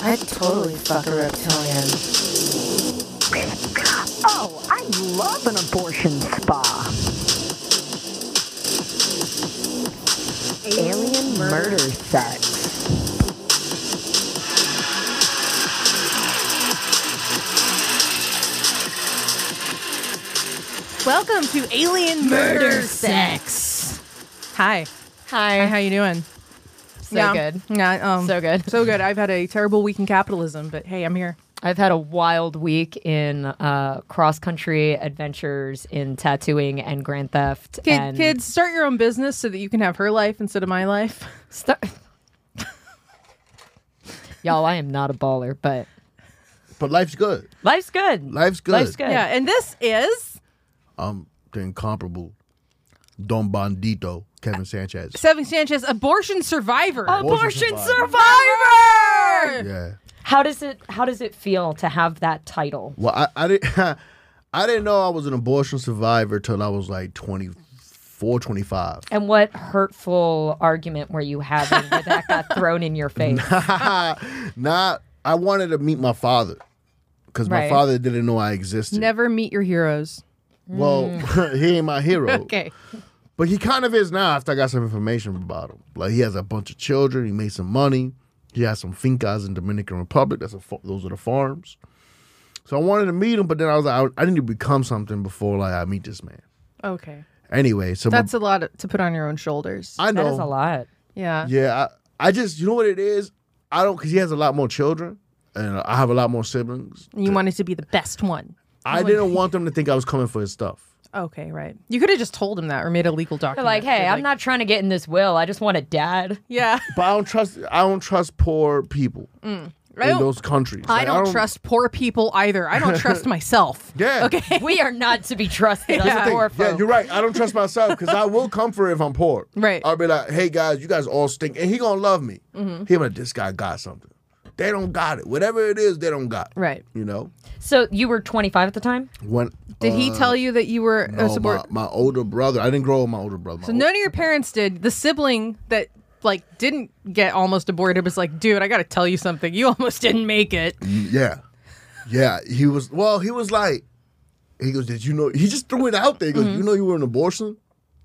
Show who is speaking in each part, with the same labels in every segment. Speaker 1: I'd totally fuck a reptilian.
Speaker 2: Oh, I love an abortion spa. Alien murder sex.
Speaker 3: Welcome to Alien Murder Sex. Hi. Hi. How you doing?
Speaker 4: So good.
Speaker 3: Yeah. Um,
Speaker 4: So good.
Speaker 3: So good. I've had a terrible week in capitalism, but hey, I'm here.
Speaker 4: I've had a wild week in uh, cross country adventures in tattooing and grand theft.
Speaker 3: Kid,
Speaker 4: and
Speaker 3: Kids, start your own business so that you can have her life instead of my life.
Speaker 4: Star- Y'all, I am not a baller, but
Speaker 5: But life's good.
Speaker 4: life's good.
Speaker 5: Life's good.
Speaker 4: Life's good.
Speaker 3: Yeah. And this is
Speaker 5: Um, the incomparable Don Bandito, Kevin Sanchez.
Speaker 3: Seven Sanchez, abortion survivor.
Speaker 4: Abortion
Speaker 5: Abortion
Speaker 4: survivor.
Speaker 5: Yeah.
Speaker 4: How does it? How does it feel to have that title?
Speaker 5: Well, I, I didn't. I didn't know I was an abortion survivor till I was like 24, 25.
Speaker 4: And what hurtful argument were you having where that got thrown in your face?
Speaker 5: Not. I wanted to meet my father because
Speaker 4: Right.
Speaker 5: my father didn't know I existed.
Speaker 3: Never meet your heroes.
Speaker 5: Well, he ain't my hero.
Speaker 3: Okay.
Speaker 5: But he kind of is now after I got some information about him. Like he has a bunch of children. He made some money. He has some fincas in Dominican Republic. That's a fa- those are the farms. So I wanted to meet him, but then I was like, I, I need to become something before like I meet this man.
Speaker 3: Okay.
Speaker 5: Anyway, so my-
Speaker 3: That's a lot to put on your own shoulders.
Speaker 5: I know
Speaker 4: That is a lot.
Speaker 3: yeah.
Speaker 5: Yeah, I, I just you know what it is. I don't because he has a lot more children, and I have a lot more siblings.
Speaker 3: You wanted to be the best one.
Speaker 4: Oh,
Speaker 5: I didn't want them to think I was coming for his stuff.
Speaker 3: Okay, right. You could have just told him that or made a legal
Speaker 4: They're
Speaker 3: document.
Speaker 4: like, hey,
Speaker 3: You're
Speaker 4: I'm not trying to get in this will. I just want a dad.
Speaker 3: Yeah.
Speaker 5: But I don't trust. I don't trust poor people
Speaker 4: Mm.
Speaker 3: I
Speaker 5: in
Speaker 3: don't,
Speaker 5: those countries.
Speaker 3: I
Speaker 5: Like,
Speaker 3: don't trust poor people either. I don't trust myself.
Speaker 5: Yeah.
Speaker 3: Okay.
Speaker 4: We are not to be trusted
Speaker 3: Yeah.
Speaker 4: as poor
Speaker 5: Yeah,
Speaker 4: folk.
Speaker 5: you're right. I don't trust myself because I will come for it if I'm poor.
Speaker 3: Right. Mm-hmm.
Speaker 5: I'll be like, hey guys, you guys all stink, and he gonna love me. He gonna this guy got something. They don't got it. Whatever it is, they don't got. It.
Speaker 3: Right.
Speaker 5: You know
Speaker 4: So you were 25 at the time?
Speaker 5: when
Speaker 3: Did he tell you that you were
Speaker 5: Uh, no,
Speaker 3: a Oh, support?
Speaker 5: my, my older brother. I didn't grow up with my older brother. My
Speaker 3: So
Speaker 5: ol-
Speaker 3: none of your parents did. The sibling that like didn't get almost aborted was like, dude, I got to tell you something. You almost didn't make it.
Speaker 5: Yeah. Yeah. He was well, he was like he goes, Did you know he just threw it out there. He goes,
Speaker 3: Mm-hmm.
Speaker 5: You know you were an abortion?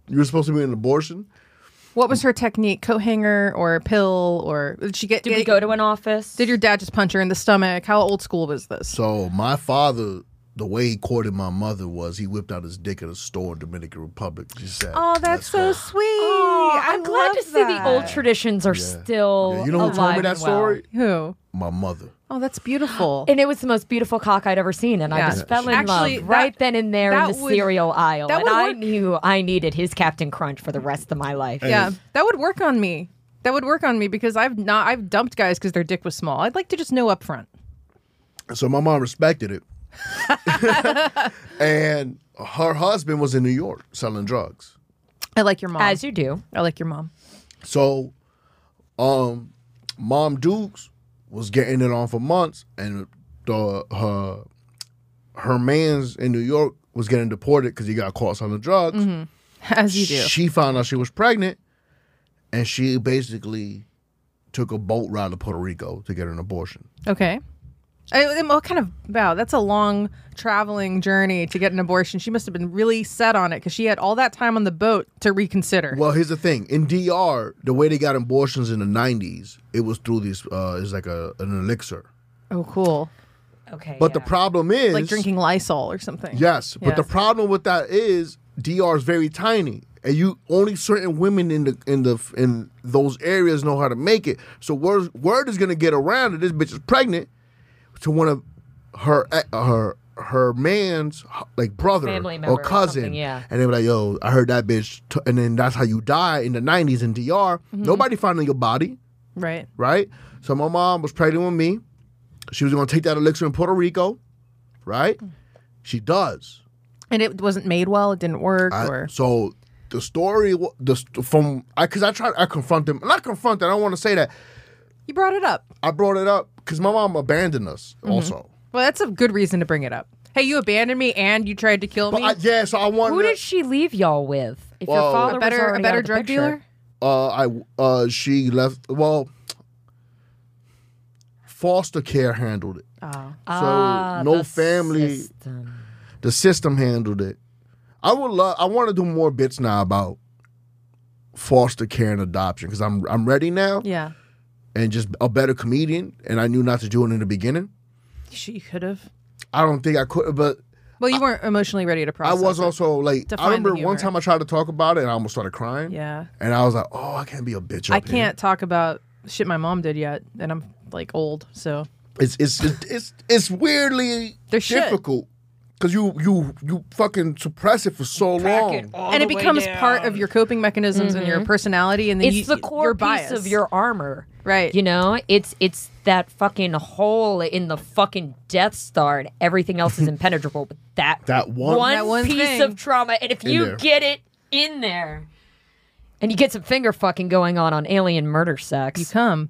Speaker 5: You were supposed to be an abortion?
Speaker 3: What was her technique? Coat hanger or pill or did she get?
Speaker 4: Did we go to an office?
Speaker 3: Did your dad just punch her in the stomach? How old school was this?
Speaker 5: So my father, the way he courted my mother was he whipped out his dick at a store in Dominican Republic. She said
Speaker 3: Oh, that's so
Speaker 5: go.
Speaker 3: sweet.
Speaker 4: Oh,
Speaker 3: I
Speaker 4: I'm glad
Speaker 3: love
Speaker 4: to see the old
Speaker 3: that.
Speaker 4: traditions are still.
Speaker 5: Yeah, you
Speaker 3: Oh,
Speaker 5: know who told
Speaker 4: alive
Speaker 5: me that
Speaker 4: and well.
Speaker 5: story?
Speaker 3: Who?
Speaker 5: My mother.
Speaker 3: Oh, that's beautiful.
Speaker 4: And it was the most beautiful cock I'd ever seen, and
Speaker 3: Yeah.
Speaker 4: I just fell in
Speaker 3: Actually,
Speaker 4: love
Speaker 3: that-
Speaker 4: right then and there in
Speaker 3: that
Speaker 4: the
Speaker 3: would-
Speaker 4: cereal aisle.
Speaker 3: that
Speaker 4: And
Speaker 3: would
Speaker 4: I
Speaker 3: work.
Speaker 4: knew I needed his Captain Crunch for the rest of my life.
Speaker 3: Yeah, that would work on me. That would work on me because I've not I've dumped guys because their dick was small. I'd like to just know up front.
Speaker 5: So my mom respected it. and her husband was in New York selling drugs.
Speaker 3: I like your mom.
Speaker 4: As you do.
Speaker 3: I like your mom.
Speaker 5: So, um, Mom Dukes was getting it on for months, and the her her man's in New York was getting deported because he got caught selling drugs.
Speaker 3: As you do.
Speaker 5: She found out she was pregnant, and she basically took a boat ride to Puerto Rico to get an abortion.
Speaker 3: Okay. I, I'm all kind of wow. That's a long traveling journey to get an abortion. She must have been really set on it because she had all that time on the boat to reconsider.
Speaker 5: Well, here's the thing: in DR, the way they got abortions in the '90s, it was through these. Uh, it's like a an elixir.
Speaker 3: Oh, cool.
Speaker 4: Okay.
Speaker 5: But the
Speaker 4: yeah.
Speaker 5: problem is
Speaker 3: Like drinking Lysol or something.
Speaker 5: Yes, but the
Speaker 3: Yeah.
Speaker 5: problem with that is DR is very tiny, and you only certain women in the in the in those areas know how to make it. So word word is gonna get around that this bitch is pregnant to one of her eh, her her man's like brother
Speaker 4: Family member
Speaker 5: or
Speaker 4: or
Speaker 5: cousin.
Speaker 4: something, yeah.
Speaker 5: and they were like, "Yo, I heard that bitch," t-, and then that's how you die in the '90s in DR.
Speaker 4: Mm-hmm.
Speaker 5: Nobody finding your body
Speaker 3: Right.
Speaker 5: right? So my mom was pregnant with me. She was gonna take that elixir in Puerto Rico, right?
Speaker 4: Mm.
Speaker 5: She does.
Speaker 3: And it wasn't made well. It didn't work.
Speaker 5: I-
Speaker 3: or
Speaker 5: so the story, wa- the st- from I because I tried, I confront them, not confront them. I don't want to say that.
Speaker 3: you brought it up.
Speaker 5: I brought it up because my mom abandoned us
Speaker 4: Mm-hmm.
Speaker 5: also.
Speaker 3: Well, that's a good reason to bring it up. Hey, you abandoned me and you tried to kill
Speaker 5: But
Speaker 3: me.
Speaker 5: I, yeah, so I wanted.
Speaker 4: Who did she leave y'all with? If
Speaker 5: Whoa.
Speaker 4: your
Speaker 5: A
Speaker 4: father
Speaker 3: a better
Speaker 4: was
Speaker 3: a better drug
Speaker 4: drug
Speaker 3: dealer.
Speaker 5: uh, I uh, she left. Well, foster care handled it.
Speaker 3: Oh.
Speaker 5: So
Speaker 4: Ah,
Speaker 5: no
Speaker 4: the
Speaker 5: family,
Speaker 4: system.
Speaker 5: the system handled it. I would love. I want to do more bits now about foster care and adoption because I'm I'm ready now
Speaker 3: Yeah.
Speaker 5: and just a better comedian. And I knew not to do it in the beginning.
Speaker 3: She could have.
Speaker 5: I don't think I could, but
Speaker 3: Well, you weren't emotionally ready to
Speaker 5: I
Speaker 3: process.
Speaker 5: was
Speaker 3: it.
Speaker 5: also like
Speaker 3: To
Speaker 5: I
Speaker 3: find the
Speaker 5: remember
Speaker 3: humor.
Speaker 5: one time I tried to talk about it and I almost started crying.
Speaker 3: Yeah.
Speaker 5: And I was like, oh, I can't be a bitch.
Speaker 3: I
Speaker 5: up here.
Speaker 3: can't talk about shit my mom did yet, and I'm like old, so
Speaker 5: It's it's it's it's, it's weirdly
Speaker 3: They're shit.
Speaker 5: difficult because you you you fucking suppress it for so long.
Speaker 3: and it becomes part of your coping mechanisms and your personality, and then
Speaker 4: It's
Speaker 3: you-
Speaker 4: the core
Speaker 3: your
Speaker 4: piece
Speaker 3: bias.
Speaker 4: of your armor,
Speaker 3: Right.
Speaker 4: You know, it's it's that fucking hole in the fucking Death Star, and everything else is impenetrable. But that
Speaker 5: That one-
Speaker 3: That one
Speaker 4: piece
Speaker 3: thing.
Speaker 4: of trauma, and if
Speaker 5: In
Speaker 4: you
Speaker 5: there.
Speaker 4: get it in there, and you get some finger fucking going on on alien murder sex,
Speaker 3: you come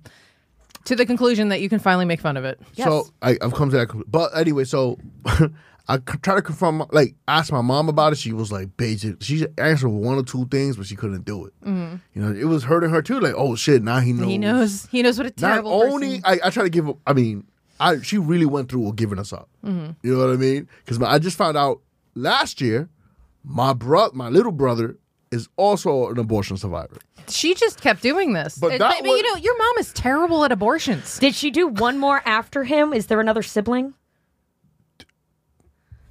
Speaker 3: to the conclusion that you can finally make fun of it.
Speaker 4: Yes.
Speaker 5: So I, I've come to that. conclu- But anyway, so I c- try to confirm, my- like, ask my mom about it. She was like, basic. She answered with one or two things, but she couldn't do it. You know, it was hurting her too. Like, oh shit, now he knows.
Speaker 3: Mm-hmm. He knows. He knows what a
Speaker 5: Not
Speaker 3: terrible
Speaker 5: only
Speaker 3: person.
Speaker 5: I, I try to give up. I mean, I she really went through with giving us up.
Speaker 4: Mm-hmm.
Speaker 5: You know what I mean? Because I just found out last year, my bro, my little brother is also an abortion survivor.
Speaker 3: She just kept doing this.
Speaker 5: But
Speaker 3: It-
Speaker 5: that was-
Speaker 3: you know, your mom is terrible at abortions.
Speaker 4: Did she do one more after him? Is there another sibling?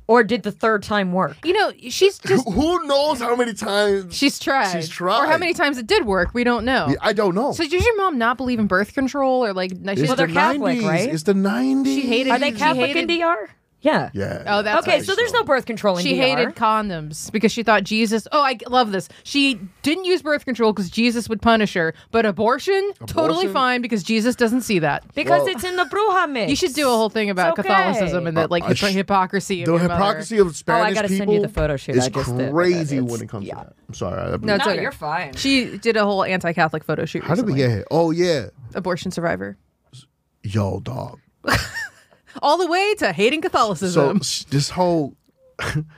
Speaker 4: Or did the third time work?
Speaker 3: You know, she's just
Speaker 5: Who knows how many times?
Speaker 3: she's tried.
Speaker 5: She's tried.
Speaker 3: Or how many times it did work? We don't know.
Speaker 5: I don't know.
Speaker 3: So does your mom not believe in birth control or like? no, she
Speaker 5: it's
Speaker 3: doesn't-
Speaker 4: they're
Speaker 5: the
Speaker 4: Catholic,
Speaker 5: 90s.
Speaker 4: right?
Speaker 5: It's the 90s.
Speaker 3: She hated.
Speaker 4: Are they
Speaker 3: she
Speaker 4: Catholic
Speaker 3: hated-
Speaker 4: in DR? Yeah.
Speaker 5: Yeah.
Speaker 3: Oh, that's
Speaker 4: Okay,
Speaker 3: right.
Speaker 4: so there's no birth control in
Speaker 3: She
Speaker 4: DR.
Speaker 3: hated condoms because she thought Jesus. Oh, I love this. She didn't use birth control because Jesus would punish her, but abortion, totally
Speaker 5: Abortion?
Speaker 3: fine because Jesus doesn't see that.
Speaker 4: because
Speaker 5: Well-
Speaker 4: it's in the Bruja mix.
Speaker 3: You should do a whole thing about
Speaker 4: okay.
Speaker 3: Catholicism and the like
Speaker 5: I
Speaker 3: hypo-
Speaker 5: sh-
Speaker 3: hypocrisy. Of
Speaker 5: the
Speaker 3: your mother.
Speaker 5: hypocrisy of Spanish
Speaker 4: Oh, gotta send you
Speaker 5: people.
Speaker 4: the photo shoot
Speaker 5: It's
Speaker 4: I just did, but
Speaker 5: crazy
Speaker 4: it's-
Speaker 5: when it comes
Speaker 4: yeah.
Speaker 5: to that. I'm sorry. I,
Speaker 3: No, it's
Speaker 4: No,
Speaker 3: okay.
Speaker 4: you're fine.
Speaker 3: She did a whole anti-Catholic photo shoot.
Speaker 5: how did we get here? Oh yeah,
Speaker 3: abortion survivor?
Speaker 5: yo dog.
Speaker 3: All the way to hating
Speaker 5: So
Speaker 3: Catholicism.
Speaker 5: s- this whole,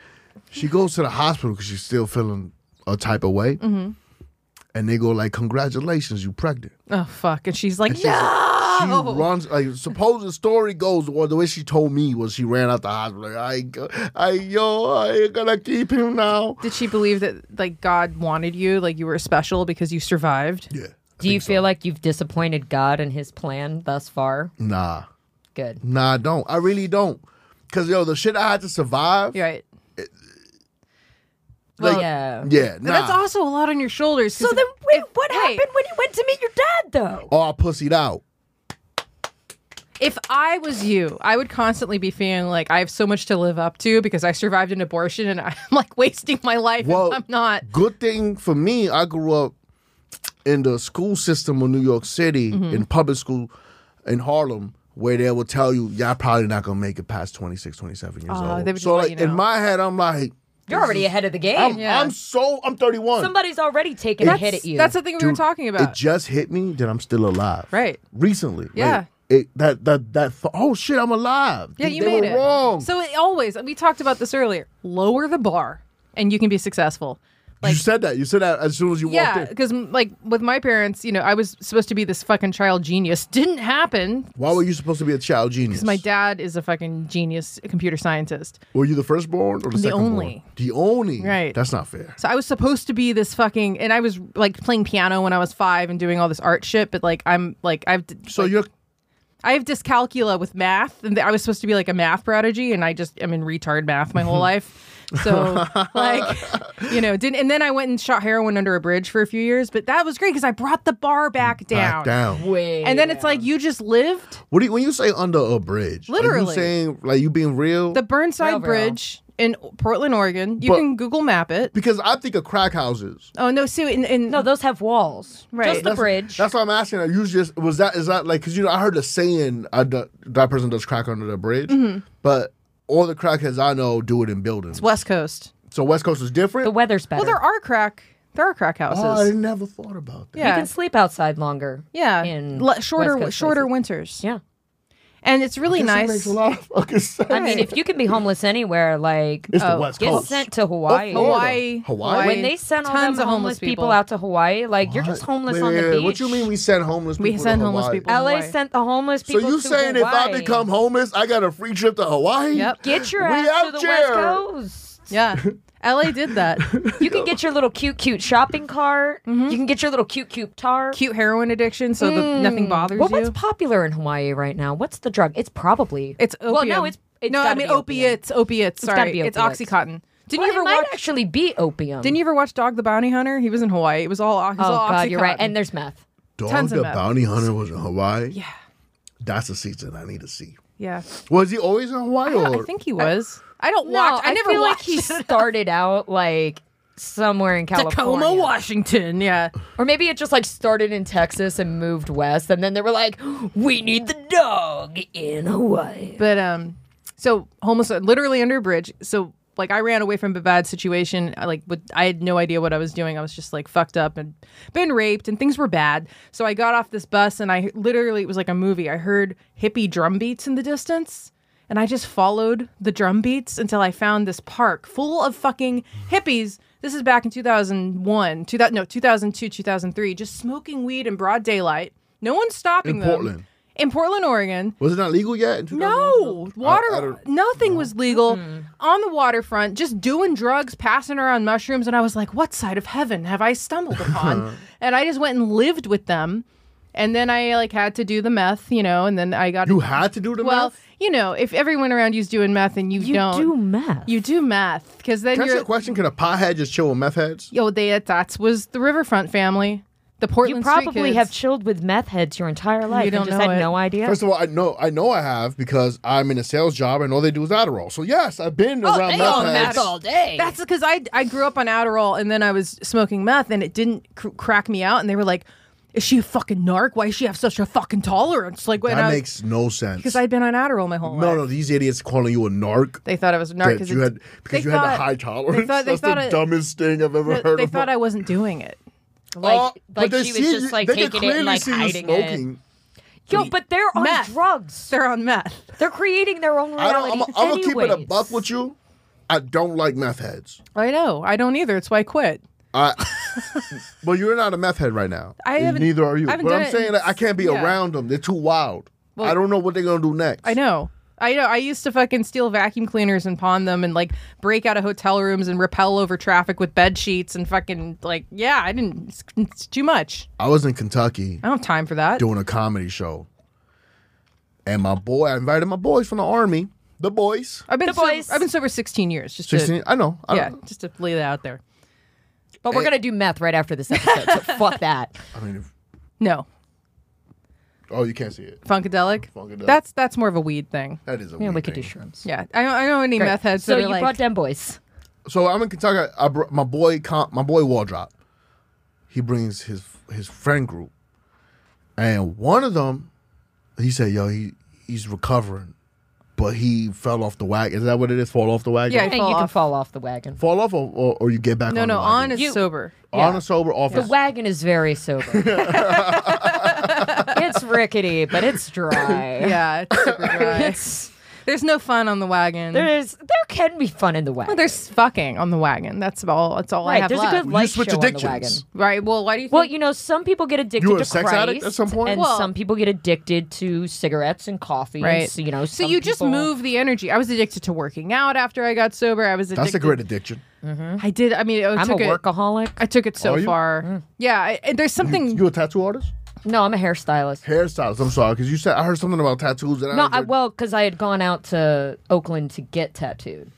Speaker 5: she goes to the hospital because she's still feeling a type of way,
Speaker 3: Mm-hmm.
Speaker 5: and they go like, "Congratulations, you pregnant."
Speaker 3: oh fuck! And she's like,
Speaker 5: She's-
Speaker 3: yeah.
Speaker 5: She
Speaker 3: Oh.
Speaker 5: runs like suppose the story goes or the way she told me was she ran out the hospital like I go- I yo I gonna keep him now.
Speaker 3: Did she believe that like God wanted you, like you were special because you survived?
Speaker 5: Yeah.
Speaker 4: do you feel like you've disappointed God and his plan thus far?
Speaker 5: Nah.
Speaker 4: Good.
Speaker 5: Nah, I don't. I really don't. Cause yo, the shit I had to survive.
Speaker 3: You're right.
Speaker 4: Well,
Speaker 5: Like-
Speaker 4: yeah.
Speaker 5: Yeah, nah.
Speaker 3: That's also a lot on your shoulders. 'cause
Speaker 4: So then
Speaker 3: if-
Speaker 4: wait,
Speaker 3: if-
Speaker 4: what
Speaker 3: hey,
Speaker 4: happened when you went to meet your dad though?
Speaker 5: Oh, I pussied out.
Speaker 3: If I was you, I would constantly be feeling like I have so much to live up to because I survived an abortion and I'm like wasting my life.
Speaker 5: Well,
Speaker 3: if I'm not.
Speaker 5: Good thing for me, I grew up in the school system of New York City,
Speaker 3: Mm-hmm.
Speaker 5: in public school in Harlem, where they would tell you, y'all probably not gonna make it past 26, 27 years
Speaker 3: Oh,
Speaker 5: old.
Speaker 3: they would just
Speaker 5: so
Speaker 3: let
Speaker 5: like
Speaker 3: you know.
Speaker 5: in my head, I'm like,
Speaker 4: You're already ahead of the game.
Speaker 5: I'm,
Speaker 3: Yeah.
Speaker 5: I'm so I'm 31.
Speaker 4: Somebody's already taken a hit at you.
Speaker 3: That's the thing we were
Speaker 5: Dude,
Speaker 3: talking about.
Speaker 5: It just hit me that I'm still alive.
Speaker 3: Right.
Speaker 5: Recently. Like,
Speaker 3: Yeah.
Speaker 5: it that that that th- oh shit, I'm alive.
Speaker 3: yeah,
Speaker 5: They-
Speaker 3: you
Speaker 5: they
Speaker 3: made
Speaker 5: were
Speaker 3: it.
Speaker 5: wrong.
Speaker 3: So it always we talked about this earlier. Lower the bar, and you can be successful.
Speaker 5: you said that. You said that as soon as you
Speaker 3: Yeah,
Speaker 5: walked in.
Speaker 3: because like with my parents, you know, I was supposed to be this fucking child genius. Didn't happen.
Speaker 5: Why were you supposed to be a child genius?
Speaker 3: My dad is a fucking genius computer scientist.
Speaker 5: Were you the firstborn or the, second
Speaker 3: only.
Speaker 5: The only.
Speaker 3: Right.
Speaker 5: That's not fair.
Speaker 3: So I was supposed to be this fucking, and I was like playing piano when I was five and doing all this art shit. But like I'm like I've
Speaker 5: So you're
Speaker 3: I have dyscalculia with math, and I was supposed to be like a math prodigy, and I just am in retard math my whole life. So like you know didn't, and then I went and shot heroin under a bridge for a few years. But that was great because I brought the bar back down.
Speaker 5: back down.
Speaker 4: Wait.
Speaker 3: And then it's like you just lived.
Speaker 5: What do you, when you say under a bridge? Are
Speaker 3: Literally.
Speaker 5: you saying like you being real?
Speaker 3: the Burnside
Speaker 4: Railroad.
Speaker 3: Bridge in Portland, Oregon. You
Speaker 5: But-
Speaker 3: can Google map it.
Speaker 5: because I think of crack houses.
Speaker 3: Oh no, Sue, in, in
Speaker 4: no, those have walls.
Speaker 3: Right.
Speaker 4: Just the
Speaker 3: That's-
Speaker 4: bridge.
Speaker 5: That's why I'm asking. Are you just was that is that like because you know I heard the saying I do- that person does crack under the bridge, but all the crackheads I know do it in buildings.
Speaker 3: West Coast.
Speaker 5: So West Coast is different.
Speaker 4: the weather's better.
Speaker 3: Well, there are crack. There are crack houses.
Speaker 5: oh, I never thought about that.
Speaker 3: yeah,
Speaker 4: You can sleep outside longer.
Speaker 3: yeah,
Speaker 4: in
Speaker 3: Le- shorter
Speaker 4: West Coast
Speaker 3: shorter
Speaker 4: places.
Speaker 3: winters.
Speaker 4: Yeah.
Speaker 3: and it's really
Speaker 5: That
Speaker 3: nice.
Speaker 5: makes a lot of fucking sense.
Speaker 4: I mean, if you can be homeless anywhere, like
Speaker 5: It's the
Speaker 4: oh,
Speaker 5: West
Speaker 4: get
Speaker 5: Coast.
Speaker 4: sent to Hawaii.
Speaker 5: Florida.
Speaker 3: Hawaii,
Speaker 5: Hawaii?
Speaker 4: When they sent all
Speaker 3: tons
Speaker 4: them
Speaker 3: of homeless people.
Speaker 4: out to Hawaii, like you're just
Speaker 5: What?
Speaker 4: homeless
Speaker 5: Wait,
Speaker 4: on the
Speaker 5: wait,
Speaker 4: beach.
Speaker 5: wait, What you mean we send homeless people?
Speaker 3: We send
Speaker 5: to
Speaker 3: homeless
Speaker 5: Hawaii?
Speaker 3: people.
Speaker 4: LA
Speaker 3: Hawaii.
Speaker 4: sent the homeless
Speaker 5: So
Speaker 4: people.
Speaker 5: you
Speaker 4: to
Speaker 5: saying if I
Speaker 4: Hawaii.
Speaker 5: become homeless, I got a free trip to Hawaii?
Speaker 3: Yep.
Speaker 4: get your
Speaker 5: We
Speaker 4: ass to
Speaker 5: out
Speaker 4: the West
Speaker 5: here.
Speaker 4: Coast.
Speaker 3: yeah, LA did that.
Speaker 4: You can get your little cute, cute shopping cart. You can get your little cute, cute tar.
Speaker 3: Mm-hmm. Cute heroin addiction, so that nothing bothers
Speaker 4: Mm. Well,
Speaker 3: you.
Speaker 4: what's popular in Hawaii right now? What's the drug? It's probably
Speaker 3: It's opium.
Speaker 4: well, no, it's, it's
Speaker 3: no. I
Speaker 4: gotta
Speaker 3: mean
Speaker 4: be opium.
Speaker 3: opiates, opiates.
Speaker 4: gotta
Speaker 3: Sorry,
Speaker 4: be
Speaker 3: it's
Speaker 4: opiates.
Speaker 3: OxyContin. Didn't
Speaker 4: Well,
Speaker 3: you ever
Speaker 4: it might
Speaker 3: watch?
Speaker 4: actually be opium.
Speaker 3: Didn't you ever watch Dog the Bounty Hunter? He was in Hawaii. It was all. It was
Speaker 4: Oh
Speaker 3: all
Speaker 4: God, you're
Speaker 3: OxyContin.
Speaker 4: right. And there's meth.
Speaker 5: Dog
Speaker 3: Tons of
Speaker 5: the
Speaker 3: them.
Speaker 5: Bounty Hunter was in Hawaii.
Speaker 3: yeah,
Speaker 5: That's a season I need to see.
Speaker 3: yeah.
Speaker 5: Was he always in Hawaii? Or?
Speaker 3: I think he was. I don't
Speaker 4: No,
Speaker 3: watch. I, never
Speaker 4: feel like
Speaker 3: watched.
Speaker 4: he started out like somewhere in California,
Speaker 3: Tacoma, Washington. Yeah.
Speaker 4: or maybe it just like started in Texas and moved west, and then they were like, "We need the dog in Hawaii."
Speaker 3: But um, so homeless, uh, literally under a bridge. So like I ran away from a bad situation. I, Like with, I had no idea what I was doing. I was just like fucked up and been raped and things were bad. So I got off this bus and I literally it was like a movie. I heard hippie drum beats in the distance. And I just followed the drum beats until I found this park full of fucking hippies. This is back in 2001, 2000, no, 2002, 2003, just smoking weed in broad daylight. No one's stopping
Speaker 5: In
Speaker 3: them.
Speaker 5: Portland.
Speaker 3: In Portland, Oregon.
Speaker 5: was it not legal yet? in 2001?
Speaker 3: No, water.
Speaker 5: I- I don't-
Speaker 3: nothing was legal on the waterfront. Just doing drugs, passing around mushrooms, and I was like, "What side of heaven have I stumbled upon?" and I just went and lived with them. And then I like had to do the meth, you know. And then I got
Speaker 5: you had to do the
Speaker 3: well,
Speaker 5: math?
Speaker 3: you know, if everyone around you's doing meth and you, don't,
Speaker 4: meth.
Speaker 3: you do meth because then
Speaker 5: Can I ask you
Speaker 3: you're
Speaker 5: a question? Can a pothead just chill with meth heads?
Speaker 3: yo. They that was the Riverfront family, the Portland.
Speaker 4: You
Speaker 3: Street
Speaker 4: probably
Speaker 3: Kids.
Speaker 4: have chilled with meth heads your entire life.
Speaker 3: don't
Speaker 4: and just
Speaker 3: know
Speaker 4: had
Speaker 3: it.
Speaker 4: no idea.
Speaker 5: First of all, I know I know I have because I'm in a sales job and all they do is Adderall. So yes, I've been
Speaker 3: Oh,
Speaker 5: around
Speaker 4: they
Speaker 5: meth
Speaker 4: all
Speaker 5: heads.
Speaker 4: meth all day.
Speaker 3: That's because I I grew up on Adderall and then I was smoking meth and it didn't cr- crack me out and they were like, "Is she a fucking narc? Why does she have such a fucking tolerance?" Like when
Speaker 5: That
Speaker 3: I
Speaker 5: makes no sense.
Speaker 3: because I'd been on Adderall my whole
Speaker 5: no,
Speaker 3: life.
Speaker 5: no, these idiots calling you a narc.
Speaker 3: They thought I was a narc
Speaker 5: that
Speaker 3: because
Speaker 5: you had
Speaker 3: they
Speaker 5: because you had
Speaker 3: thought-
Speaker 5: a high tolerance.
Speaker 3: They thought, they
Speaker 5: That's
Speaker 3: thought
Speaker 5: the
Speaker 3: it-
Speaker 5: dumbest thing I've ever heard.
Speaker 3: they
Speaker 5: of.
Speaker 3: thought I wasn't doing it.
Speaker 4: like,
Speaker 5: Oh,
Speaker 4: like
Speaker 5: but they
Speaker 4: she
Speaker 5: see
Speaker 4: was
Speaker 5: you-
Speaker 4: just like
Speaker 5: they can
Speaker 4: taking it
Speaker 5: clearly
Speaker 4: and like
Speaker 5: see you
Speaker 4: hiding
Speaker 5: smoking.
Speaker 4: it. Yo, but they're on
Speaker 3: Meth.
Speaker 4: drugs. They're,
Speaker 3: They're on meth.
Speaker 4: creating their own
Speaker 5: I
Speaker 4: reality.
Speaker 5: don't. I'm, I'm gonna keep it a
Speaker 4: anyways.
Speaker 5: buck with you. I don't like meth heads.
Speaker 3: I know. I don't either. It's why I quit.
Speaker 5: I. well, you're not a meth head right now.
Speaker 3: I haven't-
Speaker 5: Neither are you.
Speaker 3: I haven't
Speaker 5: but
Speaker 3: done
Speaker 5: I'm
Speaker 3: it
Speaker 5: saying
Speaker 3: in-
Speaker 5: that I can't be
Speaker 3: yeah.
Speaker 5: around them. They're too wild. I don't know what they're gonna do next.
Speaker 3: I know. I know. I used to fucking steal vacuum cleaners and pawn them and like break out of hotel rooms and rappel over traffic with bed sheets and fucking like yeah. I didn't. It's, it's too much.
Speaker 5: I was in Kentucky
Speaker 3: I don't have time for that.
Speaker 5: doing a comedy show, and my boy, I invited my boys from the army. The boys,
Speaker 3: I've been
Speaker 4: The
Speaker 3: sober,
Speaker 4: boys.
Speaker 3: I've been sober 16 years. Just to-
Speaker 5: sixteen. Oh. I know. I
Speaker 3: Oh, yeah,
Speaker 5: don't-
Speaker 3: just to lay that out there.
Speaker 4: But we're gonna do meth right after this episode. so fuck that.
Speaker 5: I mean, if,
Speaker 3: No,
Speaker 5: oh, you can't see it.
Speaker 3: funkadelic.
Speaker 5: Funkadelic.
Speaker 3: That's that's more of a weed thing.
Speaker 5: That is a
Speaker 4: Yeah,
Speaker 5: weird
Speaker 4: we could do
Speaker 5: thing.
Speaker 4: shrooms.
Speaker 3: Yeah, I don't, I don't know any meth heads
Speaker 4: So
Speaker 3: that
Speaker 4: you
Speaker 3: are like.
Speaker 4: brought them boys.
Speaker 5: So I'm in Kentucky. I br- my boy, Com- my boy Waldrop. He brings his his friend group, and one of them, he said, "Yo, he he's recovering, but he fell off the wagon. Is that what it is? Fall off the wagon?
Speaker 3: Yeah.
Speaker 4: And
Speaker 3: They
Speaker 4: you
Speaker 3: fall
Speaker 4: can
Speaker 3: off.
Speaker 4: fall off the wagon.
Speaker 5: fall off, or, or, or you get back.
Speaker 3: no,
Speaker 5: on the
Speaker 3: no,
Speaker 5: wagon?
Speaker 3: on is
Speaker 4: You-
Speaker 3: sober.
Speaker 5: on a sober off.
Speaker 4: The wagon is very sober. it's rickety, but it's dry.
Speaker 3: Yeah, it's super dry.
Speaker 4: It's
Speaker 3: There's no fun on the wagon.
Speaker 4: there's there can be fun in the wagon.
Speaker 3: There's fucking on the wagon. That's all. That's all I
Speaker 4: right,
Speaker 3: have
Speaker 4: there's
Speaker 3: left.
Speaker 4: a good light show
Speaker 5: switch
Speaker 4: on the
Speaker 5: addictions.
Speaker 4: wagon.
Speaker 3: right. Well, why do you? Think,
Speaker 4: Well, you know, some people get addicted
Speaker 5: You were
Speaker 4: to
Speaker 5: a sex
Speaker 4: Christ,
Speaker 5: addict at some point?
Speaker 4: and
Speaker 3: Well-
Speaker 4: some people get addicted to cigarettes and coffee. and
Speaker 3: right.
Speaker 4: s- you know,
Speaker 3: so
Speaker 4: some
Speaker 3: you just
Speaker 4: people-
Speaker 3: move the energy. I was addicted to working out after I got sober. I was addicted.
Speaker 5: That's a great addiction.
Speaker 3: I did. I mean, I
Speaker 4: I'm a Mm.
Speaker 3: took it.
Speaker 4: workaholic.
Speaker 3: I took it
Speaker 5: Are
Speaker 3: so
Speaker 5: you?
Speaker 3: far. Yeah. I, and there's something.
Speaker 5: You a tattoo artist?
Speaker 4: No, I'm a hairstylist.
Speaker 5: Hairstylist. I'm sorry, because you said I heard something about tattoos. And
Speaker 4: No,
Speaker 5: I,
Speaker 4: I, well, because I had gone out to Oakland to get tattooed.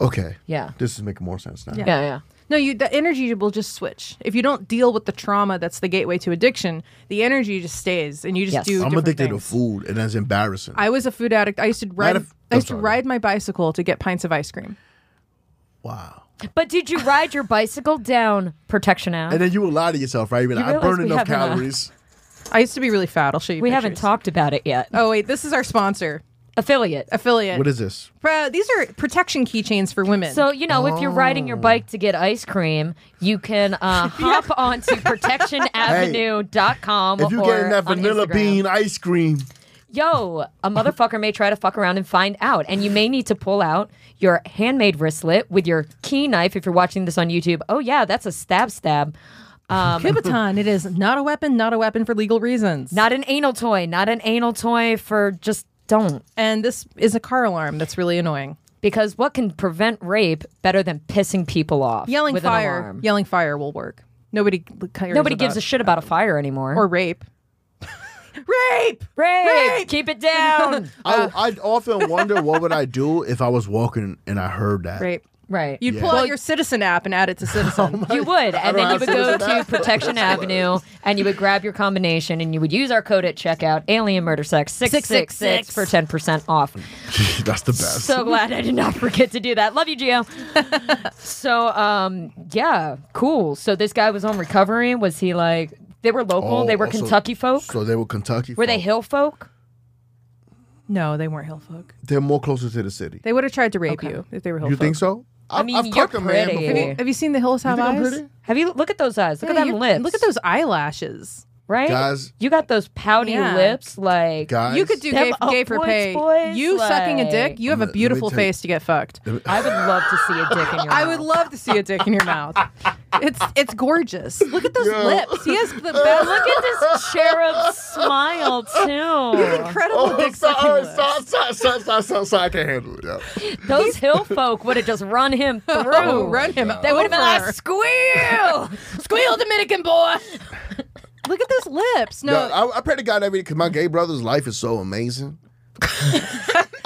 Speaker 5: okay.
Speaker 4: Yeah.
Speaker 5: This is making more sense now.
Speaker 4: Yeah, yeah.
Speaker 3: No, you the energy will just switch. If you don't deal with the trauma that's the gateway to addiction, the energy just stays and you just
Speaker 4: Yes.
Speaker 3: do
Speaker 5: I'm
Speaker 3: different
Speaker 5: addicted
Speaker 3: things.
Speaker 5: to food, and that's embarrassing.
Speaker 3: I was a food addict. I used to ride
Speaker 5: a f-
Speaker 3: I used to
Speaker 5: I'm sorry.
Speaker 3: ride my bicycle to get pints of ice cream.
Speaker 5: wow.
Speaker 4: But did you ride your bicycle down Protection Ave?
Speaker 5: And then you would lie to yourself, right? You'd be like, I
Speaker 4: realize
Speaker 5: burned
Speaker 4: we
Speaker 5: enough
Speaker 4: have enough.
Speaker 5: calories.
Speaker 3: I used to be really fat. I'll show you
Speaker 4: we haven't
Speaker 3: pictures.
Speaker 4: talked about it yet.
Speaker 3: Oh wait, this is our sponsor.
Speaker 4: Uh, Affiliate.
Speaker 3: Affiliate.
Speaker 5: What is this?
Speaker 3: Pro- these are protection keychains for women.
Speaker 4: So you know, if you're riding
Speaker 5: Oh.
Speaker 4: your bike to get ice cream, you can uh, hop onto protectionavenue.com
Speaker 5: If you
Speaker 4: or
Speaker 5: getting that
Speaker 4: on
Speaker 5: vanilla
Speaker 4: Instagram.
Speaker 5: bean ice cream,
Speaker 4: yo, a motherfucker may try to fuck around and find out. And you may need to pull out your handmade wristlet with your key knife if you're watching this on YouTube. Oh, yeah, that's a stab stab.
Speaker 3: Um, Kubaton, it is not a weapon, not a weapon for legal reasons.
Speaker 4: Not an anal toy. Not an anal toy for just don't.
Speaker 3: and this is a car alarm that's really annoying.
Speaker 4: Because what can prevent rape better than pissing people off?
Speaker 3: Yelling
Speaker 4: with an
Speaker 3: fire,
Speaker 4: alarm?
Speaker 3: yelling fire will work. Nobody cares
Speaker 4: Nobody
Speaker 3: about-
Speaker 4: gives a shit about a fire anymore.
Speaker 3: or rape. rape.
Speaker 4: rape.
Speaker 3: Rape!
Speaker 4: Keep it down.
Speaker 5: I, I often wonder what would I do if I was walking and I heard that.
Speaker 3: Rape. Oh
Speaker 4: right.
Speaker 3: You'd pull out your citizen app and add it to citizen.
Speaker 4: You would,
Speaker 5: I don't
Speaker 4: and then you
Speaker 5: have
Speaker 4: would
Speaker 5: to
Speaker 4: go to
Speaker 5: do that.
Speaker 4: Protection Avenue, and you would grab your combination, and you would use our code at checkout: Alien Murder Sex six six six for ten percent off.
Speaker 5: That's the best.
Speaker 4: So glad I did not forget to do that. Love you, Gio. so, um, yeah, cool. So this guy was on recovery. Was he like? They were local.
Speaker 5: Oh,
Speaker 4: they were
Speaker 5: also-
Speaker 4: Kentucky folk.
Speaker 5: So they were Kentucky.
Speaker 4: were they
Speaker 5: folk.
Speaker 4: hill folk?
Speaker 3: no, they weren't hill folk.
Speaker 5: They're more closer to the city.
Speaker 3: They would have tried to rape you if they were hill
Speaker 5: you
Speaker 3: folk.
Speaker 5: think so? I,
Speaker 4: mean,
Speaker 5: I've
Speaker 4: you're
Speaker 5: cucked a man
Speaker 4: pretty.
Speaker 5: before.
Speaker 3: Have
Speaker 5: You
Speaker 3: you, have you seen the hills have
Speaker 5: think I'm
Speaker 3: eyes?
Speaker 5: pretty?
Speaker 4: Have you look at those eyes? Look
Speaker 3: Yeah,
Speaker 4: at them
Speaker 3: you're-
Speaker 4: lips.
Speaker 3: Look at those eyelashes.
Speaker 4: right,
Speaker 5: Guys-
Speaker 4: You got those pouty
Speaker 3: Yeah.
Speaker 4: lips, like
Speaker 5: Guys,
Speaker 3: You could do
Speaker 4: Them
Speaker 3: gay, gay for
Speaker 4: upwards,
Speaker 3: pay.
Speaker 4: boys,
Speaker 3: you sucking a dick.
Speaker 4: like-
Speaker 3: You have a
Speaker 5: Let me- let me
Speaker 3: beautiful
Speaker 5: tell you-
Speaker 3: face to get fucked.
Speaker 4: I would love to see a dick in your.
Speaker 3: I would
Speaker 4: mouth.
Speaker 3: love to see a dick in your mouth. It's it's gorgeous. Look at those
Speaker 5: Yo.
Speaker 3: lips. He has the best.
Speaker 4: Look at this cherub smile too.
Speaker 3: incredible
Speaker 5: Oh,
Speaker 3: dick
Speaker 5: sorry,
Speaker 3: sucking
Speaker 5: sorry,
Speaker 3: lips.
Speaker 5: sorry, sorry, sorry, sorry, sorry, sorry, I can't handle it. yeah.
Speaker 4: Those hill folk would have just run him through.
Speaker 3: Oh, run him.
Speaker 4: They would have been
Speaker 3: over.
Speaker 4: like squeal, squeal, Dominican boy.
Speaker 3: Look at those lips. No,
Speaker 5: No, I, I pray to God every because my gay brother's life is so amazing.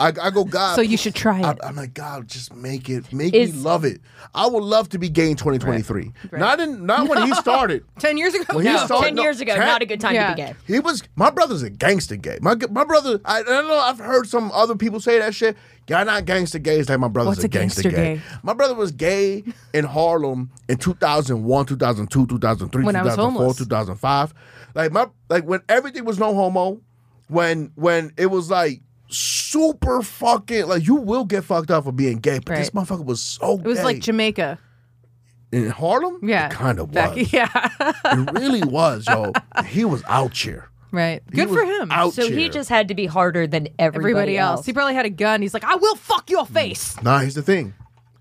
Speaker 5: I, I go God.
Speaker 3: so you should try
Speaker 5: I,
Speaker 3: it.
Speaker 5: I'm like God, just make it, make
Speaker 4: Is-
Speaker 5: me love it. I would love to be gay in 2023. Not in, not when he started.
Speaker 3: Ten years ago.
Speaker 5: When he
Speaker 3: No.
Speaker 5: started-
Speaker 4: Ten
Speaker 5: no,
Speaker 4: years ago,
Speaker 5: ten-
Speaker 4: not a good time
Speaker 3: Yeah.
Speaker 4: to be gay.
Speaker 5: He was my brother's a gangster gay. My my brother, I, I don't know. I've heard some other people say that shit. Y'all not gangster gays like my brother's
Speaker 3: What's a
Speaker 5: gangster,
Speaker 3: gangster
Speaker 5: gay.
Speaker 3: gay?
Speaker 5: My brother was gay in Harlem in 2001, 2002, 2003,
Speaker 3: When I was
Speaker 5: 2004,
Speaker 3: homeless.
Speaker 5: 2005. Like my like when everything was no homo, when when it was like super fucking like you will get fucked up for being gay. But this
Speaker 3: Right.
Speaker 5: motherfucker was so
Speaker 3: It was like
Speaker 5: gay.
Speaker 3: Jamaica.
Speaker 5: in Harlem.
Speaker 3: Yeah,
Speaker 5: it kind of
Speaker 3: Back-
Speaker 5: was.
Speaker 3: Yeah,
Speaker 5: It really was, yo. He was out here.
Speaker 3: right.
Speaker 5: He
Speaker 3: Good for
Speaker 5: was
Speaker 3: him.
Speaker 5: Out
Speaker 4: So he
Speaker 5: here.
Speaker 4: just had to be harder than everybody,
Speaker 3: Everybody else.
Speaker 4: else.
Speaker 3: He probably had a gun. He's like, I will fuck
Speaker 5: Mm.
Speaker 3: your face.
Speaker 5: Nah, here's the thing.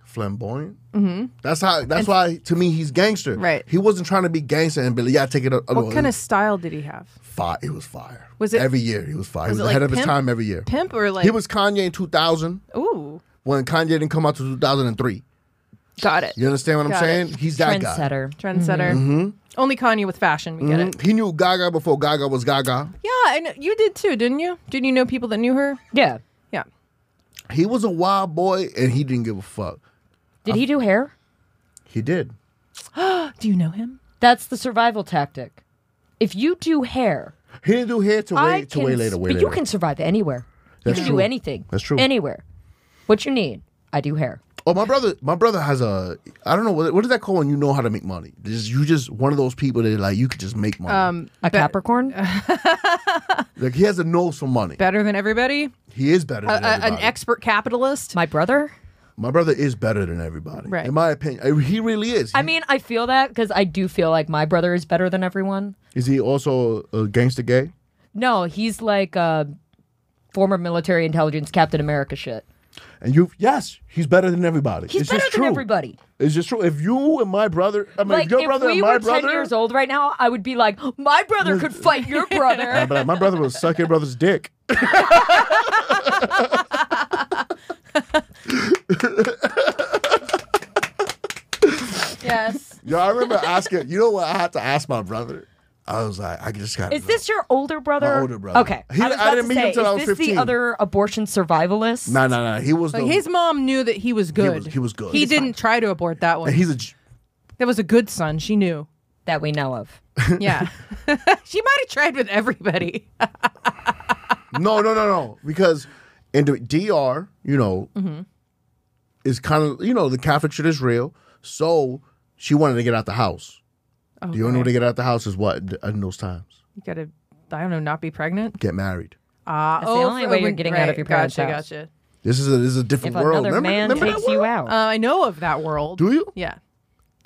Speaker 5: Flamboyant. Mm-hmm. That's how. That's why to me he's gangster.
Speaker 3: Right.
Speaker 5: He wasn't trying to be gangster and be like, yeah, take it. Up.
Speaker 3: What kind of style did he have?
Speaker 5: fire? It was fire.
Speaker 3: Was it-
Speaker 5: every year? He was fire.
Speaker 3: was
Speaker 5: he
Speaker 3: it
Speaker 5: was ahead
Speaker 3: like
Speaker 5: of his
Speaker 3: pimp-
Speaker 5: time every year.
Speaker 3: Pimp or like?
Speaker 5: He was Kanye in 2000
Speaker 3: Ooh,
Speaker 5: when Kanye didn't come out to 2003.
Speaker 3: got it.
Speaker 5: You understand what I'm
Speaker 3: Got
Speaker 5: saying?
Speaker 3: it.
Speaker 5: He's that guy.
Speaker 4: Trendsetter.
Speaker 3: Trendsetter.
Speaker 5: Mm-hmm.
Speaker 3: Only Kanye with fashion. We get it.
Speaker 5: He knew Gaga before Gaga was Gaga.
Speaker 3: Yeah, and you did too, didn't you? Didn't you know people that knew her?
Speaker 4: Yeah.
Speaker 3: Yeah.
Speaker 5: He was a wild boy and he didn't give a fuck.
Speaker 4: Did he do hair?
Speaker 5: He did.
Speaker 3: Do you know him?
Speaker 4: That's the survival tactic. If you do hair,
Speaker 5: He didn't do hair to
Speaker 4: I
Speaker 5: way to
Speaker 4: can
Speaker 5: way
Speaker 4: s-
Speaker 5: later. Way
Speaker 4: but
Speaker 5: later.
Speaker 4: you can survive anywhere.
Speaker 5: That's
Speaker 4: you can
Speaker 5: true.
Speaker 4: do anything.
Speaker 5: That's true.
Speaker 4: Anywhere. What you need, I do hair.
Speaker 5: Oh, my brother, my brother has a. I don't know what what is that called when you know how to make money. Just, you just one of those people that like you could just make money.
Speaker 4: A Capricorn?
Speaker 5: like he has a nose for money.
Speaker 3: Better than everybody.
Speaker 5: He is better than
Speaker 3: A- an
Speaker 5: everybody.
Speaker 3: expert capitalist.
Speaker 4: My brother?
Speaker 5: my brother is better than everybody.
Speaker 3: Right.
Speaker 5: In my opinion, I- he really is.
Speaker 4: I
Speaker 5: He-
Speaker 4: mean, I feel that because I do feel like my brother is better than everyone.
Speaker 5: is he also a gangster gay?
Speaker 4: No, he's like a former military intelligence Captain America shit.
Speaker 5: And you, yes, he's better than everybody.
Speaker 4: He's
Speaker 5: it's
Speaker 4: better
Speaker 5: just
Speaker 4: than
Speaker 5: true.
Speaker 4: everybody.
Speaker 5: It's just true. If you and my brother, I mean,
Speaker 4: Like
Speaker 5: if your
Speaker 4: if
Speaker 5: brother
Speaker 4: we
Speaker 5: and
Speaker 4: were
Speaker 5: my
Speaker 4: ten
Speaker 5: brother,
Speaker 4: years old right now, I would be like, my brother could fight your
Speaker 5: I'd
Speaker 4: brother.
Speaker 5: be like, my brother would suck your brother's dick.
Speaker 4: yes.
Speaker 5: Yo, I remember asking. You know what? I had to ask my brother. I was like, I just got.
Speaker 4: Is this your older brother?
Speaker 5: My older brother.
Speaker 4: Okay.
Speaker 5: He-
Speaker 4: I, was
Speaker 5: I
Speaker 4: about
Speaker 5: didn't
Speaker 4: to
Speaker 5: meet him
Speaker 4: say,
Speaker 5: till I
Speaker 4: is
Speaker 5: was
Speaker 4: this
Speaker 5: 15.
Speaker 4: the other abortion survivalist?
Speaker 5: No, no, no. He was
Speaker 3: Like
Speaker 5: the,
Speaker 3: his mom knew that he was good.
Speaker 5: was- he was good.
Speaker 3: He
Speaker 5: He's
Speaker 3: didn't try to abort that one.
Speaker 5: and he's a. J-
Speaker 3: that was a good son. She knew.
Speaker 4: That we know of.
Speaker 3: Yeah. she might have tried with everybody.
Speaker 5: No, no, no, no. Because in the DR, you know,
Speaker 3: Mm-hmm.
Speaker 5: is kind of you know the Catholic shit is real. So she wanted to get out the house. the only way to get out the house is what in those times
Speaker 3: You gotta, I don't know, not be pregnant.
Speaker 5: get married.
Speaker 3: Uh,
Speaker 4: the only way you're getting out of your parents'
Speaker 3: Gotcha,
Speaker 4: house.
Speaker 3: gotcha.
Speaker 5: This is a this is a
Speaker 4: If
Speaker 5: different world.
Speaker 4: another
Speaker 5: Remember-
Speaker 4: man
Speaker 5: remember that
Speaker 4: takes you out.
Speaker 5: world?
Speaker 3: Uh, I know of that world.
Speaker 5: Do you?
Speaker 3: Yeah.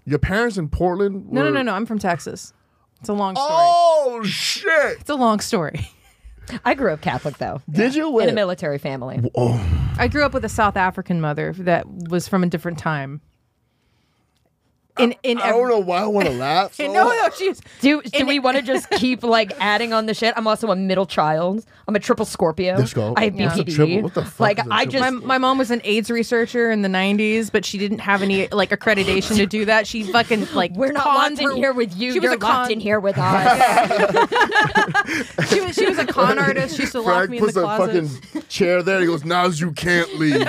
Speaker 5: Your parents in Portland?
Speaker 3: No, no,
Speaker 5: were-
Speaker 3: no, no. I'm from Texas. It's a long story.
Speaker 5: Oh shit!
Speaker 3: It's a long story.
Speaker 4: I grew up Catholic though.
Speaker 5: Did you?
Speaker 4: In
Speaker 5: Where?
Speaker 4: a military family.
Speaker 5: Oh,
Speaker 3: I grew up with a South African mother that was from a different time. In in
Speaker 5: I
Speaker 3: every-
Speaker 5: don't know why I want to laugh. so
Speaker 3: no no
Speaker 5: hard.
Speaker 3: she's
Speaker 4: Do do
Speaker 3: In-
Speaker 4: we want to just keep like adding on the shit? I'm also a middle child. I'm a triple Scorpio.
Speaker 5: Let's go.
Speaker 4: I have
Speaker 5: What's a
Speaker 4: BPD.
Speaker 5: triple- what the fuck
Speaker 4: like
Speaker 5: is a
Speaker 4: I
Speaker 5: triple
Speaker 4: just
Speaker 3: my, my mom was an AIDS researcher in the 90s but she didn't have any like accreditation to do that she fucking like
Speaker 4: we're not
Speaker 3: conned
Speaker 4: locked in
Speaker 3: her-
Speaker 4: here with you.
Speaker 3: she was
Speaker 4: You're
Speaker 3: a con-
Speaker 4: locked in here with us.
Speaker 3: she was, she was a con artist she used to lock
Speaker 5: Frank
Speaker 3: me in the
Speaker 5: puts a
Speaker 3: closet
Speaker 5: fucking chair there. He goes, "Nas, you can't leave."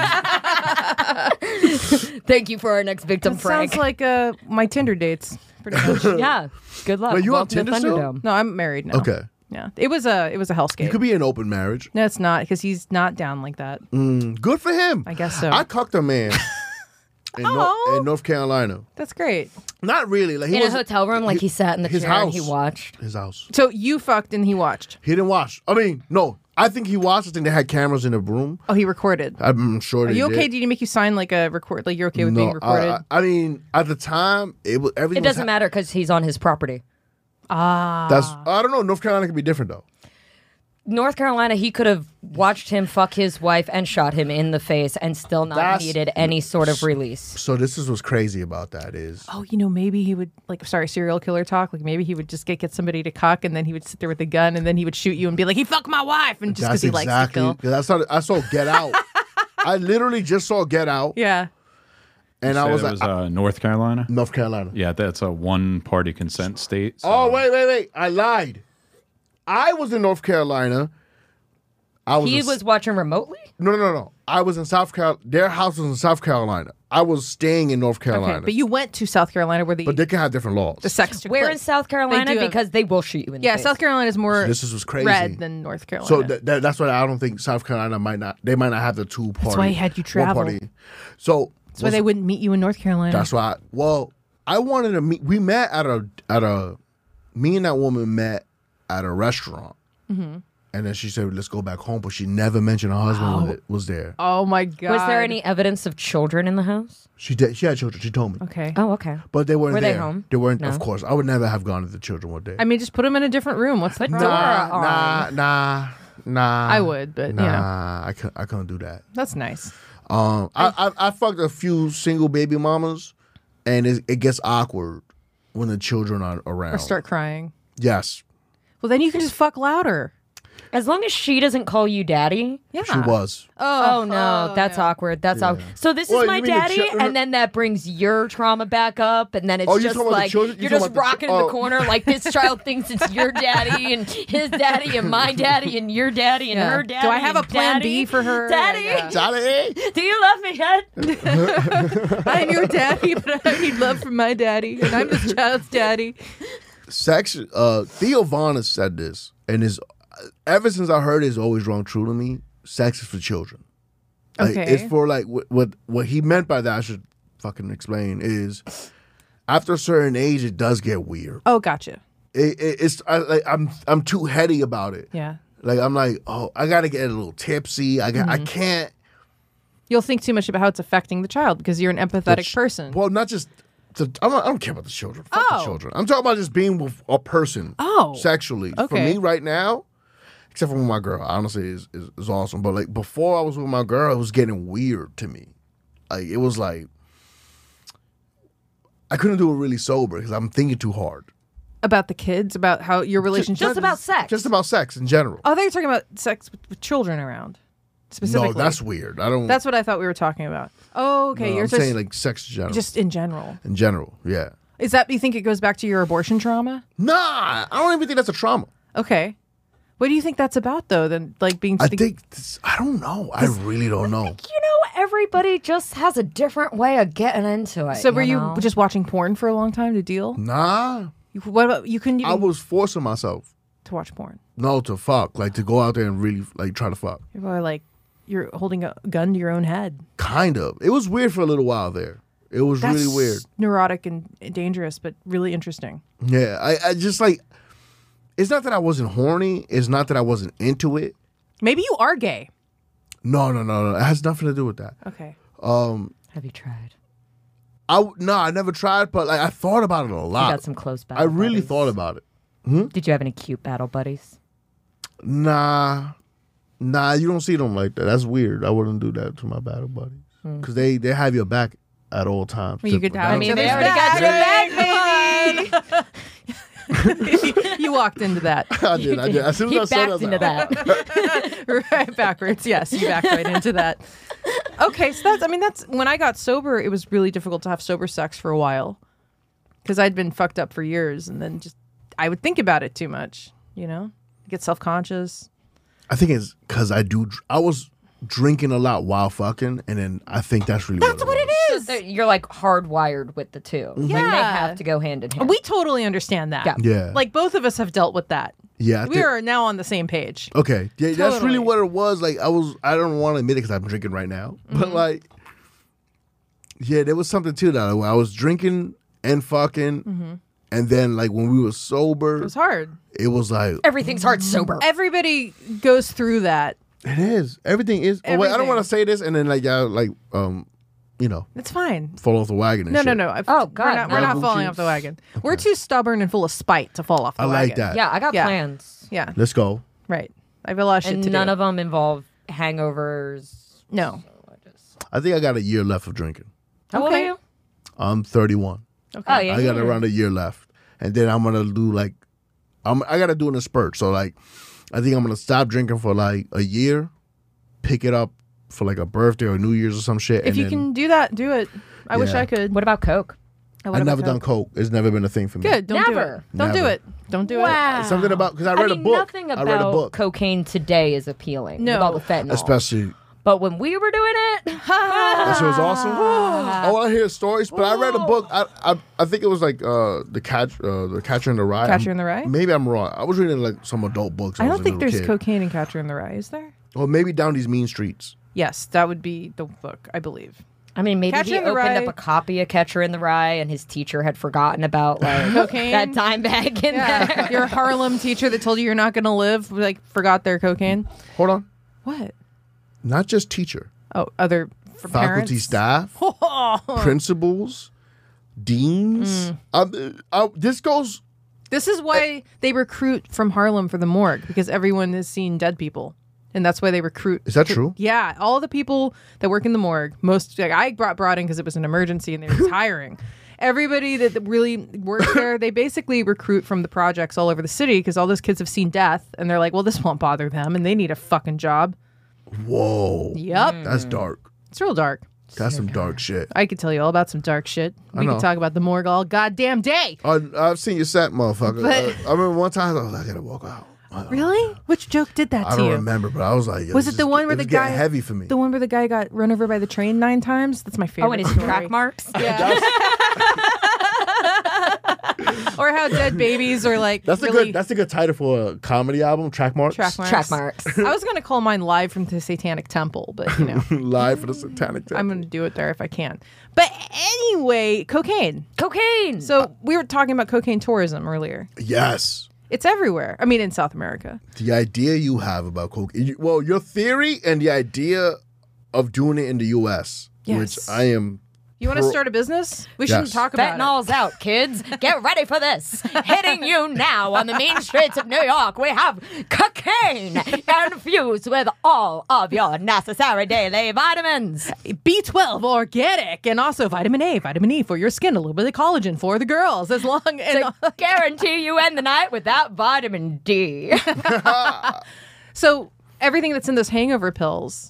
Speaker 4: Thank you for our next victim,
Speaker 3: That
Speaker 4: Frank.
Speaker 3: sounds like uh my Tinder dates pretty much
Speaker 4: yeah. Good luck.
Speaker 5: Wait, you on
Speaker 4: Welcome to
Speaker 5: Tinder still?
Speaker 4: Thunderdome.
Speaker 3: no I'm married now
Speaker 5: Okay.
Speaker 3: yeah it was a it was a hellscape
Speaker 5: It could be Mm. an open marriage.
Speaker 3: no it's not because he's not down like that
Speaker 5: Good for him.
Speaker 3: I guess so.
Speaker 5: I cucked a man in, Nor-
Speaker 3: Oh.
Speaker 5: in North Carolina.
Speaker 3: that's great
Speaker 5: Not really. Like he
Speaker 4: In a
Speaker 5: wasn't-
Speaker 4: hotel room, like he sat in the
Speaker 5: his
Speaker 4: chair and he
Speaker 5: house.
Speaker 4: watched.
Speaker 5: His house.
Speaker 3: so you fucked and he watched
Speaker 5: He didn't watch. I mean, no. I think he watched. I think they had cameras in the room.
Speaker 3: oh he recorded
Speaker 5: I'm sure.
Speaker 3: Are
Speaker 5: they
Speaker 3: you okay?
Speaker 5: Did.
Speaker 3: Did he make you sign like a record? Like you're okay with
Speaker 5: no,
Speaker 3: being recorded?
Speaker 5: I, I, I mean, at the time, it was
Speaker 4: It
Speaker 5: everything. was
Speaker 4: doesn't
Speaker 5: ha-
Speaker 4: matter because he's on his property.
Speaker 5: That's I don't know. North Carolina can be different though.
Speaker 4: North Carolina, he could have watched him fuck his wife and shot him in the face and still not
Speaker 5: That's-
Speaker 4: needed any sort of release.
Speaker 5: So this is what's crazy about that is
Speaker 3: oh, you know, maybe he would like. Sorry, serial killer talk. Like maybe he would just get get somebody to cock, and then he would sit there with a gun, and then he would shoot you and be like, "He fucked my wife," and just because
Speaker 5: that's
Speaker 3: he likes to
Speaker 5: exactly
Speaker 3: kill.
Speaker 5: because I saw I saw Get Out. I literally just saw Get Out,
Speaker 3: Yeah.
Speaker 5: and I
Speaker 6: Say
Speaker 5: was
Speaker 6: that
Speaker 5: like,
Speaker 6: was
Speaker 5: I-
Speaker 6: uh, North Carolina.
Speaker 5: North Carolina.
Speaker 6: Yeah, that's a one-party consent state. so-
Speaker 5: Oh wait, wait, wait! I lied. I was in North Carolina. I was.
Speaker 4: He
Speaker 5: in-
Speaker 4: was watching remotely?
Speaker 5: no, no, no, no. I was in South Carolina. Their house was in South Carolina. I was staying in North Carolina.
Speaker 3: Okay. But you went to South Carolina where the,
Speaker 5: But they can have different laws.
Speaker 3: the sex. took
Speaker 4: Where in
Speaker 3: place.
Speaker 4: South Carolina?
Speaker 3: do have-
Speaker 4: Because they will shoot you in the
Speaker 3: Yeah,
Speaker 4: face.
Speaker 3: South Carolina is more
Speaker 5: this is what's crazy.
Speaker 3: red than North Carolina.
Speaker 5: so that, that, that's why I don't think South Carolina might not. They might not have the two party.
Speaker 3: why he had you travel.
Speaker 5: one party. So
Speaker 3: that's why they wouldn't meet you in North Carolina.
Speaker 5: That's why. I, well, I wanted to meet. We met at a at a. Me and that woman met at a restaurant,
Speaker 3: Mm-hmm.
Speaker 5: and then she said, "Let's go back home." But she never mentioned her husband was, was there.
Speaker 3: oh my god.
Speaker 4: Was there any evidence of children in the house?
Speaker 5: She did. She had children. She told me,
Speaker 3: Okay.
Speaker 4: Oh, okay.
Speaker 5: but they weren't
Speaker 4: Were they
Speaker 5: there.
Speaker 4: home?
Speaker 5: weren't.
Speaker 4: No.
Speaker 5: Of course, I would never have gone to the children one day.
Speaker 3: I mean, just put them in a different room. What's the problem?
Speaker 5: nah,
Speaker 4: Dora
Speaker 5: nah, nah, nah.
Speaker 3: I would, but, you
Speaker 5: nah,
Speaker 3: know.
Speaker 5: I couldn't. I couldn't do that.
Speaker 3: That's nice.
Speaker 5: Um, I, I I fucked a few single baby mamas, and it, it gets awkward when the children are around.
Speaker 3: Or start crying.
Speaker 5: yes,
Speaker 3: Well, then you can just fuck louder.
Speaker 4: As long as she doesn't call you daddy.
Speaker 3: Yeah.
Speaker 5: she was.
Speaker 4: Oh, no, that's awkward. That's awkward. So this
Speaker 5: Well,
Speaker 4: is
Speaker 5: you
Speaker 4: my
Speaker 5: mean the
Speaker 4: daddy,
Speaker 5: chi- uh,
Speaker 4: and then that brings your trauma back up, and then it's
Speaker 5: Oh, you're
Speaker 4: just
Speaker 5: talking about the
Speaker 4: like
Speaker 5: children? You're
Speaker 4: you're
Speaker 5: talking
Speaker 4: just
Speaker 5: about
Speaker 4: rocking
Speaker 5: the chi-
Speaker 4: in
Speaker 5: oh.
Speaker 4: the corner, like this child thinks it's your daddy and his daddy and my daddy and your daddy and
Speaker 3: Yeah.
Speaker 4: her
Speaker 3: Do
Speaker 4: daddy.
Speaker 3: I have
Speaker 4: and
Speaker 3: a plan
Speaker 4: daddy.
Speaker 3: B for her?
Speaker 4: Daddy,
Speaker 3: Yeah.
Speaker 5: Johnny,
Speaker 4: do you love me yet?
Speaker 3: I'm your daddy, but I need love from my daddy, and I'm this child's daddy.
Speaker 5: sex uh Theo Vaughn has said this and is ever since I heard it, it's always wrong true to me sex is for children like,
Speaker 3: Okay.
Speaker 5: it's for like what, what what he meant by that I should fucking explain is after a certain age it does get weird
Speaker 3: Oh, gotcha.
Speaker 5: it, it, it's I, like I'm I'm too heady about it
Speaker 3: Yeah.
Speaker 5: like I'm like oh I gotta get a little tipsy I got I
Speaker 3: Mm-hmm.
Speaker 5: can't
Speaker 3: You'll think too much about how it's affecting the child because you're an empathetic
Speaker 5: ch-
Speaker 3: person.
Speaker 5: well not just the, I'm not, I don't care about the children. Fuck the
Speaker 3: Oh.
Speaker 5: children. I'm talking about just being with a person.
Speaker 3: Oh.
Speaker 5: sexually. For
Speaker 3: Okay.
Speaker 5: me right now, except for with my girl, honestly, is, is is awesome. But like before I was with my girl, it was getting weird to me. Like it was like I couldn't do it really sober because I'm thinking too hard.
Speaker 3: about the kids, about how your relationship.
Speaker 4: Just about sex.
Speaker 5: Just about sex in general.
Speaker 3: oh, they're talking about sex with, with children around. Specifically.
Speaker 5: no, that's weird. I don't.
Speaker 3: That's what I thought we were talking about. Oh, okay.
Speaker 5: no,
Speaker 3: you're
Speaker 5: I'm
Speaker 3: just,
Speaker 5: saying like sex in general.
Speaker 3: just in general.
Speaker 5: in general, yeah.
Speaker 3: Is that you think it goes back to your abortion trauma?
Speaker 5: Nah, I don't even think that's a trauma.
Speaker 3: Okay. What do you think that's about though? Then like being
Speaker 5: I think this, I don't know. I really don't know.
Speaker 4: you know, everybody just has a different way of getting into it.
Speaker 3: so were you,
Speaker 4: know?
Speaker 3: just watching porn for a long time to deal?
Speaker 5: Nah,
Speaker 3: You, what about you couldn't
Speaker 5: Mm. I
Speaker 3: even
Speaker 5: was forcing myself
Speaker 3: to watch porn?
Speaker 5: no to fuck, like to go out there and really like try to fuck.
Speaker 3: People are like, you're holding a gun to your own head.
Speaker 5: Kind of. It was weird for a little while there. It was
Speaker 3: That's
Speaker 5: really weird.
Speaker 3: Neurotic and dangerous, but really interesting.
Speaker 5: Yeah. I, I just like it's not that I wasn't horny. It's not that I wasn't into it.
Speaker 3: Maybe you are gay.
Speaker 5: No, no, no, no. It has nothing to do with that.
Speaker 3: Okay.
Speaker 4: have you tried?
Speaker 5: I w- no, I never tried, but like I thought about it a
Speaker 4: You
Speaker 5: lot.
Speaker 4: got some close
Speaker 5: Uh, I
Speaker 4: battle.
Speaker 5: really
Speaker 4: buddies.
Speaker 5: thought about it.
Speaker 4: Did you have any cute battle buddies?
Speaker 5: Nah, nah, you don't see them like that. That's weird. I wouldn't do that to my battle buddies because they they have your back at all times.
Speaker 3: Well, you could
Speaker 5: typically.
Speaker 3: have
Speaker 5: I
Speaker 4: I mean,
Speaker 5: don't-
Speaker 3: There's that.
Speaker 4: they already got your back, baby.
Speaker 3: you walked into that
Speaker 5: I did. I did. As soon as
Speaker 4: He
Speaker 5: I said that, I
Speaker 4: backed
Speaker 5: was
Speaker 4: into
Speaker 5: like,
Speaker 4: that.
Speaker 3: right backwards. Yes, you backed right into that. Okay, so that's. I mean, that's when I got sober. It was really difficult to have sober sex for a while because I'd been fucked up for years, and then just I would think about it too much. You know, get self conscious.
Speaker 5: I think it's because I do. dr- I was drinking a lot while fucking, and then I think that's really that's what it is.
Speaker 4: So that You're like hardwired with the two. Like they
Speaker 3: Yeah.
Speaker 4: have to go hand in hand.
Speaker 3: We totally understand that.
Speaker 4: Yeah.
Speaker 5: Yeah.
Speaker 3: like both of us have dealt with that.
Speaker 5: Yeah, I
Speaker 3: we
Speaker 5: think-
Speaker 3: are now on the same page.
Speaker 5: Okay, yeah, that's
Speaker 3: Totally.
Speaker 5: really what it was. Like I was, I don't want to admit it because I'm drinking right now, but
Speaker 3: Mm-hmm.
Speaker 5: like, yeah, there was something too that when I was drinking and fucking, and then like when we were sober,
Speaker 3: Mm-hmm. It was hard.
Speaker 5: it was like
Speaker 4: Everything's hard sober.
Speaker 3: Everybody goes through that.
Speaker 5: it is everything is. Oh, wait, I
Speaker 3: Everything.
Speaker 5: don't want to say this, and then like y'all like um, you know,
Speaker 3: It's fine.
Speaker 5: fall off the wagon. And
Speaker 3: No,
Speaker 5: shit.
Speaker 3: no, no. I've-
Speaker 4: Oh, God,
Speaker 3: we're not, we're
Speaker 4: no.
Speaker 3: not falling off the wagon. We're too stubborn and full of spite to fall off the
Speaker 5: I
Speaker 3: wagon.
Speaker 5: like that.
Speaker 4: yeah, I got
Speaker 3: Yeah.
Speaker 4: plans.
Speaker 3: Yeah,
Speaker 5: let's go.
Speaker 3: right. I have a lot of shit
Speaker 4: And
Speaker 3: to
Speaker 4: none
Speaker 3: do.
Speaker 4: of them involve hangovers.
Speaker 3: no.
Speaker 5: I think I got a year left of drinking.
Speaker 4: How old are
Speaker 3: Okay.
Speaker 4: you?
Speaker 5: I'm 31.
Speaker 4: Oh, yeah.
Speaker 5: I got
Speaker 4: yeah.
Speaker 5: around a year left, and then I'm gonna do like, I'm I gotta do in a spurt. So like, I think I'm gonna stop drinking for like a year, pick it up for like a birthday or New Year's or some shit.
Speaker 3: If
Speaker 5: and
Speaker 3: you
Speaker 5: then,
Speaker 3: can do that, do it. I wish
Speaker 5: Yeah.
Speaker 3: I could.
Speaker 4: What about Coke?
Speaker 3: I
Speaker 5: I've
Speaker 3: would've
Speaker 5: never
Speaker 3: done
Speaker 5: done coke. It's never been a thing for me.
Speaker 3: Good. Don't
Speaker 4: Never.
Speaker 3: do it. Don't do
Speaker 5: Never.
Speaker 3: it. Don't do it.
Speaker 4: Wow.
Speaker 5: Something about because I read
Speaker 4: mean,
Speaker 5: a book.
Speaker 4: nothing about
Speaker 5: I read a book,
Speaker 4: cocaine today is appealing.
Speaker 3: No.
Speaker 4: with all the fentanyl.
Speaker 5: especially.
Speaker 4: but when we were doing it,
Speaker 5: That shit was awesome.
Speaker 3: Ah.
Speaker 5: Oh, I hear stories, but I read a book. I I, I think it was like uh, the catch uh, the Catcher in the Rye.
Speaker 3: Catcher
Speaker 5: I'm-
Speaker 3: in the Rye?
Speaker 5: Maybe I'm wrong. I was reading like some adult books.
Speaker 3: I
Speaker 5: when
Speaker 3: don't
Speaker 5: was a
Speaker 3: think
Speaker 5: little
Speaker 3: there's
Speaker 5: kid.
Speaker 3: cocaine in Catcher in the Rye, is there?
Speaker 5: Or maybe down these mean streets.
Speaker 3: Yes, that would be the book, I believe.
Speaker 4: I mean, maybe
Speaker 3: Catcher
Speaker 4: he
Speaker 3: in the
Speaker 4: opened
Speaker 3: Rye.
Speaker 4: up a copy of Catcher in the Rye, and his teacher had forgotten about like
Speaker 3: Cocaine?
Speaker 4: that dime bag in there.
Speaker 3: Your Harlem teacher that told you you're not going to live, like, forgot their cocaine.
Speaker 5: Hold on,
Speaker 3: What?
Speaker 5: not just teacher.
Speaker 3: Oh, other for
Speaker 5: faculty
Speaker 3: parents?
Speaker 5: staff, principals, deans.
Speaker 3: Mm.
Speaker 5: Um, uh, this goes.
Speaker 3: This is why they recruit from Harlem for the morgue because everyone has seen dead people, and that's why they recruit.
Speaker 5: Is that true?
Speaker 3: Yeah, all the people that work in the morgue, most like I brought brought in because it was an emergency and they were just hiring. Everybody that really works there, they basically recruit from the projects all over the city because all those kids have seen death and they're like, well, this won't bother them and they need a fucking job.
Speaker 5: Whoa,
Speaker 3: Yep,
Speaker 5: that's dark.
Speaker 3: it's real dark.
Speaker 5: That's some dark shit.
Speaker 3: I could tell you all about some dark shit. We
Speaker 5: know.
Speaker 3: could talk about the morgue all goddamn day.
Speaker 5: I, I've seen you sat, motherfucker.
Speaker 3: But-
Speaker 5: I, I remember one time I was like, I gotta walk out. I don't,
Speaker 3: Really? Which joke did that
Speaker 5: Uh, I
Speaker 3: to
Speaker 5: don't
Speaker 3: you?
Speaker 5: remember, but I was like, yo,
Speaker 3: Was
Speaker 5: this
Speaker 3: it the
Speaker 5: is-
Speaker 3: one where
Speaker 5: it
Speaker 3: the
Speaker 5: was getting
Speaker 3: guy-
Speaker 5: heavy for me?
Speaker 3: The one where the guy got run over by the train nine times? That's my favorite.
Speaker 4: Oh, and his
Speaker 3: story.
Speaker 4: track marks.
Speaker 3: Or how dead babies are like
Speaker 5: that's a
Speaker 3: really
Speaker 5: good. That's a good title for a comedy album. Track marks.
Speaker 3: track marks.
Speaker 4: Track marks.
Speaker 3: I was gonna call mine live from the Satanic Temple, but you know,
Speaker 5: Live for the satanic. Temple.
Speaker 3: I'm gonna do it there if I can. But anyway, cocaine.
Speaker 4: Cocaine. So
Speaker 3: So we were talking about cocaine tourism earlier.
Speaker 5: yes.
Speaker 3: It's everywhere. I mean, in South America.
Speaker 5: the idea you have about coke you- well your theory and the idea of doing it in the us
Speaker 3: Yes.
Speaker 5: which i am
Speaker 3: You want to
Speaker 5: Pro-
Speaker 3: start a business? We shouldn't
Speaker 5: Yes.
Speaker 3: talk about
Speaker 4: fentanyl's out, kids. Get ready for this. Hitting you now on the main streets of New York. We have cocaine infused with all of your necessary daily vitamins.
Speaker 3: it. B12 organic and also vitamin A, vitamin E for your skin, a little bit of collagen for the girls. As long and
Speaker 4: Guarantee you end the night with that vitamin D.
Speaker 3: So everything that's in those hangover pills,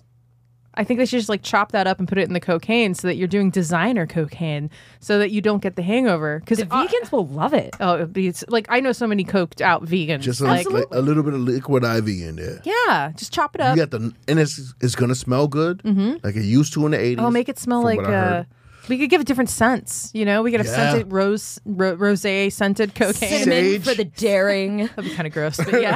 Speaker 3: I think they should just like chop that up and put it in the cocaine so that you're doing designer cocaine so that you don't get the hangover. Because
Speaker 4: The vegans will love it.
Speaker 3: oh, it'd be- it's like I know so many coked out vegans.
Speaker 5: just a,
Speaker 3: like,
Speaker 5: like, a little bit of liquid iv in there
Speaker 3: yeah, just chop it up.
Speaker 5: you got the and it's it's gonna smell good like it used to in the 80s
Speaker 3: Mm-hmm. Oh, make it smell
Speaker 5: from
Speaker 3: like
Speaker 5: what I
Speaker 3: uh
Speaker 5: heard.
Speaker 3: We could give it different scents. You know, we could have
Speaker 5: Yeah.
Speaker 3: scented rose, ro- rose scented cocaine.
Speaker 4: Cinnamon
Speaker 5: Sage.
Speaker 4: for the daring.
Speaker 3: That'd be kind of gross, but yeah.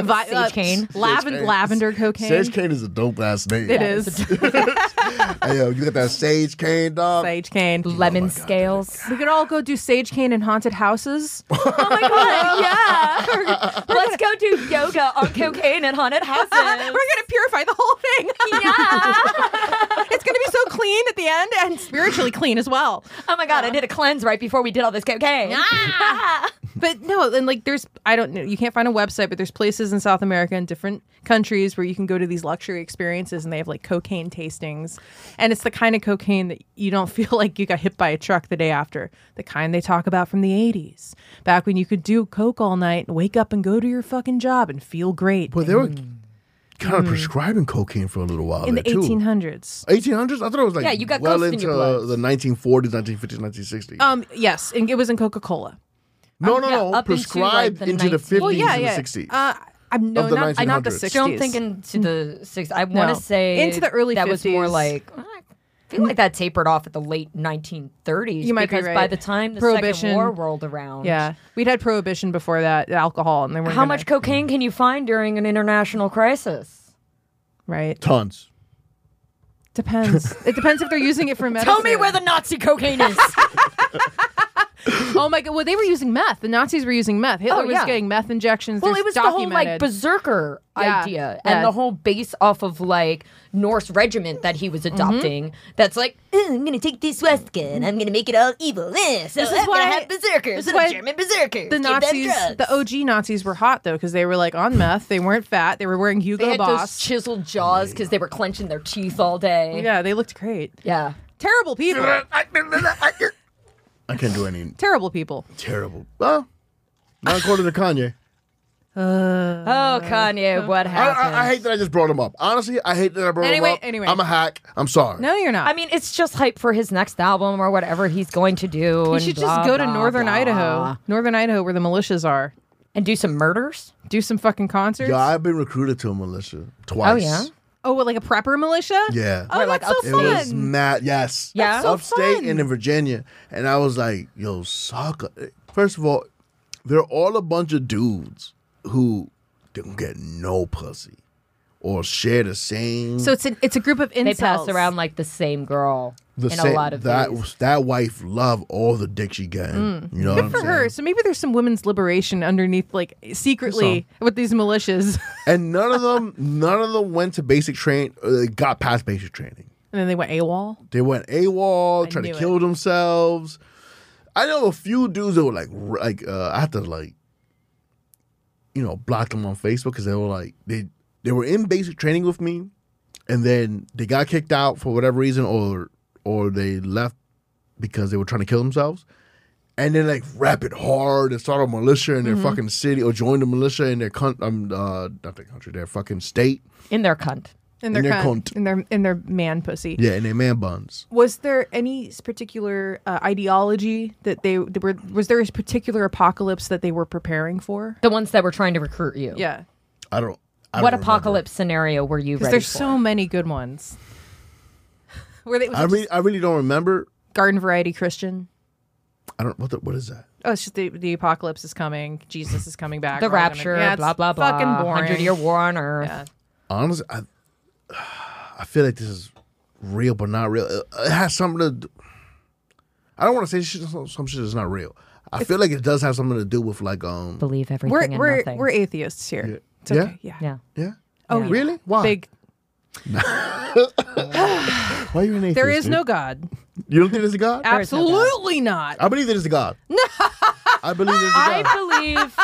Speaker 3: Vi- uh,
Speaker 4: Sage cane.
Speaker 3: Lavend- lavender cocaine.
Speaker 5: sage cane is a dope ass name
Speaker 3: It is.
Speaker 5: hey, yo, you got that sage cane dog
Speaker 3: Sage cane.
Speaker 4: Lemon scales.
Speaker 3: We could all go do sage cane in haunted houses.
Speaker 4: Oh my god, yeah. Let's go do yoga on cocaine at haunted
Speaker 3: We're
Speaker 4: houses.
Speaker 3: gonna purify the whole thing.
Speaker 4: yeah.
Speaker 3: it's gonna be so clean at the end and spiritually clean as well.
Speaker 4: Oh my god, I did a cleanse right before we did all this cocaine.
Speaker 3: But no, and like there's I don't know, you can't find a website, but there's places in South America and different countries where you can go to these luxury experiences and they have like cocaine tastings. And it's the kind of cocaine that you don't feel like you got hit by a truck the day after. The kind they talk about from the 80s. Back when you could do coke all night and wake up and go to your fucking job and feel great.
Speaker 5: But they were
Speaker 4: Mm.
Speaker 5: kind of prescribing cocaine for a little while
Speaker 3: in the
Speaker 5: there, too.
Speaker 3: 1800s.
Speaker 5: 1800s? I thought it was like
Speaker 4: Yeah, you got
Speaker 5: well
Speaker 4: ghosts
Speaker 5: into
Speaker 4: in your blood. Uh,
Speaker 5: the 1940s, 1950s, 1960s.
Speaker 3: Um yes, and it was in Coca-Cola.
Speaker 5: no, no,
Speaker 4: um, yeah,
Speaker 5: no.
Speaker 4: up into, like,
Speaker 5: prescribed
Speaker 4: the
Speaker 5: into the
Speaker 4: 19
Speaker 5: 50s
Speaker 3: Well, yeah,
Speaker 5: and
Speaker 3: yeah.
Speaker 5: the 60s.
Speaker 3: Uh, I'm no,
Speaker 5: Of the
Speaker 3: not, I- not the
Speaker 5: 1900s.
Speaker 3: 60s.
Speaker 4: Don't think into the six. I want to say
Speaker 3: Into the early
Speaker 4: That was more
Speaker 3: 50s.
Speaker 4: like. I feel like that tapered off at the late 1930s.
Speaker 3: You might be
Speaker 4: because by
Speaker 3: right.
Speaker 4: the time the
Speaker 3: Prohibition.
Speaker 4: Second War rolled around,
Speaker 3: yeah, we'd had prohibition before that, alcohol, and then we're
Speaker 4: How much cocaine can you find during an international crisis?
Speaker 3: right?
Speaker 5: Tons.
Speaker 3: Depends. it depends if they're using it for medicine.
Speaker 4: Tell me where the Nazi cocaine is.
Speaker 3: Oh my god! Well, they were using meth. The Nazis were using meth. Hitler
Speaker 4: Oh, yeah.
Speaker 3: was getting meth injections.
Speaker 4: well,
Speaker 3: There's
Speaker 4: it was the whole
Speaker 3: documented.
Speaker 4: like berserker
Speaker 3: Yeah,
Speaker 4: idea
Speaker 3: yeah.
Speaker 4: and the whole base off of like Norse regiment that he was adopting. That's like, "Ooh, I'm gonna take this swastika and I'm gonna make it all evil. Eh, so
Speaker 3: This is
Speaker 4: I'm
Speaker 3: why-
Speaker 4: gonna have berserkers,
Speaker 3: this is
Speaker 4: little
Speaker 3: why
Speaker 4: German berserkers.
Speaker 3: the
Speaker 4: give them
Speaker 3: Nazis,
Speaker 4: drugs."
Speaker 3: the OG Nazis, were hot though because they were like on meth. They weren't fat. They were wearing Hugo
Speaker 4: They had those
Speaker 3: Boss.
Speaker 4: chiseled jaws because they were clenching their teeth all day.
Speaker 3: yeah, they looked great.
Speaker 4: Yeah.
Speaker 3: Terrible people.
Speaker 5: I can't do any
Speaker 3: Terrible people.
Speaker 5: terrible. Well, not according to Kanye.
Speaker 4: Oh, Kanye, what
Speaker 5: I,
Speaker 4: happened?
Speaker 5: I, I hate that I just brought him up. Honestly, I hate that I brought
Speaker 3: Anyway-
Speaker 5: him up.
Speaker 3: anyway.
Speaker 5: I'm a hack. I'm sorry.
Speaker 3: No, you're not.
Speaker 4: I mean, it's just hype for his next album or whatever he's going to do.
Speaker 3: you
Speaker 4: and
Speaker 3: should just
Speaker 4: blah,
Speaker 3: go to
Speaker 4: blah,
Speaker 3: Northern
Speaker 4: blah.
Speaker 3: Idaho, Northern Idaho, where the militias are.
Speaker 4: and do some murders.
Speaker 3: Do some fucking concerts.
Speaker 5: Yo, I've been recruited to a militia twice.
Speaker 4: Oh, yeah?
Speaker 3: Oh, what, like a prepper militia?
Speaker 5: Yeah.
Speaker 3: Oh,
Speaker 4: Or like
Speaker 3: that's so
Speaker 5: It
Speaker 4: upstate.
Speaker 3: fun.
Speaker 5: was mad. Yes.
Speaker 4: Yeah? That's so
Speaker 5: Upstate
Speaker 3: fun.
Speaker 5: and in Virginia. And I was like, yo, sucker. First of all, they're all a bunch of dudes who don't get no pussy or share the same.
Speaker 3: so it's a, it's a group of incels.
Speaker 4: They pass around like the same girl
Speaker 5: the
Speaker 4: in
Speaker 5: same-
Speaker 4: a lot of
Speaker 5: that
Speaker 4: these.
Speaker 5: that wife love all the dick she got.
Speaker 4: Mm.
Speaker 5: You know what
Speaker 3: Good
Speaker 5: I'm
Speaker 3: for
Speaker 5: saying?
Speaker 3: her. So maybe there's some women's liberation underneath, like secretly with these militias,
Speaker 5: And none of them, none of them went to basic train. Uh, they got past basic training.
Speaker 3: and then they went AWOL.
Speaker 5: They went AWOL,
Speaker 3: I
Speaker 5: tried to
Speaker 3: knew
Speaker 5: kill themselves. I know a few dudes that were like, r- like uh, I had to like, you know, block them on Facebook because they were like they they were in basic training with me, and then they got kicked out for whatever reason, or or they left because they were trying to kill themselves. And then like rap it hard and start a militia in their fucking city or join the militia in their country, um, uh, not their country, their fucking state.
Speaker 4: in their cunt.
Speaker 3: In
Speaker 5: their
Speaker 3: con-
Speaker 5: cunt.
Speaker 3: in their in their man pussy.
Speaker 5: Yeah, and their man buns.
Speaker 3: Was there any s- particular uh, ideology that they, they were? Was there a particular apocalypse that they were preparing for?
Speaker 4: The ones that were trying to recruit you.
Speaker 3: Yeah,
Speaker 5: I don't. I
Speaker 4: What
Speaker 5: don't remember.
Speaker 4: apocalypse scenario were you
Speaker 3: because
Speaker 4: ready
Speaker 3: there's
Speaker 4: for?
Speaker 3: so many good ones. Were they was
Speaker 5: I
Speaker 3: it
Speaker 5: really,
Speaker 3: just
Speaker 5: I really don't remember.
Speaker 3: garden variety Christian?
Speaker 5: I don't. What, the, what is that?
Speaker 3: Oh, it's just the, the apocalypse is coming. Jesus is coming back.
Speaker 4: the
Speaker 3: we're all gonna-
Speaker 4: rapture,
Speaker 3: Yeah, it's
Speaker 4: blah blah blah.
Speaker 3: Fucking boring.
Speaker 4: Hundred year war on Earth.
Speaker 3: Yeah.
Speaker 5: Honestly, I, I feel like this is real, but not real. It, it has something to. do- I don't want to say shit, some some shit is not real. I feel like it does have something to do with like um.
Speaker 4: Believe everything
Speaker 3: We're
Speaker 4: and
Speaker 3: we're
Speaker 4: nothing.
Speaker 3: we're atheists here. It's
Speaker 5: Yeah?
Speaker 3: okay. Yeah.
Speaker 4: yeah.
Speaker 5: Yeah.
Speaker 3: Oh, yeah.
Speaker 5: really? Why?
Speaker 3: Big.
Speaker 5: Why are you an atheist?
Speaker 3: There is
Speaker 5: dude?
Speaker 3: no God.
Speaker 5: You don't think there's a God?
Speaker 4: is no God.
Speaker 3: Absolutely not.
Speaker 5: I believe there's a God. No. I believe there's a God.
Speaker 4: I believe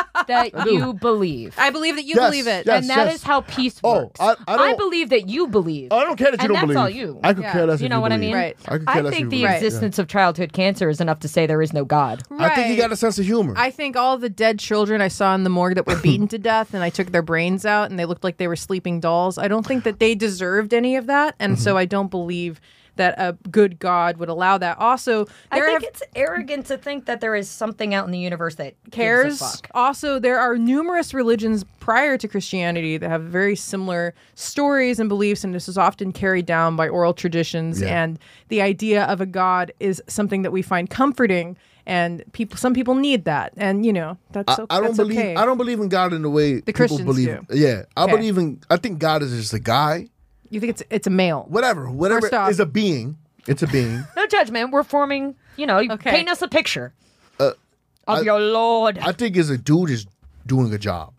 Speaker 4: that you believe.
Speaker 3: I believe that you
Speaker 5: Yes,
Speaker 3: believe it.
Speaker 5: yes.
Speaker 4: and that is
Speaker 5: yes.
Speaker 4: how peace
Speaker 5: Oh,
Speaker 4: works.
Speaker 5: I- I don't-
Speaker 4: believe that you believe.
Speaker 5: I don't care that you
Speaker 4: And
Speaker 5: don't
Speaker 4: that's
Speaker 5: believe.
Speaker 4: all you.
Speaker 5: I could
Speaker 3: Yeah.
Speaker 5: care less.
Speaker 4: you
Speaker 5: if
Speaker 4: know what I
Speaker 5: believe.
Speaker 4: mean?
Speaker 3: Right.
Speaker 5: I could care
Speaker 4: I
Speaker 5: less if you
Speaker 4: think the
Speaker 5: believe.
Speaker 4: existence of childhood cancer is enough to say there is no God.
Speaker 5: Yeah. I think you got a sense of humor.
Speaker 3: I think all the dead children I saw in the morgue that were beaten to death and I took their brains out and they looked like they were sleeping dolls. I don't think that they deserved any of that.
Speaker 5: Mm-hmm.
Speaker 3: And so I don't believe that a good God would allow that. Also,
Speaker 4: I
Speaker 3: there have
Speaker 4: think it's arrogant to think that there is something out in the universe that
Speaker 3: cares.
Speaker 4: Gives a fuck.
Speaker 3: Also, there are numerous religions prior to Christianity that have very similar stories and beliefs, and this is often carried down by oral traditions.
Speaker 5: Yeah.
Speaker 3: And the idea of a god is something that we find comforting, and people, some people need that, and you know that's,
Speaker 5: I,
Speaker 3: o-
Speaker 5: I don't
Speaker 3: that's
Speaker 5: believe
Speaker 3: okay.
Speaker 5: I don't believe in God in the way people
Speaker 3: Christians
Speaker 5: believe.
Speaker 3: do.
Speaker 5: Yeah, I
Speaker 3: Okay.
Speaker 5: believe in. I think God is just a guy,
Speaker 3: You think it's it's a male?
Speaker 5: whatever, whatever
Speaker 3: First off-
Speaker 5: is a being. It's a being.
Speaker 4: No judgment. We're forming, you know, you
Speaker 3: Okay.
Speaker 4: paint us a picture
Speaker 5: Uh,
Speaker 4: of your Lord.
Speaker 5: I think is a dude is doing a job.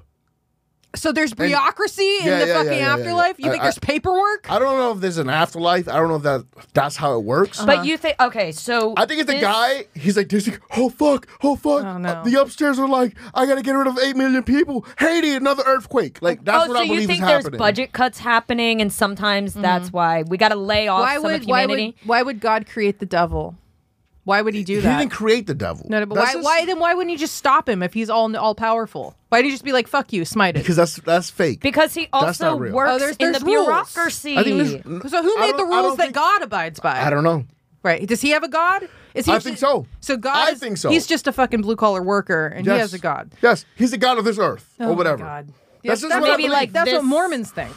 Speaker 3: so there's bureaucracy in
Speaker 5: Yeah,
Speaker 3: the fucking
Speaker 5: yeah, yeah, yeah, yeah, yeah.
Speaker 3: afterlife. You
Speaker 5: I-
Speaker 3: think
Speaker 5: I-
Speaker 3: there's paperwork?
Speaker 5: I don't know if there's an afterlife. I don't know if that that's how it works.
Speaker 4: But you think okay, so
Speaker 5: I think it's the
Speaker 4: this-
Speaker 5: guy. He's like, this, oh fuck, oh fuck.
Speaker 3: Oh, no.
Speaker 5: The upstairs are like, I gotta get rid of eight million people. Haiti, another earthquake. Like that's
Speaker 4: oh,
Speaker 5: what
Speaker 4: so
Speaker 5: I believe
Speaker 4: you
Speaker 5: is
Speaker 4: think there's
Speaker 5: happening.
Speaker 4: budget cuts happening, and sometimes that's why we got to lay off
Speaker 3: Mm-hmm. Why
Speaker 4: some
Speaker 3: would
Speaker 4: of
Speaker 3: why
Speaker 4: humanity.
Speaker 3: would why would God create the devil? Why would he do
Speaker 5: He
Speaker 3: that?
Speaker 5: didn't create the devil.
Speaker 3: no, no, but
Speaker 5: That's
Speaker 3: why,
Speaker 5: just-
Speaker 3: why then why wouldn't he just stop him if he's all all powerful? Why do you just be like fuck you, smite it?
Speaker 5: Because that's that's fake.
Speaker 4: Because he
Speaker 5: That's
Speaker 4: also
Speaker 5: not real.
Speaker 4: works
Speaker 3: Oh, there's-
Speaker 4: in
Speaker 3: there's
Speaker 4: the
Speaker 3: rules. Mm-hmm.
Speaker 4: bureaucracy.
Speaker 5: I think there's-
Speaker 3: so who
Speaker 5: I
Speaker 3: made
Speaker 5: don't-
Speaker 3: the
Speaker 5: I don't
Speaker 3: rules that
Speaker 5: think-
Speaker 3: God abides by?
Speaker 5: I don't know.
Speaker 3: Right? Does he have a God? Is he?
Speaker 5: I think so.
Speaker 3: So God.
Speaker 5: I
Speaker 3: is-
Speaker 5: think so.
Speaker 3: He's just a fucking blue collar worker, and
Speaker 5: Yes.
Speaker 3: he has a God.
Speaker 5: Yes, he's the god of this earth
Speaker 3: Oh my
Speaker 5: or whatever.
Speaker 3: God. Yeah,
Speaker 5: That's just
Speaker 3: that
Speaker 5: what I
Speaker 3: may be
Speaker 5: believe.
Speaker 3: like that's what
Speaker 4: This-
Speaker 3: Mormons think.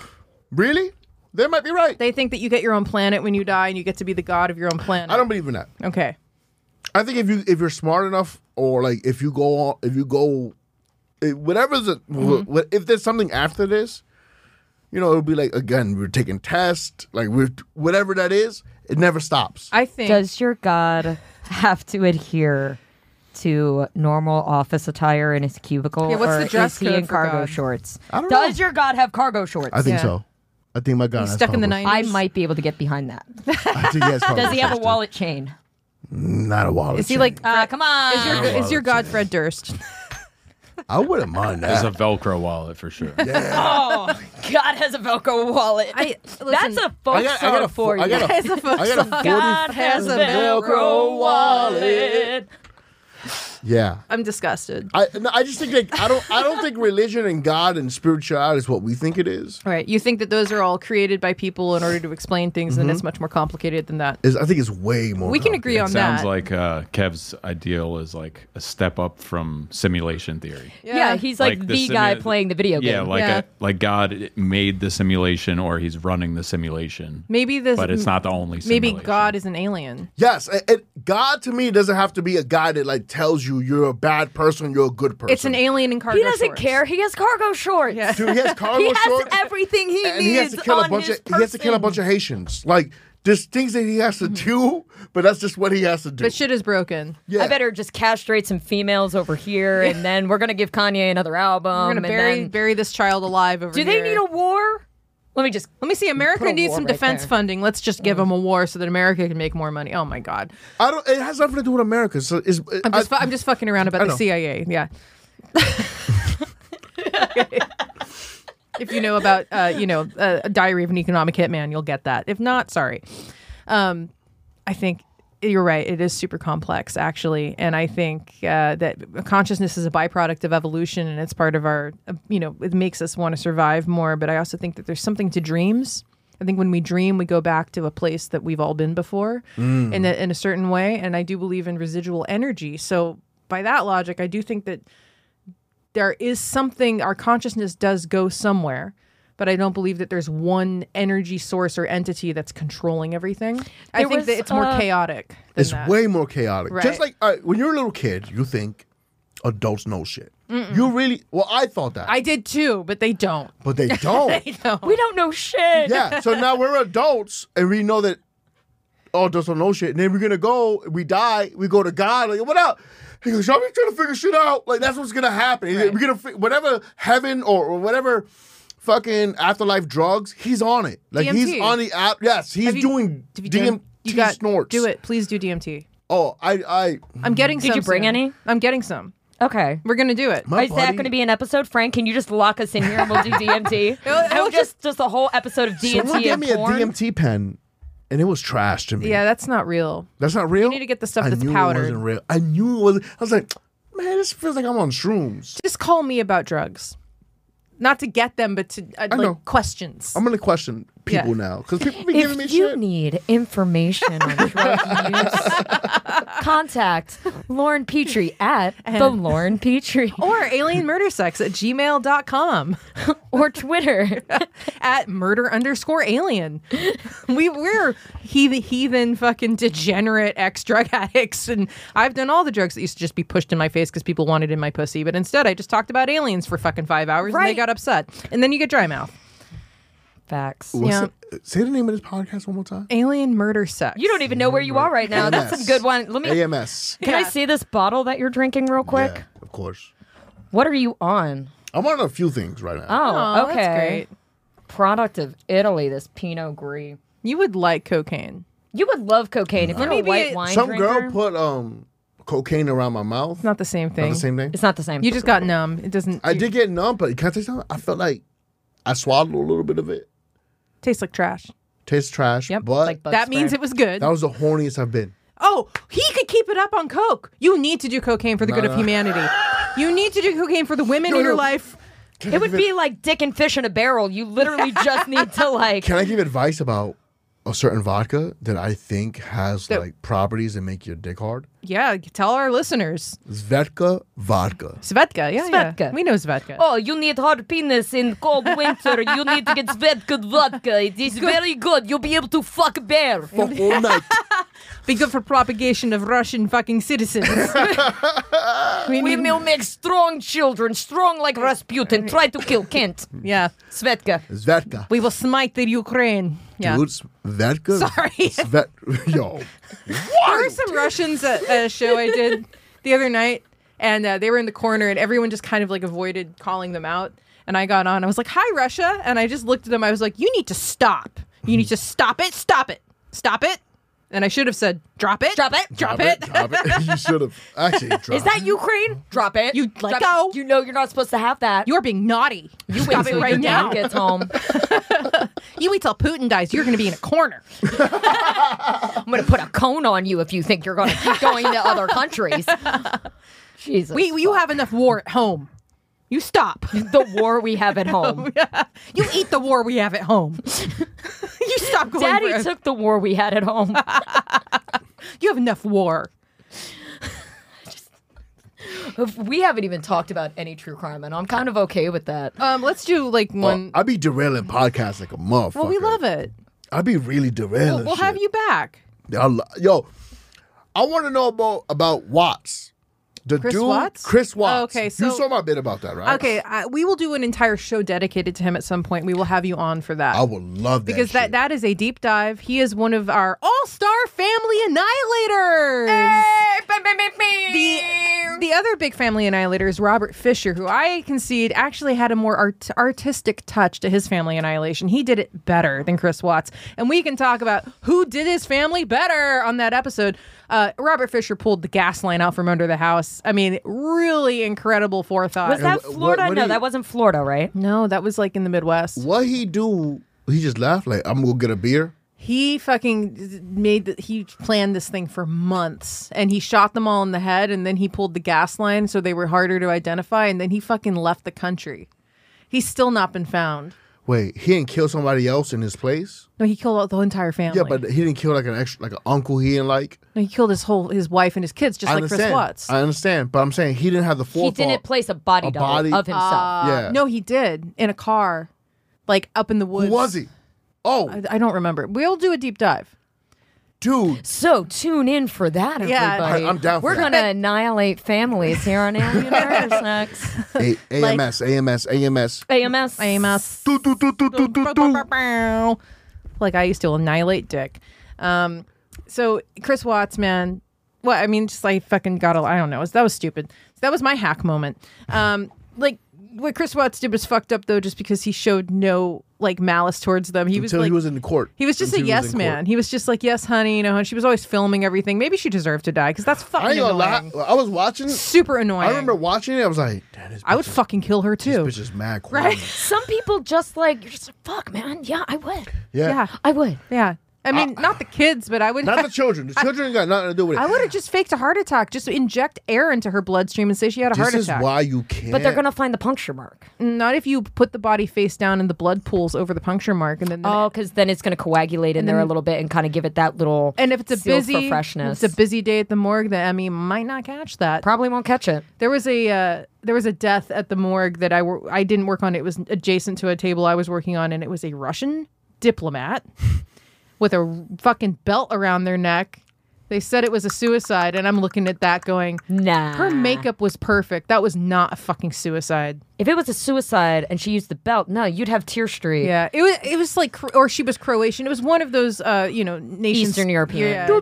Speaker 5: Really? They might be right.
Speaker 3: They think that you get your own planet when you die, and you get to be the god of your own planet.
Speaker 5: I don't believe in that.
Speaker 3: Okay.
Speaker 5: I think if you if you're smart enough, or like if you go on, if you go, eh, whatever's a, wh-
Speaker 3: Mm-hmm.
Speaker 5: wh- if there's something after this, you know, it'll be like again we're taking tests, like we're whatever that is, it never stops.
Speaker 3: I think.
Speaker 4: Does your God have to adhere to normal office attire in his cubicle?
Speaker 3: Yeah, what's
Speaker 4: or
Speaker 3: the dress
Speaker 4: is he
Speaker 3: code
Speaker 4: in
Speaker 3: for
Speaker 4: cargo
Speaker 3: God?
Speaker 4: shorts?
Speaker 5: don't
Speaker 4: Does your God have cargo shorts?
Speaker 5: I think
Speaker 3: yeah.
Speaker 5: so. I think my God
Speaker 3: He's
Speaker 5: has
Speaker 3: stuck in the
Speaker 5: combos.
Speaker 3: nineties.
Speaker 4: I might be able to get behind that.
Speaker 5: I think he has
Speaker 4: Does he have a
Speaker 5: combos.
Speaker 4: wallet chain?
Speaker 5: Not a wallet.
Speaker 3: Is he
Speaker 5: chain.
Speaker 3: like?
Speaker 4: Uh, come on.
Speaker 3: is your is your god Fred Durst?
Speaker 5: I wouldn't mind
Speaker 6: There's
Speaker 5: that.
Speaker 6: a Velcro wallet for sure.
Speaker 4: oh, God has a Velcro wallet.
Speaker 3: I-
Speaker 4: That's
Speaker 3: listen,
Speaker 4: a folk
Speaker 5: I got, I got a
Speaker 4: song for
Speaker 5: four. I
Speaker 4: you.
Speaker 5: got a,
Speaker 3: It's a fuck
Speaker 5: I got a
Speaker 3: song.
Speaker 5: forty.
Speaker 4: God has a Velcro wallet.
Speaker 5: Yeah.
Speaker 3: I'm disgusted.
Speaker 5: I, no, I just think like I don't I don't think religion and God and spirituality is what we think it is.
Speaker 3: All right. You think that those are all created by people in order to explain things, and
Speaker 6: Mm-hmm.
Speaker 3: it's much more complicated than that.
Speaker 5: Is I think it's way more.
Speaker 3: We can agree
Speaker 5: complicated.
Speaker 3: on
Speaker 6: Sounds
Speaker 3: that.
Speaker 6: like uh, Kev's ideal is like a step up from simulation theory.
Speaker 4: Yeah. he's like,
Speaker 6: Like
Speaker 4: the,
Speaker 6: the
Speaker 4: guy
Speaker 6: simu-
Speaker 4: playing the video game.
Speaker 6: Yeah, like
Speaker 3: Yeah.
Speaker 6: A, like God made the simulation, or He's running the simulation.
Speaker 3: maybe this.
Speaker 6: but it's not the only.
Speaker 3: Maybe
Speaker 6: simulation.
Speaker 3: God is an alien.
Speaker 5: Yes, it, it- God to me doesn't have to be a guy that like tells you you're a bad person, you're a good person.
Speaker 3: It's an alien in cargo
Speaker 4: He doesn't
Speaker 3: shorts.
Speaker 4: care. He has cargo shorts.
Speaker 5: Dude, he has cargo
Speaker 4: He has
Speaker 5: shorts,
Speaker 4: everything he
Speaker 5: and
Speaker 4: needs
Speaker 5: he has to kill
Speaker 4: on
Speaker 5: a bunch
Speaker 4: his
Speaker 5: of he has to kill a
Speaker 4: person.
Speaker 5: bunch of Haitians. Like there's things that he has to do, but that's just what he has to do.
Speaker 3: But shit is broken.
Speaker 5: yeah.
Speaker 4: I better just castrate some females over here, and then we're gonna give Kanye another album.
Speaker 3: We're gonna
Speaker 4: Um, and
Speaker 3: bury
Speaker 4: then-
Speaker 3: bury this child alive over
Speaker 4: Do they
Speaker 3: here.
Speaker 4: need a war? Let me just.
Speaker 3: Let me see. America
Speaker 4: a
Speaker 3: needs
Speaker 4: war
Speaker 3: some
Speaker 4: right
Speaker 3: defense
Speaker 4: there. Mm.
Speaker 3: funding. Let's just give them a war so that America can make more money. Oh my God.
Speaker 5: I don't. It has nothing to do with America. So it's.
Speaker 3: I'm just, fu- I'm just fucking around about
Speaker 5: I
Speaker 3: the
Speaker 5: know.
Speaker 3: CIA. Yeah. if you know about, uh, you know, uh, a Diary of an Economic Hitman, you'll get that. If not, sorry. Um, I think you're right. It is super complex, actually, and I think uh, that consciousness is a byproduct of evolution, and it's part of our, uh, you know, it makes us want to survive more. But I also think that there's something to dreams. I think when we dream, we go back to a place that we've all been before, in a, in a certain way. And I do believe in residual energy. So by that logic, I do think that there is something our consciousness does go somewhere but i don't believe that there's one energy source or entity that's controlling everything i
Speaker 4: There
Speaker 3: think that
Speaker 4: was,
Speaker 3: it's more
Speaker 4: uh,
Speaker 3: chaotic than
Speaker 5: It's
Speaker 3: that.
Speaker 5: way more chaotic.
Speaker 3: Right.
Speaker 5: Just like all right, when you're a little kid, you think adults know shit. You really. Well, I thought that,
Speaker 3: i did too but they don't
Speaker 5: but they don't.
Speaker 4: We don't know shit.
Speaker 5: yeah. So now we're adults and we know that oh, adults don't know shit. And then we're gonna go, we die, we go to God, like what up? He goes, Y'all be trying to figure shit out. Like that's what's gonna happen. He's like, We're gonna fi- whatever heaven or, or whatever fucking afterlife drugs, he's on it. Like he's
Speaker 3: DMT.
Speaker 5: on the app. Yes, he's
Speaker 3: Have you-
Speaker 5: doing
Speaker 3: have you
Speaker 5: DMT
Speaker 3: done- you got,
Speaker 5: snorts.
Speaker 3: do it please do dmt
Speaker 5: Oh, I I
Speaker 3: i'm getting
Speaker 4: Did
Speaker 3: some
Speaker 4: you bring
Speaker 3: soon.
Speaker 4: any?
Speaker 3: i'm getting some
Speaker 4: Okay.
Speaker 3: we're gonna do it
Speaker 5: my
Speaker 4: Is that
Speaker 5: buddy-
Speaker 4: going to be an episode, Frank? Can you just lock us in here and we'll do DMT?
Speaker 3: It'll- it'll
Speaker 4: no, just just a whole episode of DMT
Speaker 5: Someone gave
Speaker 4: and
Speaker 5: me a
Speaker 4: porn.
Speaker 5: DMT pen and it was trash to me.
Speaker 3: yeah that's not real
Speaker 5: That's not real. You
Speaker 3: need to get the stuff
Speaker 5: I
Speaker 3: that's
Speaker 5: knew
Speaker 3: powdered.
Speaker 5: It wasn't real. I knew it wasn't. I was like, man, this feels like I'm on shrooms.
Speaker 3: just call me about drugs not to get them but to uh,
Speaker 5: know.
Speaker 3: like questions
Speaker 5: I'm gonna question people
Speaker 3: Yeah.
Speaker 5: now because people be giving me
Speaker 4: If you
Speaker 5: shit.
Speaker 4: need information on drug use, contact Lauren Petrie at the Lauren Petrie
Speaker 3: or alien murder sex at gmail.com
Speaker 4: or Twitter.
Speaker 3: at murder underscore alien. We we're heathen, heathen fucking degenerate ex drug addicts, and I've done all the drugs that used to just be pushed in my face because people wanted in my pussy. But instead, I just talked about aliens for fucking five hours, and they
Speaker 4: Right.
Speaker 3: got upset, and then you get dry mouth.
Speaker 4: Facts.
Speaker 5: What's
Speaker 3: Yeah.
Speaker 5: the- say the name of this podcast one more time.
Speaker 3: Alien murder sex.
Speaker 4: You don't even know where you are right now. That's some good one. Let me.
Speaker 5: AMS.
Speaker 4: Can I see this bottle that you're drinking real quick?
Speaker 5: Yeah, of course.
Speaker 4: What are you on?
Speaker 5: I'm on a few things right now.
Speaker 4: Oh,
Speaker 3: Aw,
Speaker 4: okay.
Speaker 3: that's great.
Speaker 4: Product of Italy, this Pinot Gris.
Speaker 3: You would like cocaine.
Speaker 4: You would love cocaine if you're a
Speaker 3: maybe
Speaker 4: white
Speaker 3: it-
Speaker 4: wine
Speaker 5: Some
Speaker 4: drinker.
Speaker 5: girl put um cocaine around my mouth.
Speaker 3: It's not the same thing.
Speaker 5: Not the same thing.
Speaker 4: it's not the same.
Speaker 3: You just got numb. It doesn't
Speaker 5: I
Speaker 3: you-
Speaker 5: did get numb, but can I tell you something? I felt like I swallowed a little bit of it.
Speaker 3: tastes like trash.
Speaker 5: Tastes trash,
Speaker 3: Yep,
Speaker 5: but
Speaker 4: like bug
Speaker 3: that means
Speaker 4: spray.
Speaker 3: it was good.
Speaker 5: that was the horniest I've been.
Speaker 3: oh, he could keep it up on coke. You need to do cocaine for the good of humanity. You need to do cocaine for the women in your
Speaker 5: no.
Speaker 3: life.
Speaker 4: It would be like dick and fish in a barrel. You literally just need to like.
Speaker 5: Can I give advice about a certain vodka that I think has like properties that make your dick hard?
Speaker 3: Yeah, tell our listeners.
Speaker 5: Zvetka vodka.
Speaker 3: Svetka. Yeah, yeah.
Speaker 4: Svedka.
Speaker 3: We know Svetka.
Speaker 4: Oh, you need hard penis in cold winter. You need to get Svedka vodka. It is very good. You'll be able to fuck a bear.
Speaker 5: For all night.
Speaker 3: Be good for propagation of Russian fucking citizens. we
Speaker 4: We
Speaker 3: need,
Speaker 4: will make strong children, strong like Rasputin. Try to kill Kent.
Speaker 3: yeah.
Speaker 4: Svedka.
Speaker 5: Zvetka.
Speaker 3: We will smite the Ukraine. Yeah.
Speaker 5: Dude, Zvetka.
Speaker 3: Sorry.
Speaker 5: Zvet- Yo.
Speaker 3: There were some Russians at a show I did the other night, and uh, they were in the corner, and everyone just kind of like avoided calling them out. And I got on. I was like, "Hi, Russia," and I just looked at them. I was like, "You need to stop. You need to stop it. Stop it. Stop it." And I should have said, "Drop it.
Speaker 4: Drop it.
Speaker 3: Drop, it."
Speaker 5: Drop it. You should have. Actually, drop
Speaker 4: Is that Ukraine? Drop it.
Speaker 3: You let
Speaker 4: Drop it.
Speaker 3: go.
Speaker 4: You know you're not supposed to have that.
Speaker 3: You're being naughty. You stop it
Speaker 4: Until
Speaker 3: right
Speaker 4: your dad
Speaker 3: now.
Speaker 4: Gets home.
Speaker 3: You wait till Putin dies. You're going to be in a corner.
Speaker 4: I'm gonna put a cone on you if you think you're gonna keep going to other countries. Jesus.
Speaker 3: We, you have enough war at home. You stop.
Speaker 4: the war we have at home.
Speaker 3: You eat the war we have at home. you stop going. for
Speaker 4: Daddy
Speaker 3: it.
Speaker 4: took the war we had at home.
Speaker 3: you have enough war.
Speaker 4: we haven't even talked about any true crime, and I'm kind of okay with that.
Speaker 3: Um, let's do like one.
Speaker 5: Oh, I'd be derailing podcasts like a motherfucker.
Speaker 3: Well, we love it.
Speaker 5: I'd be really derailing.
Speaker 3: We'll have
Speaker 5: shit.
Speaker 3: you back.
Speaker 5: I lo- yo, I want to know about about Watts. The
Speaker 3: Chris
Speaker 5: dude,
Speaker 3: Watts? Oh,
Speaker 5: Chris Watts.
Speaker 3: Okay,
Speaker 5: you
Speaker 3: so-
Speaker 5: saw my bit about that, right?
Speaker 3: Okay, I, we will do an entire show dedicated to him at some point. We will have you on for that
Speaker 5: I would love that
Speaker 3: because that,
Speaker 5: shit.
Speaker 3: that is a deep dive. He is one of our all star family annihilators. The, the other big family annihilator is Robert Fisher, who I concede actually had a more art, artistic touch to his family annihilation. He did it better than Chris Watts. And we can talk about who did his family better on that episode. Uh, Robert Fisher pulled the gas line out from under the house. I mean, really incredible forethought.
Speaker 4: was that
Speaker 5: wh- what-
Speaker 4: Florida?
Speaker 5: what do
Speaker 4: no,
Speaker 5: you-
Speaker 4: that wasn't Florida, right?
Speaker 3: no, that was like in the Midwest.
Speaker 5: what he do? He just laughed like I'm gonna get a beer.
Speaker 3: He fucking made the, he planned this thing for months and he shot them all in the head and then he pulled the gas line so they were harder to identify and then he fucking left the country. He's still not been found.
Speaker 5: Wait, he didn't kill somebody else in his place.
Speaker 3: No, he killed all- the entire family.
Speaker 5: Yeah, but he didn't kill like an extra, like an uncle. He didn't like.
Speaker 3: no, he killed his whole his wife and his kids just
Speaker 5: I
Speaker 3: like Chris
Speaker 5: understand.
Speaker 3: Watts.
Speaker 5: I understand, but I'm saying he didn't have the
Speaker 4: He
Speaker 5: forethought.
Speaker 4: didn't place a body
Speaker 5: A
Speaker 4: double
Speaker 5: body-
Speaker 4: of himself.
Speaker 5: Yeah.
Speaker 3: uh, No, he did in a car like up in the woods.
Speaker 5: Who was he? Oh,
Speaker 3: I, I don't remember. We'll do a deep dive.
Speaker 5: dude.
Speaker 4: so tune in for that, everybody.
Speaker 3: Yeah.
Speaker 5: I- I'm down for
Speaker 4: We're
Speaker 5: that.
Speaker 4: gonna annihilate families here on Alien Sex.
Speaker 5: A- AMS, AMS, AMS.
Speaker 4: AMS.
Speaker 3: Amos. Like I used to annihilate dick. Um, so Chris Watts, man. Well, I mean, just like fucking got a. I don't know. That was stupid. That was my hack moment. Um, like what Chris Watts did was fucked up though, just because he showed no like malice towards them. He was
Speaker 5: Until
Speaker 3: like,
Speaker 5: he was in court.
Speaker 3: he was just a
Speaker 5: Until he was
Speaker 3: yes
Speaker 5: in
Speaker 3: man.
Speaker 5: court.
Speaker 3: He was just like yes, honey. You know, and she was always filming everything. Maybe she deserved to die because that's
Speaker 5: I
Speaker 3: fucking
Speaker 5: ain't gonna
Speaker 3: annoying.
Speaker 5: lie. I was watching.
Speaker 3: Super annoying.
Speaker 5: I remember watching it. I was like, damn, this bitch,
Speaker 3: I would fucking kill her too.
Speaker 5: this bitch is mad corny.
Speaker 3: Right?
Speaker 4: Some people just like you're just like, fuck, man. Yeah, I would.
Speaker 5: Yeah.
Speaker 3: Yeah.
Speaker 4: I would.
Speaker 3: Yeah. I mean, not the kids, but I would.
Speaker 5: Not the children. The children got nothing to do with it.
Speaker 3: I would have just faked a heart attack, just inject air into her bloodstream and say she had a heart
Speaker 5: This is
Speaker 3: attack.
Speaker 5: why you can't.
Speaker 4: But they're gonna find the puncture mark.
Speaker 3: Not if you put the body face down and the blood pools over the puncture mark, and then.
Speaker 4: Oh, because then it's gonna coagulate in there a little bit and kind of give it that little.
Speaker 3: and if it's a
Speaker 4: seal
Speaker 3: busy,
Speaker 4: for freshness,
Speaker 3: if it's a busy day at the morgue. The Emmy might not catch that.
Speaker 4: probably won't catch it.
Speaker 3: There was a uh, there was a death at the morgue that I wor- I didn't work on. It was adjacent to a table I was working on, and it was a Russian diplomat with a fucking belt around their neck. They said it was a suicide, and I'm looking at that going,
Speaker 4: Nah.
Speaker 3: Her makeup was perfect. That was not a fucking suicide.
Speaker 4: If it was a suicide and she used the belt, no, you'd have Tear Street.
Speaker 3: Yeah, it was. It was like, Cro- or she was Croatian. It was one of those, uh, you know, nations.
Speaker 4: Eastern European.
Speaker 3: Yeah.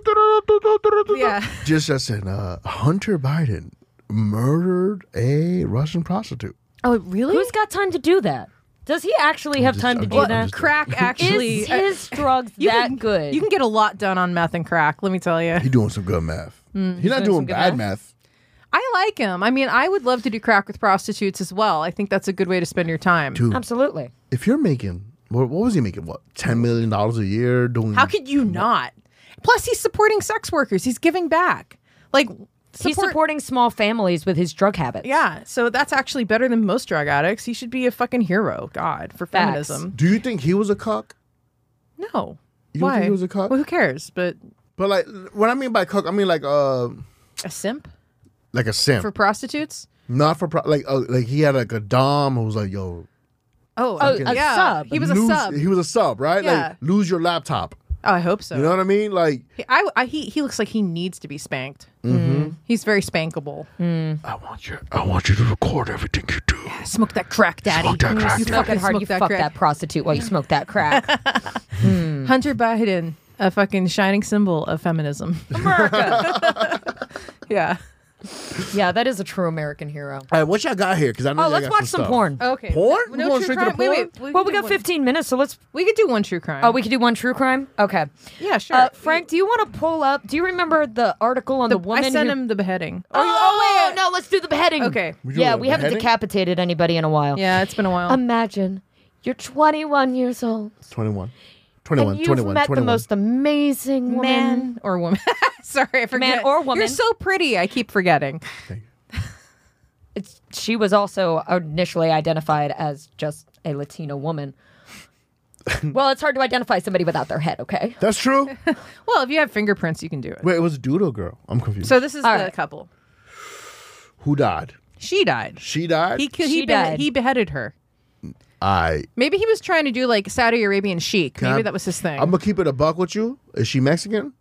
Speaker 3: yeah.
Speaker 5: Just as in, uh, Hunter Biden murdered a Russian prostitute.
Speaker 3: Oh, really?
Speaker 4: Who's got time to do that? Does he actually have
Speaker 5: just-
Speaker 4: time to
Speaker 5: I'm
Speaker 4: do
Speaker 5: just- I'm
Speaker 4: that?
Speaker 5: just-
Speaker 3: crack actually uh,
Speaker 4: Is his drugs
Speaker 3: you
Speaker 4: that
Speaker 3: can,
Speaker 4: good?
Speaker 3: You can get a lot done on meth and crack, let me tell you.
Speaker 5: He doing some good math. He's not doing
Speaker 3: good
Speaker 5: bad math.
Speaker 3: I like him. I mean, I would love to do crack with prostitutes as well. I think that's a good way to spend your time.
Speaker 5: Dude,
Speaker 4: Absolutely.
Speaker 5: if you're making, what, what was he making? What, ten million dollars a year doing?
Speaker 3: How could you not? Plus, he's supporting sex workers. He's giving back. Like
Speaker 4: He's
Speaker 3: support-
Speaker 4: supporting small families with his drug habits.
Speaker 3: Yeah, so that's actually better than most drug addicts. He should be a fucking hero. God for
Speaker 4: Facts.
Speaker 3: feminism.
Speaker 5: Do you think he was a cock?
Speaker 3: No.
Speaker 5: You don't
Speaker 3: Why?
Speaker 5: think he was a cock?
Speaker 3: Well, who cares? But
Speaker 5: But like, what I mean by cock, I mean like, uh,
Speaker 3: a simp
Speaker 5: like a simp,
Speaker 3: for prostitutes.
Speaker 5: not for pro- like, uh, like he had like a dom who was like, yo,
Speaker 3: Oh,
Speaker 4: Oh,
Speaker 3: okay.
Speaker 4: a
Speaker 3: yeah.
Speaker 4: sub.
Speaker 3: He was a
Speaker 5: lose-
Speaker 3: sub.
Speaker 5: He was a sub, right?
Speaker 3: Yeah.
Speaker 5: Like, lose your laptop.
Speaker 3: oh, I hope so.
Speaker 5: You know what I mean? Like,
Speaker 3: He- I, I, he, he looks like he needs to be spanked. Mm-hmm. He's very spankable.
Speaker 5: I want you. I want you to record everything you do.
Speaker 3: Smoke that crack, daddy.
Speaker 5: Smoke that crack,
Speaker 3: You
Speaker 5: daddy.
Speaker 4: Fucking
Speaker 3: fucking
Speaker 4: hard.
Speaker 3: smoke
Speaker 4: You
Speaker 3: that
Speaker 4: fuck
Speaker 3: crack. Mm.
Speaker 4: that prostitute while you smoke that crack.
Speaker 3: Hunter Biden, a fucking shining symbol of feminism.
Speaker 4: America.
Speaker 3: yeah.
Speaker 4: yeah, that is a true American hero.
Speaker 5: All right, what y'all got here? Because I
Speaker 4: Oh,
Speaker 5: know. y'all
Speaker 4: let's
Speaker 5: got
Speaker 4: watch some
Speaker 5: stuff.
Speaker 4: porn.
Speaker 3: Okay.
Speaker 5: Porn?
Speaker 3: Oh, No
Speaker 5: We're going
Speaker 3: true
Speaker 5: straight to
Speaker 3: crime.
Speaker 5: the
Speaker 3: Wait,
Speaker 5: porn?
Speaker 3: wait. We
Speaker 4: well,
Speaker 3: could
Speaker 4: we
Speaker 3: do
Speaker 4: got
Speaker 3: one-
Speaker 4: 15 minutes, so let's.
Speaker 3: We could do one true crime.
Speaker 4: Oh, we could do one true crime. Okay.
Speaker 3: yeah, sure.
Speaker 4: Uh, Frank, do you want to pull up? Do you remember the article on the, woman?
Speaker 3: I sent
Speaker 4: who-
Speaker 3: him the beheading.
Speaker 4: Oh, oh, wait, no, let's do the beheading.
Speaker 3: Okay. We
Speaker 5: do
Speaker 4: yeah,
Speaker 5: a
Speaker 4: we haven't
Speaker 5: beheading?
Speaker 4: decapitated anybody in a while.
Speaker 3: Yeah, it's been a while.
Speaker 4: Imagine you're 21 years old
Speaker 5: 21.
Speaker 4: and
Speaker 5: 21,
Speaker 4: you've
Speaker 5: 21,
Speaker 4: met
Speaker 5: 21.
Speaker 4: the most amazing woman.
Speaker 3: man or woman. Sorry, I forget.
Speaker 4: Man or woman.
Speaker 3: You're so pretty. I keep forgetting.
Speaker 4: It's, she was also initially identified as just a Latina woman. well, it's hard to identify somebody without their head, okay?
Speaker 5: That's true.
Speaker 3: Well, if you have fingerprints, you can do it.
Speaker 5: wait, it was a dude or girl? I'm confused.
Speaker 3: So this is
Speaker 4: All
Speaker 3: the
Speaker 4: right.
Speaker 3: couple.
Speaker 5: Who died?
Speaker 3: She died.
Speaker 5: She died.
Speaker 3: He ki-
Speaker 4: She
Speaker 3: he,
Speaker 4: died.
Speaker 3: he beheaded her.
Speaker 5: I.
Speaker 3: Maybe he was trying to do like Saudi Arabian chic. Maybe
Speaker 5: I-
Speaker 3: that was his thing.
Speaker 5: I'm gonna keep it a buck with you. Is she Mexican?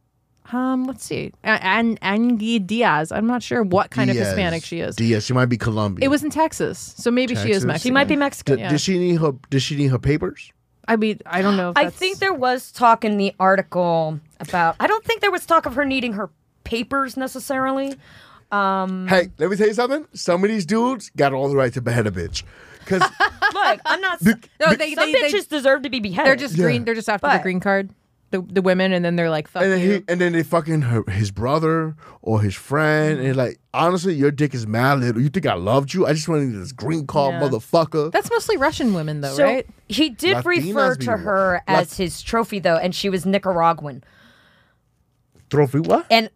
Speaker 3: um, let's see. And Angie Diaz. I'm not sure what kind of
Speaker 5: Diaz.
Speaker 3: Hispanic she is.
Speaker 5: Diaz. She might be Colombian.
Speaker 3: it was in Texas, so maybe she
Speaker 5: Texas?
Speaker 3: is Mexican.
Speaker 4: She might be Mexican.
Speaker 5: Did,
Speaker 3: yeah.
Speaker 5: did she need her? Did she need her papers?
Speaker 3: I mean, I don't know. If
Speaker 4: I
Speaker 3: that's-
Speaker 4: think there was talk in the article about. I don't think there was talk of her needing her papers necessarily.
Speaker 3: Mm.
Speaker 5: Hey, let me tell you something. Some of these dudes got all the right to behead a bitch. Cause
Speaker 4: Look, I'm not.
Speaker 3: No, they- they-
Speaker 4: some
Speaker 3: they-
Speaker 4: bitches deserve to be beheaded.
Speaker 3: they're just green. They're just after the
Speaker 4: But-
Speaker 3: green card. The, the women, and then they're like, "Fuck
Speaker 5: and then
Speaker 3: you."
Speaker 5: he, and then they fucking her, his brother or his friend, and like honestly, your dick is mad little. You think I loved you? I just wanted this green card
Speaker 3: Yeah.
Speaker 5: motherfucker.
Speaker 3: That's mostly Russian women, though,
Speaker 4: So
Speaker 3: right?
Speaker 4: he did
Speaker 5: Latinas
Speaker 4: refer
Speaker 5: be
Speaker 4: to her
Speaker 5: wa-
Speaker 4: as his trophy, though, and she was Nicaraguan,
Speaker 5: Trophy what?
Speaker 4: and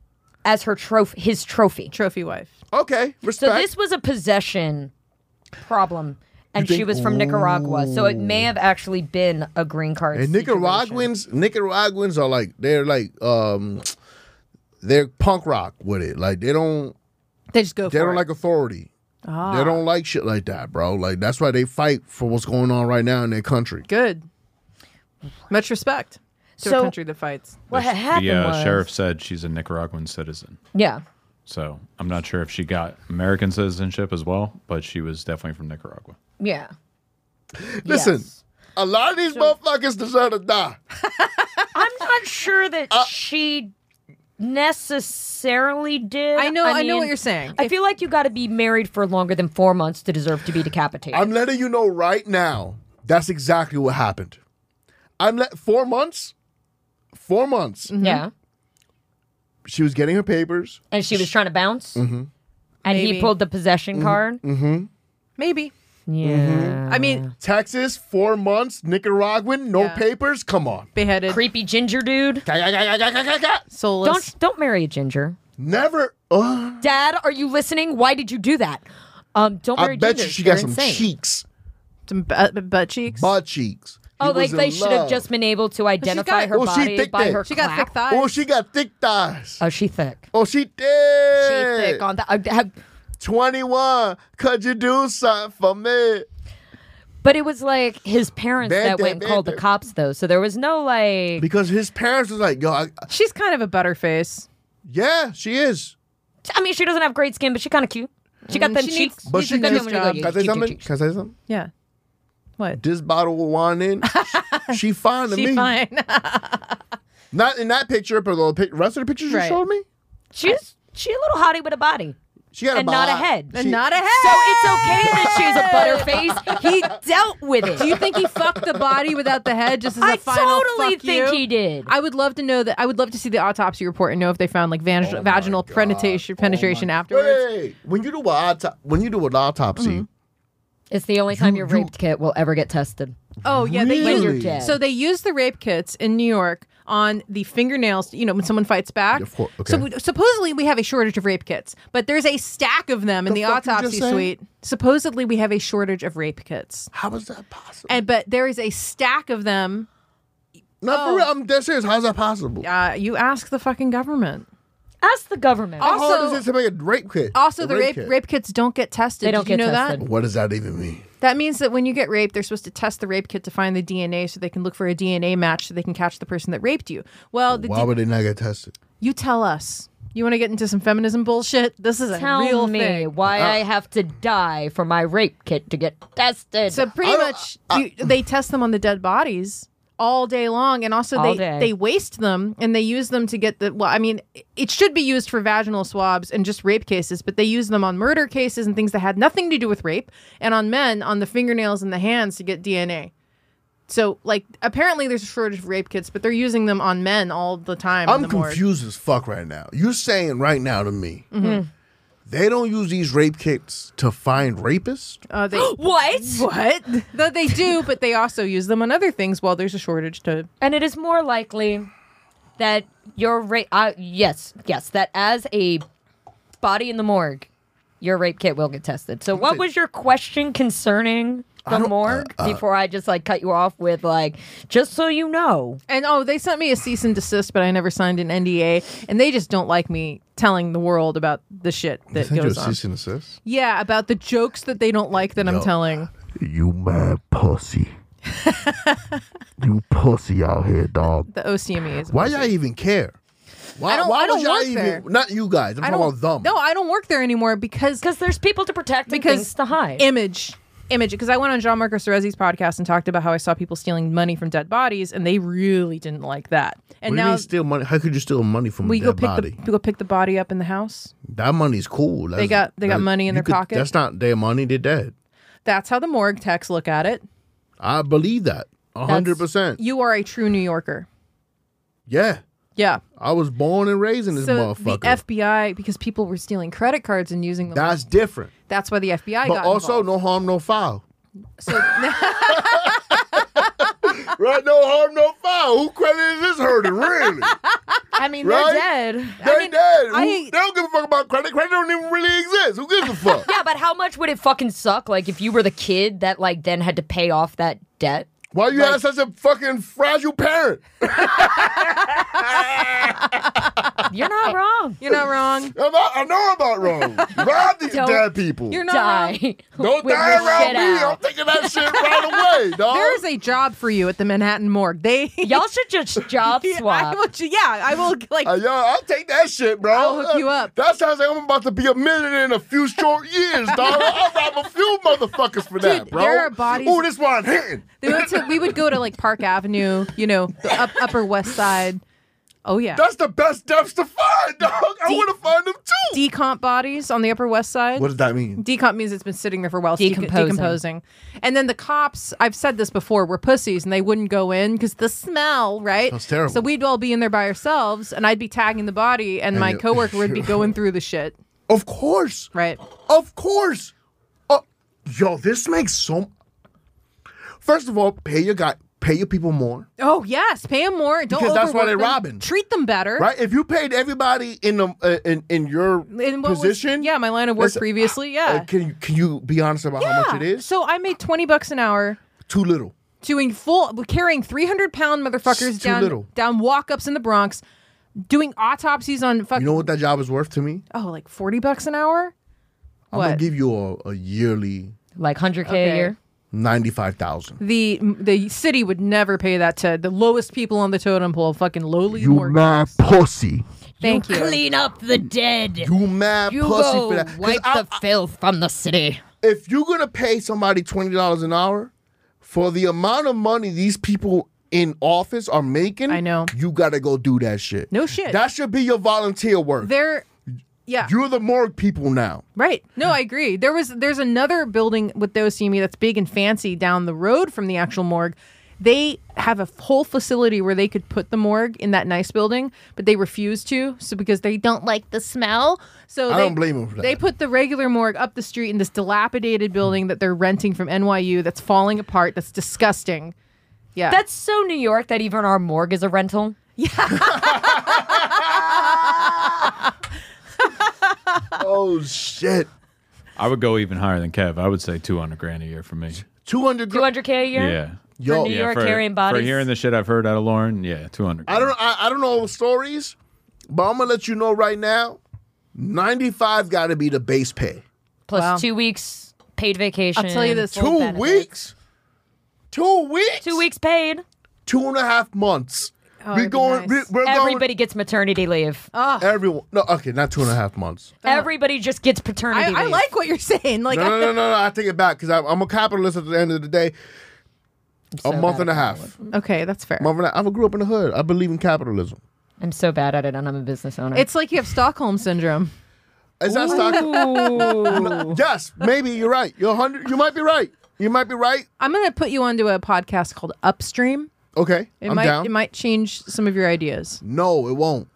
Speaker 4: as her trophy, his trophy.
Speaker 3: Trophy wife.
Speaker 5: Okay,
Speaker 4: So
Speaker 5: respect.
Speaker 4: this was a possession problem, and she
Speaker 5: think-
Speaker 4: was from Nicaragua, so it may have actually been a green card.
Speaker 5: And Nicaraguans, Nicaraguans are like they're like um, they're punk rock with it. Like they don't
Speaker 3: They just go.
Speaker 5: they
Speaker 3: for
Speaker 5: don't
Speaker 3: it.
Speaker 5: like authority. They don't like shit like that, bro. Like that's why they fight for what's going on right now in their country.
Speaker 3: good. Much respect to
Speaker 4: So-
Speaker 3: a country that fights.
Speaker 4: What had happened
Speaker 6: the
Speaker 4: was,
Speaker 6: uh, sheriff said she's a Nicaraguan citizen.
Speaker 4: Yeah,
Speaker 6: So I'm not sure if she got American citizenship as well, but she was definitely from Nicaragua.
Speaker 4: yeah.
Speaker 5: Listen,
Speaker 4: Yes.
Speaker 5: a lot of these motherfuckers deserve to die.
Speaker 4: I'm not sure that
Speaker 5: Uh,
Speaker 4: she necessarily did.
Speaker 3: I know- I know what
Speaker 4: mean,
Speaker 3: you're saying.
Speaker 4: I
Speaker 3: If-
Speaker 4: feel like you got to be married for longer than four months to deserve to be decapitated.
Speaker 5: I'm letting you know right now. That's exactly what happened. I'm let four months. Four months.
Speaker 4: yeah,
Speaker 5: She was getting her papers.
Speaker 4: and she was trying to bounce,
Speaker 5: Mm-hmm.
Speaker 4: and
Speaker 3: Maybe.
Speaker 4: he pulled the possession card.
Speaker 3: Maybe.
Speaker 5: Mm-hmm.
Speaker 4: Yeah,
Speaker 3: I
Speaker 4: Uh,
Speaker 3: mean,
Speaker 5: Texas, four months. Nicaraguan, no
Speaker 3: Yeah.
Speaker 5: papers. Come on.
Speaker 3: beheaded,
Speaker 4: creepy ginger dude.
Speaker 3: soulless.
Speaker 4: Don't don't marry a ginger.
Speaker 5: Never. uh, Ugh.
Speaker 4: Dad, are you listening? Why did you do that? Um, don't
Speaker 5: I
Speaker 4: marry
Speaker 5: bet
Speaker 4: gingers.
Speaker 5: you she
Speaker 4: They're
Speaker 5: got some
Speaker 4: insane.
Speaker 5: cheeks,
Speaker 3: Some butt, butt cheeks.
Speaker 5: butt cheeks. He
Speaker 4: Oh, like
Speaker 5: was in
Speaker 4: they should have
Speaker 5: love.
Speaker 4: just been able to identify
Speaker 3: got-
Speaker 4: her
Speaker 5: Oh, she
Speaker 4: body
Speaker 5: thick
Speaker 4: by
Speaker 5: then.
Speaker 4: her
Speaker 3: she got
Speaker 4: clap.
Speaker 3: thick thighs.
Speaker 5: Oh, she got thick thighs.
Speaker 4: Oh, she thick.
Speaker 5: Oh, she
Speaker 4: She
Speaker 5: did.
Speaker 4: thick on that. I have-
Speaker 5: 21. Could you do something for me?
Speaker 4: But it was like his parents
Speaker 5: Bad
Speaker 4: that
Speaker 5: day,
Speaker 4: went and
Speaker 5: bad
Speaker 4: called
Speaker 5: day.
Speaker 4: the cops, though. So there was no like.
Speaker 5: Because his parents was like, yo, I,
Speaker 3: She's kind of a butterface.
Speaker 5: yeah, she is.
Speaker 4: I mean, she doesn't have great skin, but she kind of cute. She got them
Speaker 3: she needs-
Speaker 4: cheeks.
Speaker 5: But
Speaker 3: She's
Speaker 5: she
Speaker 3: a good
Speaker 5: just,
Speaker 3: woman.
Speaker 5: can
Speaker 3: Go,
Speaker 5: I
Speaker 4: you-
Speaker 5: say
Speaker 4: you-
Speaker 5: something?
Speaker 4: you-
Speaker 5: Can I say something?
Speaker 3: Yeah. What?
Speaker 5: This bottle of wine in, she fine to
Speaker 3: She
Speaker 5: me.
Speaker 3: fine.
Speaker 5: Not in that picture, but the pic- rest of the pictures
Speaker 3: Right.
Speaker 5: you showed me.
Speaker 4: She's she a little hottie with a body.
Speaker 5: She got
Speaker 4: and
Speaker 5: a
Speaker 4: not a
Speaker 5: bi-
Speaker 4: head.
Speaker 3: And not a head.
Speaker 4: So it's okay that she's a butterface. He dealt with it.
Speaker 3: Do you think he fucked the body without the head just as a
Speaker 4: I
Speaker 3: final
Speaker 4: totally
Speaker 3: fuck
Speaker 4: think
Speaker 3: you?
Speaker 4: he did.
Speaker 3: I would love to know that. I would love to see the autopsy report and know if they found like vag-
Speaker 5: Oh my
Speaker 3: vaginal
Speaker 5: God.
Speaker 3: penetration,
Speaker 5: Oh my-
Speaker 3: penetration afterwards.
Speaker 5: Wait, when you do an auto- when you do an autopsy,
Speaker 4: Mm-hmm. It's the only time your raped kit will ever get tested.
Speaker 3: Oh yeah, they
Speaker 5: Really?
Speaker 3: use
Speaker 5: When you're dead.
Speaker 3: So they use the rape kits in New York on the fingernails. You know, when someone fights back.
Speaker 5: Of course, okay.
Speaker 3: So we- supposedly we have a shortage of rape kits, but there's a stack of them in
Speaker 5: The
Speaker 3: the,
Speaker 5: fuck you just
Speaker 3: autopsy
Speaker 5: said?
Speaker 3: suite. Supposedly we have a shortage of rape kits,
Speaker 5: how is that possible?
Speaker 3: and but there is a stack of them.
Speaker 5: Not
Speaker 3: Oh.
Speaker 5: for real. I'm dead serious. How's that possible?
Speaker 3: Uh, you ask the fucking government.
Speaker 4: Ask the government.
Speaker 5: How hard
Speaker 3: also-
Speaker 5: is it to make a rape kit?
Speaker 3: Also,
Speaker 5: A
Speaker 3: the rape
Speaker 5: kit?
Speaker 3: rape kits don't get tested.
Speaker 4: They don't
Speaker 3: Did you
Speaker 4: get
Speaker 3: know
Speaker 4: tested.
Speaker 3: that?
Speaker 5: What does that even mean?
Speaker 3: That means that when you get raped, they're supposed to test the rape kit to find the DNA, so they can look for a DNA match, so they can catch the person that raped you. Well, the
Speaker 5: Why would they not get tested?
Speaker 3: You tell us. You want to get into some feminism bullshit? This is a
Speaker 4: Tell
Speaker 3: real
Speaker 4: me
Speaker 3: thing.
Speaker 4: why I have to die for my rape kit to get tested.
Speaker 3: So pretty
Speaker 5: I don't-
Speaker 3: much, you, they test them on the dead bodies all day long, and also
Speaker 4: All
Speaker 3: they
Speaker 4: day.
Speaker 3: they waste them and they use them to get the. Well, I mean, it should be used for vaginal swabs and just rape cases, but they use them on murder cases and things that had nothing to do with rape, and on men on the fingernails and the hands to get DNA. So, like, apparently there's a shortage of rape kits, but they're using them on men all the time. in
Speaker 5: I'm
Speaker 3: the morgue.
Speaker 5: confused as fuck right now. You're saying right now to me,
Speaker 3: Mm-hmm.
Speaker 5: they don't use these rape kits to find rapists?
Speaker 3: Uh, they,
Speaker 4: what?
Speaker 3: What? Though they do, but they also use them on other things while there's a shortage to.
Speaker 4: And it is more likely that your rape. Uh, yes, yes, that as a body in the morgue, your rape kit will get tested. So, what was your question concerning the morgue before I just like cut you off with like, just so you know?
Speaker 3: And oh, they sent me a cease and desist, but I never signed an NDA, and they just don't like me telling the world about the shit that goes on.
Speaker 5: and assist?
Speaker 3: Yeah, about the jokes that they don't like that I'm telling.
Speaker 5: You mad pussy. you pussy out here, dog.
Speaker 3: The OCME is.
Speaker 5: Why y'all even care? Why,
Speaker 3: I don't-
Speaker 5: why
Speaker 3: I don't
Speaker 5: would y'all
Speaker 3: work
Speaker 5: even
Speaker 3: there.
Speaker 5: not you guys? I'm
Speaker 3: I
Speaker 5: talking
Speaker 3: don't.
Speaker 5: about them.
Speaker 3: No, I don't work there anymore because
Speaker 4: Because there's people to protect and
Speaker 3: Because
Speaker 4: things to hide.
Speaker 3: image image because i went on jean-marc Cerezi's podcast and talked about how i saw people stealing money from dead bodies and they really didn't like that and
Speaker 5: What do you
Speaker 3: now
Speaker 5: mean steal money? How could you steal money from
Speaker 3: we
Speaker 5: a
Speaker 3: go
Speaker 5: dead
Speaker 3: pick
Speaker 5: body?
Speaker 3: the go pick the body up in the house
Speaker 5: that money's cool. That's-
Speaker 3: got- they got
Speaker 5: that-
Speaker 3: money in
Speaker 5: you
Speaker 3: their pocket?
Speaker 5: That's not their money. They're dead.
Speaker 3: That's how the morgue techs look at it.
Speaker 5: I believe that. a hundred
Speaker 4: That's-
Speaker 5: percent.
Speaker 3: You are a true New Yorker.
Speaker 5: Yeah.
Speaker 3: Yeah.
Speaker 5: I was born and raised in this
Speaker 3: So the
Speaker 5: motherfucker.
Speaker 3: FBI, because people were stealing credit cards and using them,
Speaker 5: That's different.
Speaker 3: that's why the FBI
Speaker 5: But
Speaker 3: got
Speaker 5: also,
Speaker 3: involved.
Speaker 5: no harm, no foul.
Speaker 3: So,
Speaker 5: Right? No harm, no foul. Who credit is this hurting, really?
Speaker 4: I mean,
Speaker 5: Right?
Speaker 4: they're dead.
Speaker 5: They dead. Who-
Speaker 3: I-
Speaker 5: they don't give a fuck about credit. Credit don't even really exist. Who gives a fuck?
Speaker 4: Yeah, but how much would it fucking suck? Like if you were the kid that like then had to pay off that debt.
Speaker 5: Why you have such a fucking fragile parent?
Speaker 4: You're not wrong.
Speaker 3: you're not wrong.
Speaker 5: I'm not- I know I'm not wrong. Rob these dead people.
Speaker 3: You're not wrong.
Speaker 4: Die.
Speaker 5: don't
Speaker 4: With
Speaker 5: die
Speaker 4: your
Speaker 5: around
Speaker 4: shit
Speaker 5: me.
Speaker 4: out.
Speaker 5: I'm taking that shit right away, dog.
Speaker 3: There is a job for you at the Manhattan morgue. They
Speaker 4: Y'all should just job
Speaker 3: Yeah,
Speaker 4: swap.
Speaker 3: I will, yeah, I will like
Speaker 5: Uh, yo, I'll take that shit, bro.
Speaker 3: I'll hook you
Speaker 5: Uh,
Speaker 3: up.
Speaker 5: That sounds like I'm about to be a millionaire in a few short years, dog. I'll rob a few motherfuckers for that, bro.
Speaker 3: there are bodies-
Speaker 5: Ooh, this one hitting.
Speaker 3: they went to, we would go to like Park Avenue, you know, the up, upper west side. Oh yeah.
Speaker 5: That's the best depths to find, dog. I
Speaker 3: Deep-
Speaker 5: want to find them too.
Speaker 3: Decomp bodies on the upper west side.
Speaker 5: does that mean?
Speaker 3: Decomp means it's been sitting there for a while, it's deco-
Speaker 4: Decomposing.
Speaker 3: decomposing. And then the cops, I've said this before, were pussies and they wouldn't go in because the smell, right?
Speaker 5: That's terrible.
Speaker 3: So we'd all be in there by ourselves, and I'd be tagging the body, and, my
Speaker 5: you-
Speaker 3: coworker would be going through the shit,
Speaker 5: Of course.
Speaker 3: right?
Speaker 5: Of course. Uh, yo, this makes so. First of all, pay your guy, pay your people more,
Speaker 3: Oh yes, pay them more. Don't
Speaker 5: Because that's why
Speaker 3: overwork
Speaker 5: they're
Speaker 3: them.
Speaker 5: robbing.
Speaker 3: Treat them better,
Speaker 5: right? If you paid everybody in the uh, in in your
Speaker 3: In what was-
Speaker 5: position,
Speaker 3: yeah, my line of work
Speaker 5: Listen,
Speaker 3: previously,
Speaker 5: uh,
Speaker 3: yeah.
Speaker 5: can you can you be honest about how much it
Speaker 3: Yeah.
Speaker 5: is?
Speaker 3: So I made twenty bucks an hour.
Speaker 5: Too little.
Speaker 3: doing full carrying 300 pound motherfuckers
Speaker 5: It's too
Speaker 3: down
Speaker 5: little.
Speaker 3: down walk ups in the Bronx, doing autopsies on fucking
Speaker 5: You know what that job is worth to me?
Speaker 3: oh like 40 bucks an hour.
Speaker 5: I'm gonna
Speaker 3: What?
Speaker 5: give you a, a yearly
Speaker 4: like 100k
Speaker 3: Okay.
Speaker 4: a year.
Speaker 5: ninety five thousand.
Speaker 3: the the city would never pay that to the lowest people on the totem pole, fucking lowly mortgage.
Speaker 5: pussy.
Speaker 3: Thank you.
Speaker 4: Clean up the dead.
Speaker 5: You mad pussy for that? 'Cause I-
Speaker 4: filth from the city.
Speaker 5: if you're gonna pay somebody twenty dollars an hour for the amount of money these people in office are making,
Speaker 3: I know.
Speaker 5: you gotta go do that shit.
Speaker 3: No shit.
Speaker 5: That should be your volunteer work.
Speaker 3: They're Yeah.
Speaker 5: You're the morgue people now.
Speaker 3: Right. No, I agree. There was there's another building with Dosimi that's big and fancy down the road from the actual morgue. They have a whole facility where they could put the morgue in that nice building, but they refuse to, so because they don't like the smell. So
Speaker 5: I
Speaker 3: they,
Speaker 5: don't blame 'em for that.
Speaker 3: They put the regular morgue up the street in this dilapidated building that they're renting from NYU that's falling apart. That's disgusting. Yeah,
Speaker 4: That's so New York that even our morgue is a rental.
Speaker 5: Oh shit.
Speaker 6: I would go even higher than Kev. I would say 200 grand a year for me.
Speaker 5: Two hundred grand.
Speaker 4: 200K a year?
Speaker 6: Yeah.
Speaker 5: Yo,
Speaker 4: New
Speaker 6: yeah,
Speaker 4: York
Speaker 6: for,
Speaker 4: carrying bodies.
Speaker 6: For hearing the shit I've heard out of Lauren, yeah, 200.
Speaker 5: I don't I, I don't know all the stories, but I'm gonna let you know right now. Ninety five got to be the base pay.
Speaker 4: Plus
Speaker 3: Wow.
Speaker 4: two weeks paid vacation.
Speaker 3: I'll tell you this.
Speaker 4: full
Speaker 5: Two
Speaker 4: benefits.
Speaker 5: weeks. Two weeks.
Speaker 4: Two weeks paid.
Speaker 5: Two and a half months.
Speaker 3: Oh, that'd
Speaker 5: we're
Speaker 3: be
Speaker 5: going. Oh.
Speaker 3: nice.
Speaker 5: We're, we're
Speaker 4: Everybody gets maternity leave.
Speaker 5: Going, everyone. No, okay, not two and a half months.
Speaker 4: Everybody just gets paternity
Speaker 3: I, I
Speaker 4: leave.
Speaker 3: like what you're saying. Like,
Speaker 5: No,
Speaker 3: I-
Speaker 5: no, no, no, no. I take it back because I'm a capitalist at the end of the day. a
Speaker 4: so
Speaker 5: month
Speaker 4: bad
Speaker 5: and a
Speaker 4: at
Speaker 5: half.
Speaker 3: okay, that's fair.
Speaker 5: Month and a half. I grew up in the hood. I believe in capitalism.
Speaker 4: I'm so bad at it, and I'm a business owner.
Speaker 3: It's like you have Stockholm syndrome.
Speaker 5: Is that stock?
Speaker 4: Ooh.
Speaker 5: Yes, maybe you're right. You're hundred. You might be right. You might be right.
Speaker 3: I'm gonna put you onto a podcast called Upstream.
Speaker 5: Okay,
Speaker 3: It
Speaker 5: I'm
Speaker 3: might
Speaker 5: down.
Speaker 3: it might change some of your ideas. Uh,
Speaker 5: no, it won't.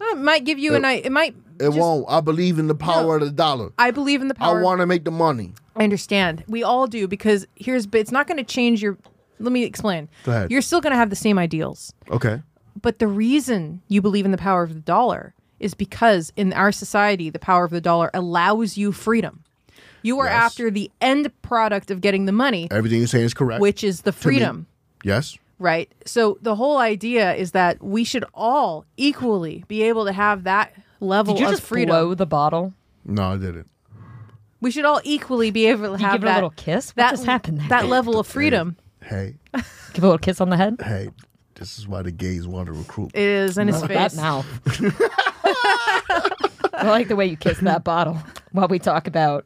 Speaker 3: It might give you an I it might
Speaker 5: It
Speaker 3: just-
Speaker 5: won't. I believe in the power of the dollar.
Speaker 3: I believe in the
Speaker 5: I
Speaker 3: power.
Speaker 5: want to make the money.
Speaker 3: I understand. We all do because here's but it's not gonna change your let me explain.
Speaker 5: Go ahead.
Speaker 3: You're still gonna have the same ideals.
Speaker 5: Okay.
Speaker 3: But the reason you believe in the power of the dollar is because in our society the power of the dollar allows you freedom. You are
Speaker 5: Yes.
Speaker 3: after the end product of getting the money,
Speaker 5: Everything you're saying is correct.
Speaker 3: which is the
Speaker 5: me.
Speaker 3: freedom.
Speaker 5: yes.
Speaker 3: Right. So the whole idea is that we should all equally be able to have that level
Speaker 4: Did you
Speaker 3: of
Speaker 4: just
Speaker 3: freedom.
Speaker 4: blow the bottle?
Speaker 5: No, I didn't.
Speaker 3: We should all equally be able to
Speaker 4: you
Speaker 3: have
Speaker 4: give it a
Speaker 3: that
Speaker 4: little kiss? What
Speaker 3: that,
Speaker 4: just happened there?
Speaker 3: That level of freedom
Speaker 5: Hey,
Speaker 4: Give a little kiss on the head.
Speaker 5: hey. This is why the gays want to recruit.
Speaker 3: is in his
Speaker 4: With
Speaker 3: face.
Speaker 4: that mouth. I like the way you kiss that bottle while we talk about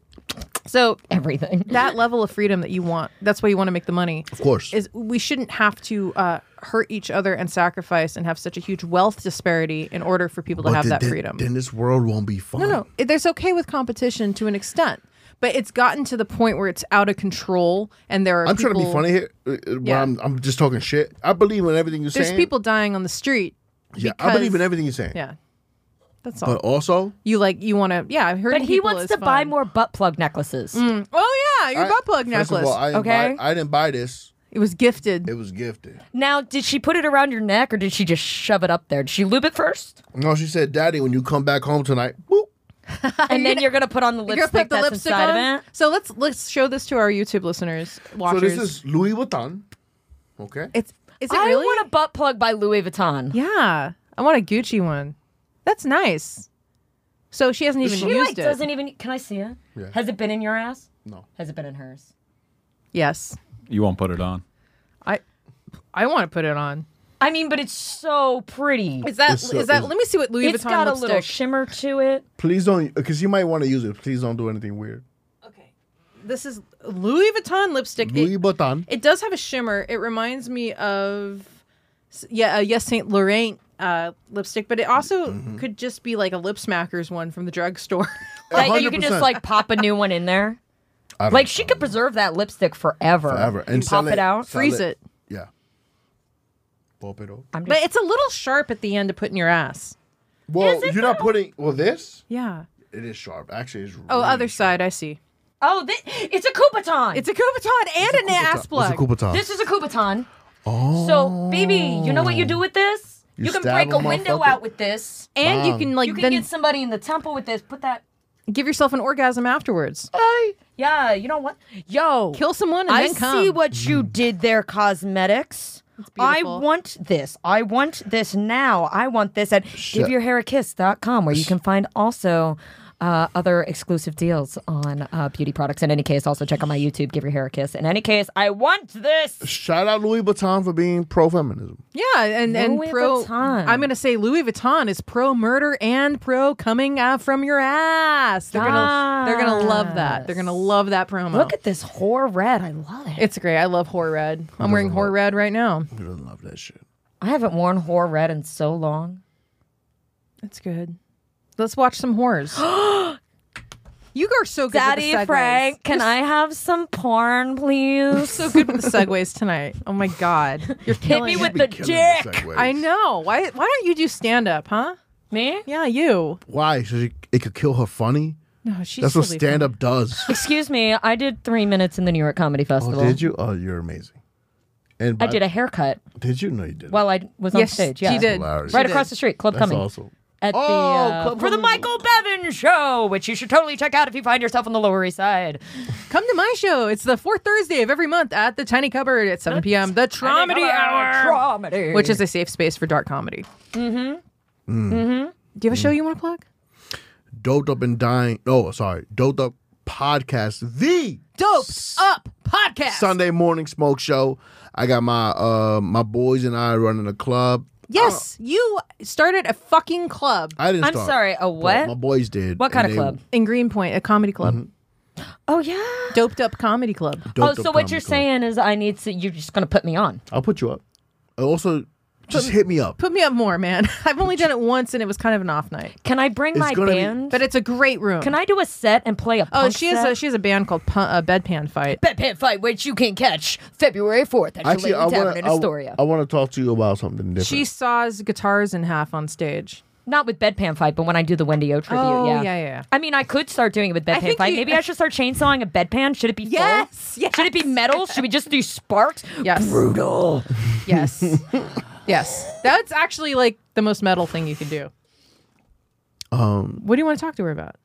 Speaker 3: So
Speaker 4: everything.
Speaker 3: that level of freedom that you want, that's why you want to make the money.
Speaker 5: Of course.
Speaker 3: Is we shouldn't have to uh, hurt each other and sacrifice and have such a huge wealth disparity in order for people to
Speaker 5: But
Speaker 3: have
Speaker 5: then-
Speaker 3: that
Speaker 5: then-
Speaker 3: freedom.
Speaker 5: Then this world won't be fun.
Speaker 3: No, no. It- There's okay with competition to an extent, but it's gotten to the point where it's out of control, and there are.
Speaker 5: I'm trying to be
Speaker 3: people-
Speaker 5: funny here, uh, uh, but
Speaker 3: Yeah.
Speaker 5: I'm, I'm just talking shit. I believe in everything you're
Speaker 3: There's
Speaker 5: saying.
Speaker 3: people dying on the street.
Speaker 5: Yeah, I
Speaker 3: because-
Speaker 5: believe in everything you're saying.
Speaker 3: Yeah, that's all.
Speaker 5: But also,
Speaker 3: you like you want to? Yeah, hurting
Speaker 4: But he
Speaker 3: people
Speaker 4: wants
Speaker 3: is
Speaker 4: to buy
Speaker 3: fun.
Speaker 4: more butt plug necklaces.
Speaker 3: Oh yeah, your
Speaker 5: I-
Speaker 3: butt plug
Speaker 5: first of
Speaker 3: necklace.
Speaker 5: all, I didn't buy-
Speaker 4: okay?
Speaker 5: I didn't buy this.
Speaker 3: it was gifted.
Speaker 5: It was gifted.
Speaker 4: Now, did she put it around your neck or did she just shove it up there? Did she lube it first?
Speaker 5: No, she said, "Daddy, when you come back home tonight, boop."
Speaker 4: And then you're going to put on the
Speaker 3: You're gonna
Speaker 4: lipstick
Speaker 3: put the
Speaker 4: that's
Speaker 3: lipstick
Speaker 4: inside
Speaker 3: on.
Speaker 4: of it?
Speaker 3: So let's let's show this to our YouTube listeners,
Speaker 5: So
Speaker 3: watchers.
Speaker 5: this is Louis Vuitton. Okay.
Speaker 3: it's is it
Speaker 4: I
Speaker 3: really?
Speaker 4: want a butt plug by Louis Vuitton.
Speaker 3: yeah, I want a Gucci one. That's nice. So she hasn't even
Speaker 4: She
Speaker 3: used
Speaker 4: like
Speaker 3: it.
Speaker 4: doesn't even. Can I see it?
Speaker 5: Yeah.
Speaker 4: Has it been in your ass?
Speaker 5: No.
Speaker 4: Has it been in hers?
Speaker 3: Yes,
Speaker 6: You won't put it on.
Speaker 3: I I want to put it on.
Speaker 4: I mean, but it's so pretty.
Speaker 3: Is that
Speaker 5: It's so-
Speaker 3: is that?
Speaker 5: it's-
Speaker 3: Let me see what Louis
Speaker 4: it's
Speaker 3: Vuitton
Speaker 4: got a
Speaker 3: lipstick.
Speaker 4: little shimmer to it.
Speaker 5: Please don't, because you might want to use it. Please don't do anything weird.
Speaker 3: okay, this is Louis Vuitton lipstick. It-
Speaker 5: Louis Vuitton.
Speaker 3: It does have a shimmer. It reminds me of s- yeah, uh, yes Saint Laurent uh, lipstick, but it also could just be like a lip smackers one from the drugstore.
Speaker 4: That you can
Speaker 5: 100%.
Speaker 4: just like pop a new one in there.
Speaker 5: I don't
Speaker 4: Like
Speaker 5: know.
Speaker 4: she could preserve that lipstick forever.
Speaker 5: Forever.
Speaker 4: You
Speaker 5: And
Speaker 4: pop
Speaker 5: sell
Speaker 4: it
Speaker 5: it.
Speaker 4: out.
Speaker 5: Sell
Speaker 3: Freeze
Speaker 5: it.
Speaker 3: it.
Speaker 5: Yeah. Pop it off.
Speaker 4: I'm
Speaker 3: But
Speaker 4: just,
Speaker 3: it's a little sharp at the end to put in your ass.
Speaker 5: Well, you're not putting. Well, this
Speaker 3: Yeah.
Speaker 5: it is sharp. Actually, it's.
Speaker 3: Oh, other side. I see.
Speaker 4: oh, thi- it's a Coubaton.
Speaker 3: It's a Coubaton and an ass plug.
Speaker 4: this is a Coubaton. Oh. So, baby, you know what you do with this?
Speaker 5: Oh. You
Speaker 4: You, can
Speaker 5: stab
Speaker 4: break
Speaker 5: a
Speaker 4: a window
Speaker 5: motherfucker.
Speaker 4: out with this.
Speaker 3: and you can like
Speaker 4: You can
Speaker 3: then
Speaker 4: get somebody in the temple with this. Put that.
Speaker 3: give yourself an orgasm afterwards.
Speaker 4: Yeah, you know what? Yo,
Speaker 3: Kill someone and
Speaker 4: I
Speaker 3: then come.
Speaker 4: see what you
Speaker 5: Mm.
Speaker 4: did there, cosmetics. I
Speaker 3: beautiful.
Speaker 4: want this. I want this now. I want this at giveyourhairakiss.com, where you can find also uh, other exclusive deals on uh, beauty products. In any case, also check out my YouTube, Give Your Hair a Kiss. In any case, I want this.
Speaker 5: Shout out Louis Vuitton for being pro feminism.
Speaker 3: Yeah, and and
Speaker 4: Louis
Speaker 3: pro.
Speaker 4: Vuitton.
Speaker 3: I'm gonna say Louis Vuitton is pro murder and pro coming out from your ass. They're gonna they're gonna love that. They're gonna love that promo.
Speaker 4: Look at this whore red. I love it.
Speaker 3: it's great. I love whore red. I'm wearing whore red right now.
Speaker 5: Who doesn't love that shit?
Speaker 4: I haven't worn whore red in so long.
Speaker 3: It's good. Let's watch some whores. you are so good
Speaker 4: Daddy
Speaker 3: with the segues.
Speaker 4: Frank, can I have some porn, please?
Speaker 3: So good with the segues tonight. Oh my god, you're
Speaker 4: Hit
Speaker 3: killing
Speaker 4: me
Speaker 3: it.
Speaker 4: with
Speaker 5: Be
Speaker 4: the
Speaker 5: killing
Speaker 4: dick.
Speaker 5: segues.
Speaker 3: I know. Why? Why don't you do stand up, huh?
Speaker 4: Me?
Speaker 3: Yeah, you.
Speaker 5: Why? So she, it could kill her funny?
Speaker 3: No, she's
Speaker 5: That's what
Speaker 3: silly.
Speaker 5: stand up does.
Speaker 4: Excuse me, I did three minutes in the New York Comedy Festival.
Speaker 5: Oh, did you? Oh, you're amazing. And
Speaker 4: I
Speaker 5: by-
Speaker 4: did a haircut
Speaker 5: Did you? No, you didn't.
Speaker 4: while I was on
Speaker 3: Yes,
Speaker 4: stage. Yeah,
Speaker 3: she did.
Speaker 5: hilarious.
Speaker 3: She
Speaker 4: Right
Speaker 3: did.
Speaker 4: across the street, Club
Speaker 5: that's
Speaker 4: Coming.
Speaker 5: awesome.
Speaker 4: At the,
Speaker 5: Oh,
Speaker 4: uh,
Speaker 5: Club
Speaker 4: for the
Speaker 5: Coming.
Speaker 4: Michael Bevan show, which you should totally check out if you find yourself on the Lower East Side.
Speaker 3: Come to my show. It's the fourth Thursday of every month at the Tiny Cupboard at 7 p.m. The Tromedy Hour,
Speaker 4: Comedy.
Speaker 3: which is a safe space for dark comedy. Mm-hmm. Mm-hmm. Do you have a show you want to plug?
Speaker 5: Doped up and dying. Oh, sorry. Doped up podcast. The
Speaker 3: Dope Up Podcast.
Speaker 5: Sunday morning smoke show. I got my uh my boys and I running a club.
Speaker 3: Yes, you started a fucking club
Speaker 5: I didn't.
Speaker 4: I'm
Speaker 5: start,
Speaker 4: sorry, a
Speaker 5: but
Speaker 4: what?
Speaker 5: My boys did.
Speaker 4: What kind
Speaker 5: and
Speaker 4: of
Speaker 5: they
Speaker 4: club?
Speaker 3: in Greenpoint, a comedy club,
Speaker 4: Oh, yeah.
Speaker 3: doped up comedy club.
Speaker 5: doped
Speaker 4: oh,
Speaker 5: up
Speaker 4: so what
Speaker 5: comedy
Speaker 4: you're
Speaker 5: club.
Speaker 4: saying is I need to, you're just going to put me on.
Speaker 5: I'll put you up. And Also, just hit me up.
Speaker 3: Put me up more, man. I've only done it once, and it was kind of an off night.
Speaker 4: Can I bring
Speaker 5: It's
Speaker 4: my
Speaker 5: gonna be-
Speaker 4: band?
Speaker 3: But it's a great room.
Speaker 4: Can I do a set and play a
Speaker 3: Oh,
Speaker 4: punk
Speaker 3: she has
Speaker 4: set?
Speaker 3: a she has a band called Pu- uh, Bedpan Fight.
Speaker 4: Bedpan Fight, which you can catch February 4th at
Speaker 5: Actually, I
Speaker 4: Chilean Tavern
Speaker 5: want
Speaker 4: in
Speaker 5: to.
Speaker 4: Astoria.
Speaker 5: I want to talk to you about something different.
Speaker 3: She saws guitars in half on stage.
Speaker 4: Not with Bedpan Fight, but when I do the Wendy O tribute,
Speaker 3: Oh,
Speaker 4: yeah.
Speaker 3: yeah, yeah.
Speaker 4: I mean, I could start doing it with Bedpan
Speaker 3: think
Speaker 4: Fight.
Speaker 3: you-
Speaker 4: Maybe I should start chainsawing a bedpan. Should it be full?
Speaker 3: Yes, yes.
Speaker 4: Should it be metal? Should we just do sparks?
Speaker 3: Yes. Brutal. Yes. yes. That's actually like the most metal thing you could do. Um What do you want to talk to her about?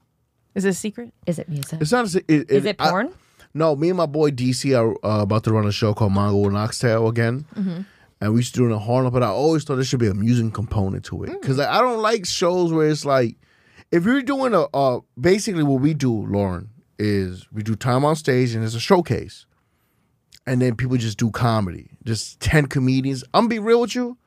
Speaker 3: Is it a secret?
Speaker 4: Is it music?
Speaker 5: It's not. A, se- it,
Speaker 4: Is it
Speaker 5: I-
Speaker 4: porn?
Speaker 5: no, me and my boy DC are uh, about to run a show called Mongo and Oxtail again. And we used to do it in Harlem, but I always thought there should be a music component to it because I don't like shows where it's like, if you're doing a, uh, basically what we do, Lauren, is we do time on stage and it's a showcase, and then people just do comedy, just ten comedians. I'm gonna be real with you,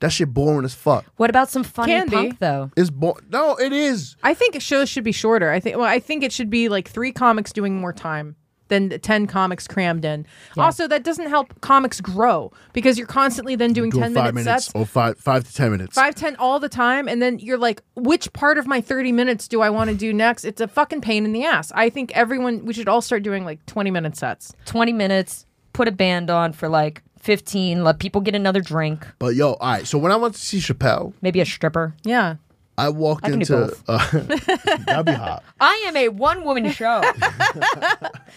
Speaker 5: that shit boring as fuck.
Speaker 4: What about some funny
Speaker 3: Can be.
Speaker 4: punk though?
Speaker 5: It's boring. No, it is.
Speaker 3: I think shows should be shorter. I think well, I think it should be like 3 comics doing more time than the 10 comics crammed in. Also, that doesn't help comics grow because you're constantly then doing
Speaker 5: Doing
Speaker 3: 10 minute
Speaker 5: five minutes
Speaker 3: sets.
Speaker 5: or five five to ten minutes.
Speaker 3: Five ten all the time, and then you're like, which part of my thirty minutes do I want to do next? It's a fucking pain in the ass. I think everyone we should all start doing like twenty minute sets.
Speaker 4: 20 minutes, put a band on for like 15, let people get another drink,
Speaker 5: But yo, all right. So when I went to see Chappelle.
Speaker 4: maybe a stripper.
Speaker 3: Yeah,
Speaker 5: I walked
Speaker 4: I can do
Speaker 5: into
Speaker 4: both.
Speaker 5: uh, that'd be hot.
Speaker 4: I am a one woman show.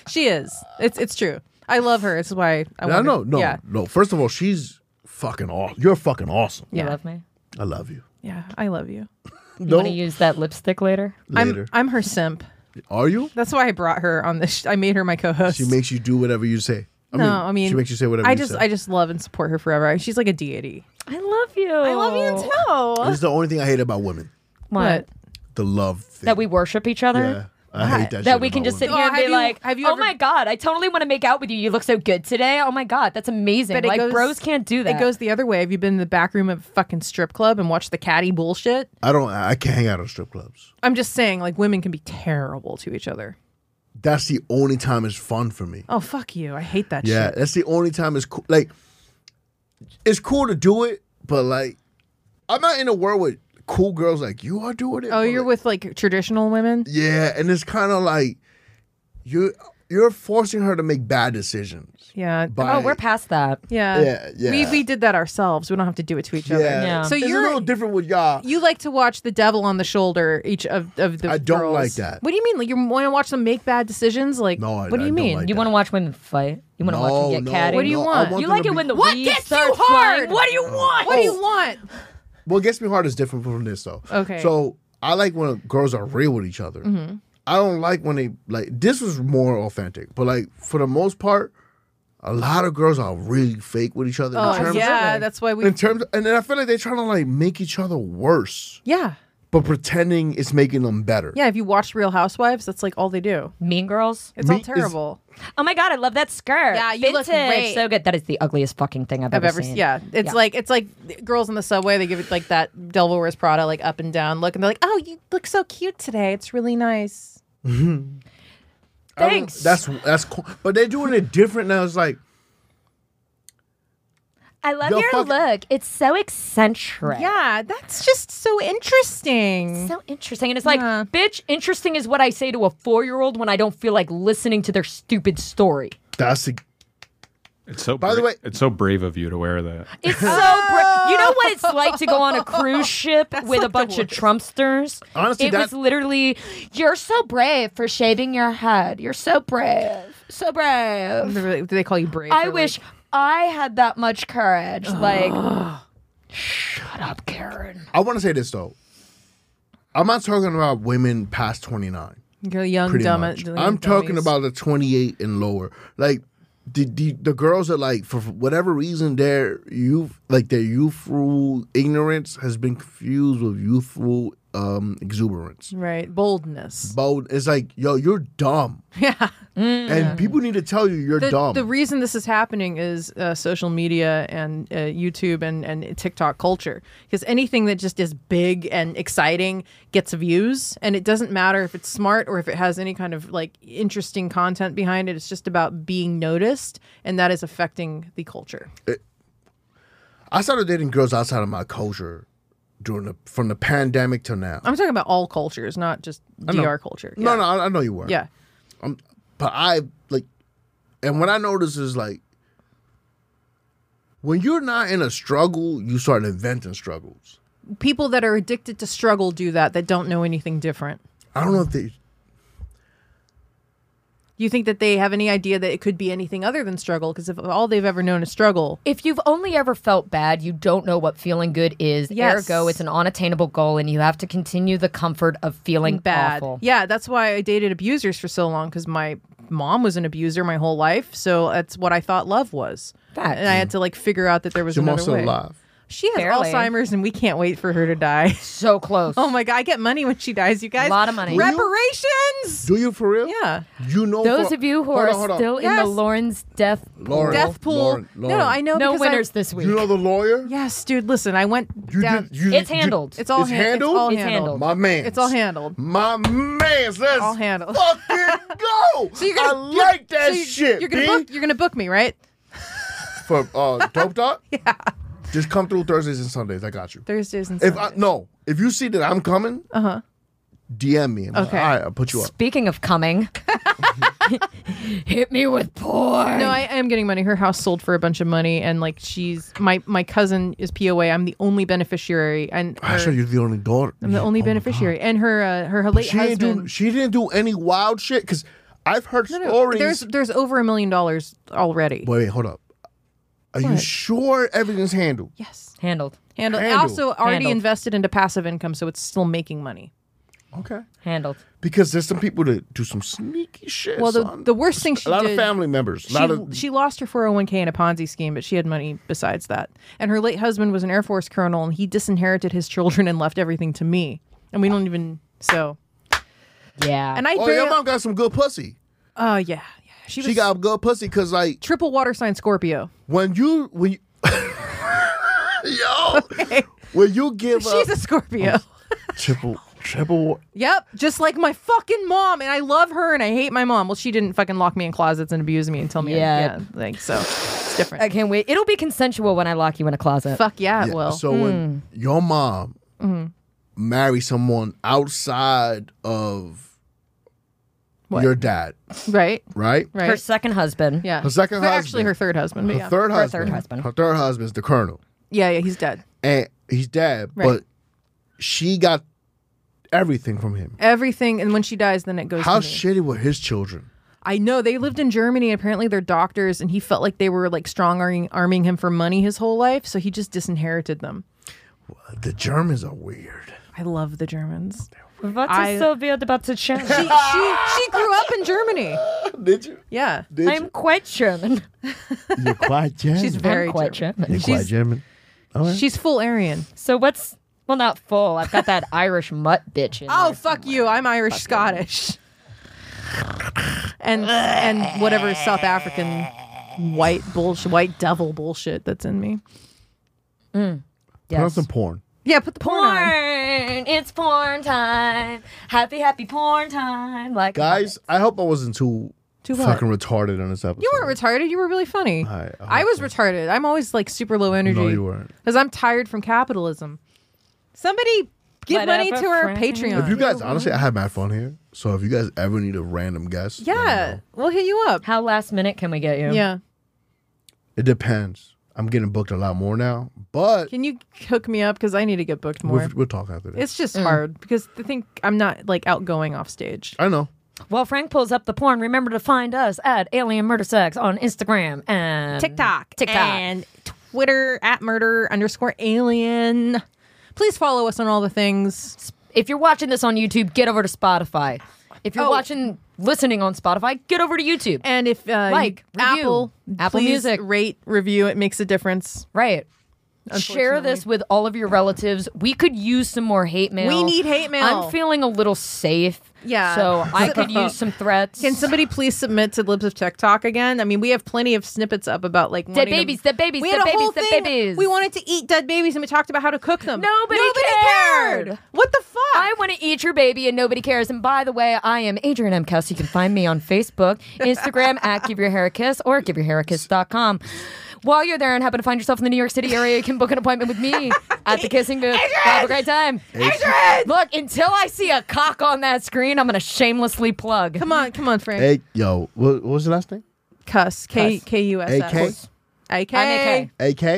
Speaker 3: she is. It's it's true. I love her. It's why I.
Speaker 5: No,
Speaker 3: wanted-
Speaker 5: no, no,
Speaker 3: Yeah,
Speaker 5: no. First of all, she's fucking awesome. You're fucking awesome.
Speaker 4: You
Speaker 3: Yeah.
Speaker 4: love me?
Speaker 5: I love you.
Speaker 3: yeah. I love you.
Speaker 4: You want
Speaker 5: No,
Speaker 4: to use that lipstick later?
Speaker 5: later.
Speaker 3: I'm I'm her simp.
Speaker 5: Are you?
Speaker 3: That's why I brought her on this. Sh- I made her my co-host.
Speaker 5: She makes you do whatever you say. I
Speaker 3: no, I mean
Speaker 5: she makes you say whatever.
Speaker 3: I
Speaker 5: you
Speaker 3: just
Speaker 5: say.
Speaker 3: I just love and support her forever. I- She's like a deity.
Speaker 4: I love you.
Speaker 3: I love you too.
Speaker 5: This is the only thing I hate about women:
Speaker 3: But
Speaker 4: What?
Speaker 5: the love thing.
Speaker 4: That we worship each other?
Speaker 5: Yeah, I hate that.
Speaker 4: that
Speaker 5: shit
Speaker 4: we can
Speaker 5: about
Speaker 4: just sit
Speaker 5: women.
Speaker 3: Oh,
Speaker 4: here and
Speaker 3: have
Speaker 4: be
Speaker 3: you-
Speaker 4: like,
Speaker 3: have you
Speaker 4: "Oh
Speaker 3: ever-
Speaker 4: my god, I totally want to make out with you. You look so good today. Oh my god, that's amazing."
Speaker 3: But it
Speaker 4: like
Speaker 3: goes-
Speaker 4: bros can't do that.
Speaker 3: it goes the other way. Have you been in the back room of a fucking strip club and watched the catty bullshit?
Speaker 5: I don't. I can't hang out at strip clubs.
Speaker 3: I'm just saying, like women can be terrible to each other.
Speaker 5: That's the only time it's fun for me.
Speaker 3: Oh fuck you! I hate that
Speaker 5: Yeah,
Speaker 3: shit.
Speaker 5: that's the only time it's cool. Like, it's cool to do it, but like, I'm not in a world with cool girls like you are doing it.
Speaker 3: Oh,
Speaker 5: but,
Speaker 3: you're
Speaker 5: like,
Speaker 3: with like traditional women.
Speaker 5: Yeah, and it's kind of like you're you're forcing her to make bad decisions.
Speaker 3: Yeah.
Speaker 5: By,
Speaker 4: oh, we're past that.
Speaker 3: Yeah.
Speaker 5: Yeah, yeah.
Speaker 3: We we did that ourselves. We don't have to do it to each
Speaker 5: yeah.
Speaker 3: other.
Speaker 4: Yeah.
Speaker 3: So
Speaker 5: it's
Speaker 3: you're-
Speaker 5: a little different with y'all.
Speaker 3: You like to watch the devil on the shoulder each of, of the
Speaker 5: I don't
Speaker 3: girls.
Speaker 5: like that.
Speaker 3: What do you mean? Like you want to watch them make bad decisions? Like
Speaker 5: No, I-
Speaker 3: what do you
Speaker 5: I don't
Speaker 3: mean?
Speaker 5: like
Speaker 4: You
Speaker 5: that.
Speaker 4: want to watch women fight? You want to watch
Speaker 5: No,
Speaker 4: them get
Speaker 5: no,
Speaker 4: catty?
Speaker 3: What do you
Speaker 5: no, I
Speaker 3: want?
Speaker 4: you
Speaker 5: them
Speaker 4: like
Speaker 5: to
Speaker 4: it
Speaker 5: be-
Speaker 4: when the
Speaker 3: What
Speaker 4: weed
Speaker 3: gets you
Speaker 4: starts
Speaker 3: hard?
Speaker 4: flying? What do you want?
Speaker 3: what do
Speaker 5: Oh.
Speaker 3: you want?
Speaker 5: what gets me hard is different from this though.
Speaker 3: Okay.
Speaker 5: So I like when girls are real with each other. I don't like when they like this was more authentic, but like for the most part, a lot of girls are really fake with each other.
Speaker 3: Oh
Speaker 5: in terms
Speaker 3: yeah, that's why
Speaker 5: Of,
Speaker 3: we.
Speaker 5: in terms, and then I feel like they're trying to like make each other worse,
Speaker 3: Yeah,
Speaker 5: but pretending it's making them better.
Speaker 3: yeah. If you watch Real Housewives, that's like all they do.
Speaker 4: Mean Girls.
Speaker 3: It's
Speaker 5: Me
Speaker 3: all
Speaker 5: is-
Speaker 3: terrible.
Speaker 4: Oh my god, I love that skirt.
Speaker 3: Yeah, you look
Speaker 4: Vintage,
Speaker 3: great.
Speaker 4: So good. That is the ugliest fucking thing I've,
Speaker 3: I've ever
Speaker 4: seen.
Speaker 3: seen. Yeah, it's
Speaker 4: Yeah.
Speaker 3: like it's like girls in the subway. They give it like that Devil Wears Prada like up and down look, and they're like, "Oh, you look so cute today. It's really nice."
Speaker 5: I don't-
Speaker 4: Thanks.
Speaker 5: That's that's cool. But they're doing it different now. It's like
Speaker 4: I love
Speaker 5: The
Speaker 4: your
Speaker 5: fuck-
Speaker 4: look. It's so eccentric.
Speaker 3: Yeah, that's just so interesting.
Speaker 4: So interesting. And it's like,
Speaker 3: Yeah.
Speaker 4: bitch, interesting is what I say to a four year old when I don't feel like listening to their stupid story.
Speaker 5: That's the
Speaker 6: It's so.
Speaker 5: By the
Speaker 6: bra-
Speaker 5: way-
Speaker 6: it's so brave of you to wear that.
Speaker 4: It's so, bra- you know what it's like to go on a cruise ship with
Speaker 3: like
Speaker 4: a
Speaker 3: the
Speaker 4: bunch of Trumpsters?
Speaker 5: Honestly,
Speaker 4: it
Speaker 5: that-
Speaker 4: was literally, you're so brave for shaving your head. You're so brave. So brave.
Speaker 3: They're really- Do they call you brave?
Speaker 4: I
Speaker 3: They're
Speaker 4: wish I had that much courage. like, shut up, Karen.
Speaker 5: I want to say this though. I'm not talking about women past 29.
Speaker 3: like, you're young,
Speaker 5: Pretty
Speaker 3: dumb.
Speaker 5: much.
Speaker 3: young
Speaker 5: I'm talking
Speaker 3: dummies.
Speaker 5: about the 28 and lower. Like the, the the girls are like for whatever reason their youth like their youthful ignorance has been confused with youthful um exuberance.
Speaker 3: right boldness.
Speaker 5: Bold. It's like yo, you're dumb. Yeah. And people need to tell you you're
Speaker 3: Mm. the,
Speaker 5: dumb.
Speaker 3: the reason this is happening is uh, social media and uh, YouTube and, and TikTok culture. Because anything that just is big and exciting gets views, and it doesn't matter if it's smart or if it has any kind of like interesting content behind it. It's just about being noticed, and that is affecting the culture.
Speaker 5: I started dating girls outside of my culture during the from the pandemic till now.
Speaker 3: I'm talking about all cultures, not just DR culture.
Speaker 5: no,
Speaker 3: yeah.
Speaker 5: no, I, I know you were.
Speaker 3: Yeah.
Speaker 5: But I like, and what I notice is like, when you're not in a struggle, you start inventing struggles.
Speaker 3: people that are addicted to struggle do that that don't know anything different
Speaker 5: I don't know if they.
Speaker 3: you think that they have any idea that it could be anything other than struggle because if all they've ever known is struggle
Speaker 4: If you've only ever felt bad, you don't know what feeling good is.
Speaker 3: Yes.
Speaker 4: Ergo, it's an unattainable goal, and you have to continue the comfort of feeling
Speaker 3: bad
Speaker 4: awful.
Speaker 3: yeah that's why i dated abusers for so long because my mom was an abuser my whole life so that's what i thought love was
Speaker 4: Facts.
Speaker 3: and i had to like figure out that there was
Speaker 5: Your mom's
Speaker 3: another
Speaker 5: still
Speaker 3: way
Speaker 5: alive.
Speaker 3: she has
Speaker 4: Barely.
Speaker 3: alzheimer's and we can't wait for her to die
Speaker 4: So close.
Speaker 3: oh my god i get money when she dies you guys
Speaker 4: Lot of money. Will you?
Speaker 3: reparations
Speaker 5: Do you for real?
Speaker 3: yeah
Speaker 5: You know,
Speaker 4: Those
Speaker 5: for-
Speaker 4: of you who
Speaker 5: Hold
Speaker 4: are
Speaker 5: on, hold on.
Speaker 4: still in
Speaker 3: Yes.
Speaker 4: the Lauren's death
Speaker 5: Lauren,
Speaker 3: death pool
Speaker 5: Lauren,
Speaker 3: no
Speaker 5: Lauren.
Speaker 3: no i know
Speaker 4: no
Speaker 3: because I-
Speaker 4: winners this week.
Speaker 5: You know the lawyer.
Speaker 3: yes dude listen i went
Speaker 5: You,
Speaker 3: down
Speaker 5: did- you-
Speaker 4: It's
Speaker 5: you-
Speaker 4: handled.
Speaker 3: It's all
Speaker 5: It's
Speaker 3: han-
Speaker 5: handled?
Speaker 3: It's all
Speaker 4: It's
Speaker 3: handled.
Speaker 4: handled.
Speaker 5: my man.
Speaker 3: It's all handled.
Speaker 5: My man. Let's
Speaker 3: All handled.
Speaker 5: fucking go.
Speaker 3: So you're gonna
Speaker 5: I
Speaker 3: you're-
Speaker 5: like that
Speaker 3: so you're,
Speaker 5: shit.
Speaker 3: You're gonna
Speaker 5: B.
Speaker 3: book. You're gonna book me, right?
Speaker 5: for uh, dope dot. yeah. Just come through Thursdays and Sundays. I got you.
Speaker 3: Thursdays and
Speaker 5: If
Speaker 3: Sundays.
Speaker 5: I no, if you see that I'm coming, uh huh, DM me. I'm like,
Speaker 3: Okay.
Speaker 5: All right, I'll put you up.
Speaker 4: Speaking of coming, hit me with porn.
Speaker 3: no, I am getting money. Her house sold for a bunch of money, and like she's my my cousin is POA. I'm the only beneficiary, and her-
Speaker 5: I Oh sure you're the only daughter.
Speaker 3: I'm the only beneficiary. And her uh, her, late
Speaker 5: She didn't
Speaker 3: husband.
Speaker 5: do. She didn't do any wild shit because I've heard
Speaker 3: No, no,
Speaker 5: stories.
Speaker 3: there's there's over a million dollars already.
Speaker 5: wait, wait, hold up. Are you
Speaker 3: What?
Speaker 5: sure everything's handled?
Speaker 3: Yes,
Speaker 4: handled,
Speaker 3: handle.
Speaker 5: Handled.
Speaker 3: Also already
Speaker 4: Handled.
Speaker 3: invested into passive income, so it's still making money.
Speaker 5: Okay.
Speaker 4: handled.
Speaker 5: Because there's some people that do some sneaky shit.
Speaker 3: Well, the,
Speaker 5: son.
Speaker 3: the worst thing she
Speaker 5: a lot
Speaker 3: did,
Speaker 5: of family members. A
Speaker 3: She,
Speaker 5: lot of
Speaker 3: she lost her 401k in a Ponzi scheme, but she had money besides that. And her late husband was an Air Force colonel, and he disinherited his children and left everything to me. And we don't even so.
Speaker 4: Yeah,
Speaker 3: And I
Speaker 5: oh, your mom got some good pussy.
Speaker 3: Oh yeah, yeah. She was
Speaker 5: She got good pussy because like
Speaker 3: triple water sign Scorpio.
Speaker 5: when you when you, yo when you give up
Speaker 3: She's a Scorpio.
Speaker 5: triple triple
Speaker 3: Yep, just like my fucking mom, and I love her, and I hate my mom. Well, she didn't fucking lock me in closets and abuse me and tell me,
Speaker 4: Yeah.
Speaker 3: yeah, like so, it's different.
Speaker 4: I can't wait. It'll be consensual when I lock you in a closet.
Speaker 3: Fuck yeah, it
Speaker 5: Yeah,
Speaker 3: will.
Speaker 5: so when
Speaker 3: hmm.
Speaker 5: your mom
Speaker 3: Mm-hmm.
Speaker 5: marries someone outside of
Speaker 3: What?
Speaker 5: your dad,
Speaker 3: right,
Speaker 5: right?
Speaker 3: right,
Speaker 4: Her second husband.
Speaker 3: yeah.
Speaker 5: Her second husband,
Speaker 3: actually her third husband, but
Speaker 5: her
Speaker 3: yeah,
Speaker 5: third
Speaker 4: Her third
Speaker 5: husband,
Speaker 4: husband.
Speaker 5: her third husband's the colonel,
Speaker 3: yeah, yeah, he's dead.
Speaker 5: and he's dad,
Speaker 3: Right.
Speaker 5: but she got everything from him.
Speaker 3: Everything, and when she dies, then it goes.
Speaker 5: How
Speaker 3: to me.
Speaker 5: shitty were his children?
Speaker 3: I know they lived in Germany. Apparently, they're doctors, and he felt like they were like strong arming, arming him for money his whole life. So he just disinherited them.
Speaker 5: The Germans are weird.
Speaker 3: I love the Germans.
Speaker 4: What
Speaker 3: I-
Speaker 4: is so weird about the
Speaker 3: She,
Speaker 4: German?
Speaker 3: she, she grew up in Germany.
Speaker 5: Did you?
Speaker 3: Yeah,
Speaker 5: Did
Speaker 4: I'm quite German.
Speaker 5: you? You're quite German.
Speaker 3: she's very
Speaker 4: I'm quite
Speaker 3: German.
Speaker 4: German.
Speaker 5: You're quite
Speaker 3: she's-
Speaker 5: German.
Speaker 3: She's full Aryan.
Speaker 4: So what's well not full. I've got that Irish mutt bitch in.
Speaker 3: Oh
Speaker 4: there.
Speaker 3: fuck you! I'm Irish Scottish, and and whatever South African white bullshit, white devil bullshit that's in me.
Speaker 5: Put on
Speaker 4: Yes.
Speaker 5: some porn.
Speaker 3: Yeah, put the porn.
Speaker 4: Porn.
Speaker 3: on.
Speaker 4: It's porn time. Happy, happy porn time. Like
Speaker 5: Guys, I hope I wasn't too
Speaker 3: To what?
Speaker 5: Fucking retarded on this episode.
Speaker 3: You weren't retarded. You were really funny.
Speaker 5: I-
Speaker 3: I,
Speaker 5: I
Speaker 3: was retarded. I'm always like super low energy.
Speaker 5: you weren't.
Speaker 3: Because I'm tired from capitalism. Somebody give
Speaker 4: But
Speaker 3: money
Speaker 4: have
Speaker 3: to
Speaker 4: a
Speaker 3: our
Speaker 4: friend.
Speaker 3: Patreon.
Speaker 5: If you guys, honestly, I have my phone here. So if you guys ever need a random guest, let me
Speaker 3: yeah,
Speaker 5: know.
Speaker 3: we'll hit you up.
Speaker 4: How last minute can we get you?
Speaker 3: Yeah.
Speaker 5: it depends. I'm getting booked a lot more now, but
Speaker 3: Can you hook me up? Because I need to get booked more.
Speaker 5: we'll, we'll talk after this.
Speaker 3: It's just hard because I think I'm not like outgoing off stage.
Speaker 5: I know.
Speaker 4: While Frank pulls up the porn, remember to find us at Alien Murder Sex on Instagram and
Speaker 3: TikTok,
Speaker 4: TikTok.
Speaker 3: and Twitter at murder underscore alien. Please follow us on all the things.
Speaker 4: If you're watching this on YouTube, get over to Spotify. If you're
Speaker 3: Oh.
Speaker 4: watching, listening on Spotify, get over to YouTube.
Speaker 3: And if uh,
Speaker 4: Like, review.
Speaker 3: Apple,
Speaker 4: Apple
Speaker 3: please
Speaker 4: Music.
Speaker 3: rate, review, it makes a difference.
Speaker 4: Right. Share this with all of your relatives. We could use some more hate mail.
Speaker 3: We need hate mail.
Speaker 4: I'm feeling a little safe.
Speaker 3: Yeah.
Speaker 4: So I could use some threats.
Speaker 3: Can somebody please submit to Libs of TikTok again? I mean, we have plenty of snippets up about like wanting to-
Speaker 4: babies, dead babies,
Speaker 3: We
Speaker 4: dead
Speaker 3: had a whole
Speaker 4: babies,
Speaker 3: thing.
Speaker 4: dead babies.
Speaker 3: We wanted to eat dead babies, and we talked about how to cook them.
Speaker 4: Nobody
Speaker 3: cared.
Speaker 4: cared.
Speaker 3: What the fuck?
Speaker 4: I want to eat your baby and nobody cares. And by the way, I am Adrian M. Kess. You can find me on Facebook, Instagram at Give Your Hair a Kiss or GiveYourHairAKiss.com. While you're there and happen to find yourself in the New York City area, you can book an appointment with me at the Kissing Booth. Have a great time. Adrian! Look, until I see a cock on that screen, I'm going to shamelessly plug.
Speaker 3: come on, come on, Frank.
Speaker 5: Hey, yo, what, what was the last name?
Speaker 3: Cuss. K
Speaker 4: Cuss.
Speaker 3: K U S
Speaker 5: AK?
Speaker 3: S. AK.
Speaker 4: I'm okay.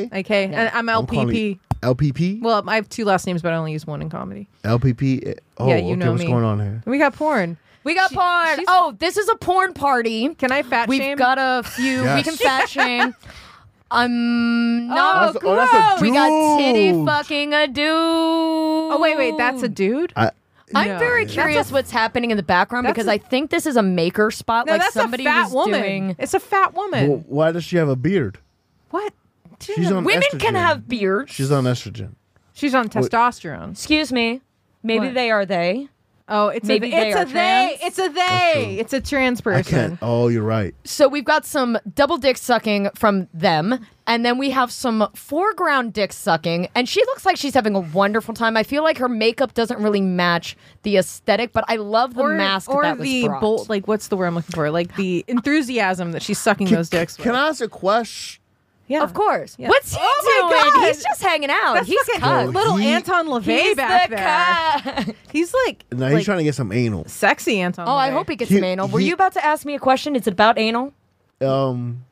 Speaker 5: AK?
Speaker 3: AK. And I'm
Speaker 5: I'm calling
Speaker 3: LPP.
Speaker 5: it LPP?
Speaker 3: Well, I have two last names, but I only use one in comedy.
Speaker 5: LPP? Oh,
Speaker 3: yeah, you
Speaker 5: okay,
Speaker 3: know
Speaker 5: what's
Speaker 3: me.
Speaker 5: going on here?
Speaker 3: We got porn.
Speaker 4: We got porn.
Speaker 3: she's-
Speaker 4: Oh, this is a porn party.
Speaker 3: Can I fat
Speaker 4: We've
Speaker 3: shame?
Speaker 4: got a few. We
Speaker 5: Yes.
Speaker 4: can fat shame. Um, no,
Speaker 5: That's- oh, that's a
Speaker 4: gross. we got titty
Speaker 5: dude.
Speaker 4: fucking a dude. Oh
Speaker 3: oh wait, wait, that's a dude.
Speaker 5: I,
Speaker 4: I'm
Speaker 3: No.
Speaker 4: very
Speaker 3: That's
Speaker 4: curious what's happening in the background
Speaker 3: That's
Speaker 4: because
Speaker 3: a-
Speaker 4: I think this is a maker spot.
Speaker 3: No,
Speaker 4: like
Speaker 3: that's a
Speaker 4: somebody
Speaker 3: fat
Speaker 4: was
Speaker 3: woman.
Speaker 4: doing.
Speaker 3: It's a fat woman.
Speaker 5: well, why does she have a beard?
Speaker 3: what? She's,
Speaker 5: She's
Speaker 3: on,
Speaker 5: on
Speaker 4: Women can
Speaker 5: estrogen.
Speaker 4: have beards.
Speaker 5: She's on estrogen.
Speaker 3: she's on testosterone.
Speaker 4: Excuse me. Maybe
Speaker 3: What?
Speaker 4: they are they.
Speaker 3: Oh, it's
Speaker 4: Maybe
Speaker 3: a,
Speaker 4: they
Speaker 3: it's
Speaker 4: are
Speaker 3: a they.
Speaker 4: trans?
Speaker 3: It's a they.
Speaker 5: true.
Speaker 3: It's a trans
Speaker 5: I
Speaker 3: person.
Speaker 5: can't. Oh, you're right.
Speaker 4: So we've got some double dick sucking from them, and then we have some foreground dick sucking, and she looks like she's having a wonderful time. I feel like her makeup doesn't really match the aesthetic, but I love the
Speaker 3: Or,
Speaker 4: mask
Speaker 3: or
Speaker 4: that was
Speaker 3: the
Speaker 4: brought.
Speaker 3: bolt. Like, what's the word I'm looking for? Like the enthusiasm that she's sucking those dicks.
Speaker 5: Can
Speaker 3: with.
Speaker 5: I ask a question?
Speaker 3: Yeah,
Speaker 4: of course.
Speaker 3: Yeah.
Speaker 4: What's he
Speaker 3: Oh my
Speaker 4: doing?
Speaker 3: God.
Speaker 4: He's just hanging out.
Speaker 3: That's
Speaker 4: he's
Speaker 3: fucking
Speaker 4: cut.
Speaker 3: little
Speaker 5: He-
Speaker 3: Anton LaVey
Speaker 4: he's
Speaker 3: back
Speaker 4: the
Speaker 3: there.
Speaker 4: cuck.
Speaker 3: He's like,
Speaker 5: Now
Speaker 3: like
Speaker 5: he's trying to get some anal.
Speaker 3: sexy Anton.
Speaker 4: Oh, I
Speaker 3: LaVey.
Speaker 4: hope he gets
Speaker 5: He-
Speaker 4: some anal. Were
Speaker 5: he-
Speaker 4: you about to ask me a question? Is it about anal?
Speaker 5: Um.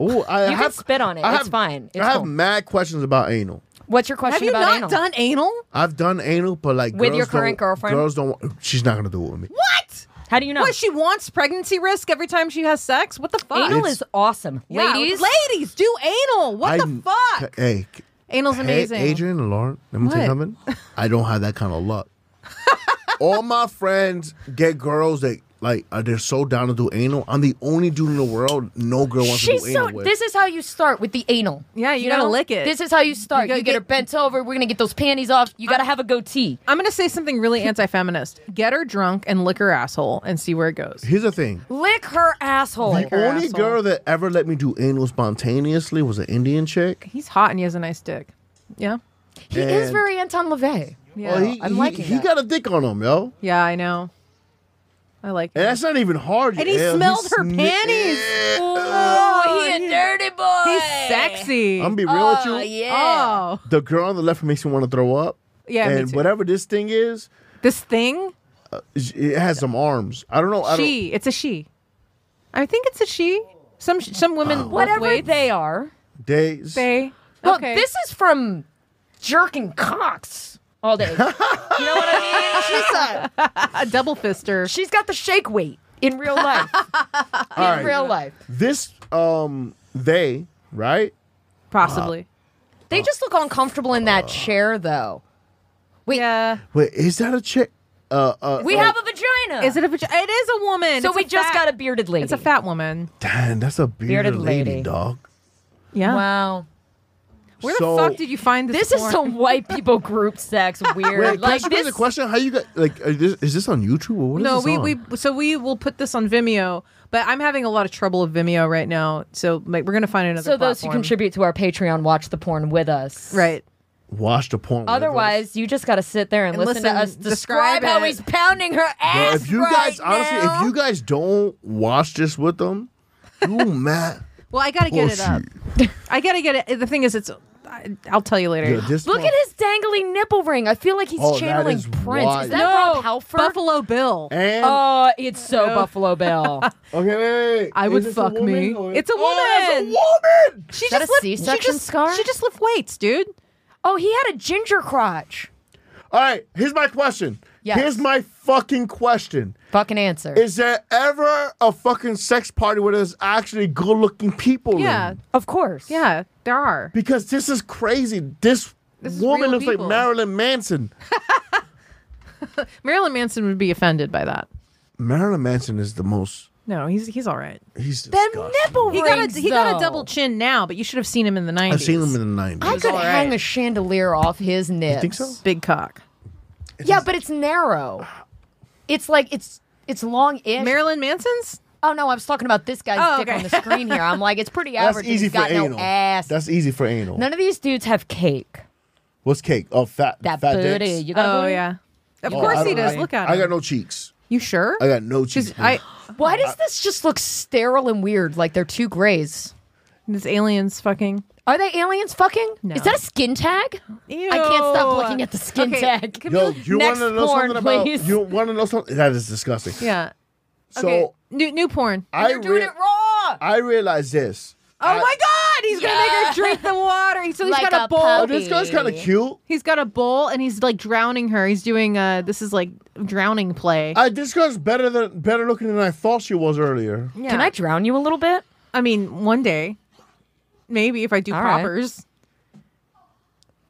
Speaker 5: Oh, I
Speaker 4: You can
Speaker 5: have,
Speaker 4: spit on it.
Speaker 5: I
Speaker 4: It's
Speaker 5: have-
Speaker 4: fine. It's
Speaker 5: I have
Speaker 4: cool.
Speaker 5: mad questions about anal.
Speaker 4: What's your
Speaker 3: Have
Speaker 4: question
Speaker 3: you
Speaker 4: about
Speaker 3: not
Speaker 4: anal?
Speaker 3: done anal?
Speaker 5: I've done anal, but like
Speaker 4: With your
Speaker 5: girls
Speaker 4: current
Speaker 5: don't-
Speaker 4: girlfriend?
Speaker 5: girls don't. want- She's not gonna do it with me.
Speaker 3: What?
Speaker 4: How do you know?
Speaker 3: What? She wants pregnancy risk every time she has sex? What the fuck?
Speaker 4: anal
Speaker 5: It's-
Speaker 4: is awesome,
Speaker 3: Yeah,
Speaker 4: ladies.
Speaker 3: ladies, do anal. What the
Speaker 5: I'm-
Speaker 3: fuck?
Speaker 5: Hey,
Speaker 3: Anal's
Speaker 5: hey,
Speaker 3: amazing.
Speaker 5: Adrian and Lauren, let me tell
Speaker 3: What?
Speaker 5: you something. I don't have that kind of luck. All my friends get girls that like are they're so down to do anal. I'm the only dude in the world no girl wants
Speaker 4: She's
Speaker 5: to do anal
Speaker 4: so.
Speaker 5: with.
Speaker 4: This is how you start with the anal.
Speaker 3: Yeah, you gotta
Speaker 4: know?
Speaker 3: lick it.
Speaker 4: This is how you start. You,
Speaker 3: gotta
Speaker 4: get, her
Speaker 3: get-
Speaker 4: bent over. We're gonna get those panties off. You gotta have a goatee.
Speaker 3: I'm gonna say something really anti-feminist. Get her drunk and lick her asshole and see where it goes.
Speaker 5: Here's the thing.
Speaker 4: Lick her asshole.
Speaker 5: The
Speaker 3: her
Speaker 5: only
Speaker 3: asshole.
Speaker 5: girl that ever let me do anal spontaneously was an Indian chick.
Speaker 3: He's hot and he has a nice dick. Yeah.
Speaker 4: he is
Speaker 5: and-
Speaker 4: very Anton
Speaker 3: Yeah.
Speaker 4: LaVey.
Speaker 5: Well, Oh, he,
Speaker 4: I'm
Speaker 5: he,
Speaker 4: liking
Speaker 5: he
Speaker 4: that.
Speaker 5: got a dick on him, yo.
Speaker 3: yeah, I know. I like
Speaker 5: And
Speaker 3: it.
Speaker 5: that's not even hard.
Speaker 3: And he
Speaker 5: yeah.
Speaker 3: smelled her
Speaker 5: sni-
Speaker 3: panties.
Speaker 4: Oh, he a
Speaker 3: he-
Speaker 4: dirty boy.
Speaker 3: He's sexy.
Speaker 5: I'm gonna be real
Speaker 4: Oh,
Speaker 5: with you.
Speaker 4: yeah.
Speaker 3: oh.
Speaker 5: The girl on the left makes me want to throw up.
Speaker 3: Yeah, me
Speaker 5: and
Speaker 3: too.
Speaker 5: whatever this thing is,
Speaker 3: This thing?
Speaker 5: it has some arms. I don't know. I don't,
Speaker 3: She. It's a she. I think it's a she. Some some women
Speaker 5: Oh.
Speaker 3: lift
Speaker 4: Whatever
Speaker 3: weights.
Speaker 4: they are.
Speaker 5: days.
Speaker 3: They.
Speaker 4: Look,
Speaker 3: okay.
Speaker 4: this is from jerking cocks all day. you know what I mean? She's, a,
Speaker 3: a double fister.
Speaker 4: she's got the shake weight in real life. in
Speaker 5: All right.
Speaker 4: real life.
Speaker 5: This um they right.
Speaker 3: Possibly.
Speaker 5: Oh.
Speaker 4: They just look uncomfortable in that chair, though. Wait,
Speaker 3: yeah.
Speaker 5: Wait, is that a chick? Uh, uh.
Speaker 4: we
Speaker 5: uh,
Speaker 4: have a vagina.
Speaker 3: Is it a vagina? It is a woman.
Speaker 4: so
Speaker 3: It's
Speaker 4: we
Speaker 3: a
Speaker 4: just
Speaker 3: fat-
Speaker 4: got a bearded lady.
Speaker 3: It's a fat woman.
Speaker 5: Damn, that's a bearded,
Speaker 4: Bearded
Speaker 5: lady,
Speaker 4: lady.
Speaker 5: dog.
Speaker 3: Yeah.
Speaker 4: Wow.
Speaker 3: Where
Speaker 5: So-
Speaker 3: the fuck did you find this?
Speaker 4: This is
Speaker 3: porn?
Speaker 4: some white people group sex weird.
Speaker 5: Wait, can I
Speaker 4: like
Speaker 5: ask you guys
Speaker 4: this
Speaker 5: a question? How you got like? Are this, is this on YouTube or what is
Speaker 3: no,
Speaker 5: this
Speaker 3: we
Speaker 5: on?
Speaker 3: we so we will put this on Vimeo, but I'm having a lot of trouble with Vimeo right now. So like, we're gonna find another.
Speaker 4: So those who
Speaker 3: platform.
Speaker 4: contribute to our Patreon watch the porn with us.
Speaker 3: right?
Speaker 5: Watch the porn. with us.
Speaker 4: Otherwise, you just got to sit there and,
Speaker 3: And
Speaker 4: listen, to
Speaker 3: listen,
Speaker 4: us
Speaker 3: describe
Speaker 4: describe how
Speaker 3: it.
Speaker 4: he's pounding her
Speaker 5: Bro,
Speaker 4: ass.
Speaker 5: if you
Speaker 4: right
Speaker 5: guys honestly,
Speaker 4: now.
Speaker 5: if you guys don't watch this with them, you mad.
Speaker 3: Well, I gotta get it up. I gotta get it. The thing is, it's. I- I'll tell you later.
Speaker 5: Yeah, this
Speaker 4: Look
Speaker 5: one-
Speaker 4: at his dangly nipple ring. I feel like he's
Speaker 5: Oh, that
Speaker 4: channeling
Speaker 5: is
Speaker 4: Prince.
Speaker 5: wild.
Speaker 4: Is that
Speaker 3: no,
Speaker 4: Rob Halford?
Speaker 3: Buffalo Bill.
Speaker 5: And
Speaker 4: Oh, it's so Buffalo Bill.
Speaker 5: okay, wait, wait, wait.
Speaker 3: I
Speaker 5: Is
Speaker 3: would
Speaker 5: this a
Speaker 3: fuck
Speaker 5: woman
Speaker 3: me.
Speaker 5: or-
Speaker 3: It's a
Speaker 5: Oh, it's a
Speaker 3: woman!
Speaker 5: woman.
Speaker 3: She
Speaker 4: that
Speaker 3: just
Speaker 4: a
Speaker 3: lift- she
Speaker 4: C-section
Speaker 3: just,
Speaker 4: scar?
Speaker 3: She just lift weights, dude.
Speaker 4: oh, he had a ginger crotch.
Speaker 5: Oh. All right, here's my question.
Speaker 4: Yes.
Speaker 5: Here's my fucking question.
Speaker 4: Fucking answer.
Speaker 5: Is there ever a fucking sex party where there's actually good-looking people? in?
Speaker 3: Yeah,
Speaker 4: of course.
Speaker 3: yeah, there are.
Speaker 5: Because this is crazy. This,
Speaker 3: is real
Speaker 5: woman looks
Speaker 3: people.
Speaker 5: like Marilyn Manson.
Speaker 3: Marilyn Manson would be offended by that.
Speaker 5: Marilyn Manson is the most.
Speaker 3: No, he's he's all right.
Speaker 5: He's
Speaker 4: Them
Speaker 5: disgusting.
Speaker 4: nipple
Speaker 3: He
Speaker 4: rings.
Speaker 3: got a he got
Speaker 4: though.
Speaker 3: a double chin now, but you should have seen him in the nineties.
Speaker 5: I've seen him in the '90s.
Speaker 4: I could
Speaker 3: all
Speaker 4: hang
Speaker 3: right.
Speaker 4: a chandelier off his nips.
Speaker 5: think so?
Speaker 3: big cock.
Speaker 4: Yeah, but it's narrow. It's like it's it's long ish.
Speaker 3: Marilyn Manson's.
Speaker 4: oh no, I was talking about this guy's
Speaker 3: Oh,
Speaker 4: dick
Speaker 3: okay.
Speaker 4: on the screen here. I'm like, it's pretty
Speaker 5: That's
Speaker 4: average. and
Speaker 5: easy
Speaker 4: he's
Speaker 5: for
Speaker 4: got
Speaker 5: anal.
Speaker 4: no ass.
Speaker 5: That's easy for anal.
Speaker 4: None of these dudes have cake.
Speaker 5: What's cake? Oh, fat.
Speaker 4: That
Speaker 5: fat
Speaker 4: booty.
Speaker 5: dicks?
Speaker 4: You got a
Speaker 3: Oh
Speaker 4: booty?
Speaker 3: yeah, of
Speaker 5: Oh, I
Speaker 3: course he
Speaker 5: don't-
Speaker 3: does.
Speaker 5: I-
Speaker 3: Look at him.
Speaker 5: I got no cheeks.
Speaker 3: you sure?
Speaker 5: I got no cheeks.
Speaker 3: She's- I,
Speaker 4: Why does this just look sterile and weird? Like they're two grays.
Speaker 3: this aliens fucking.
Speaker 4: Are they aliens fucking?
Speaker 3: No.
Speaker 4: Is that a skin tag? I can't stop looking at the skin
Speaker 3: Okay,
Speaker 4: tag.
Speaker 3: can
Speaker 5: Yo,
Speaker 3: we-
Speaker 5: you want
Speaker 4: Next
Speaker 5: to know
Speaker 4: porn,
Speaker 5: something about?
Speaker 4: please.
Speaker 5: You want to know something? That is disgusting.
Speaker 3: yeah.
Speaker 5: So
Speaker 3: Okay. new new porn.
Speaker 5: I
Speaker 4: They're doing
Speaker 5: rea-
Speaker 4: it raw.
Speaker 5: I realized this.
Speaker 3: oh my god, he's gonna make her drink the water. He- So he's
Speaker 4: Uh, Like
Speaker 3: got a,
Speaker 4: a
Speaker 3: bowl.
Speaker 5: Oh,
Speaker 4: puppy.
Speaker 5: this guy's kind of cute.
Speaker 3: He's got a bowl and he's like drowning her. He's doing uh this is like drowning play.
Speaker 4: Uh,
Speaker 5: I this girl's better than better looking than I thought she was earlier.
Speaker 3: yeah.
Speaker 4: Can I drown you a little bit?
Speaker 3: I mean, one day, maybe if I do
Speaker 4: All right.
Speaker 3: poppers.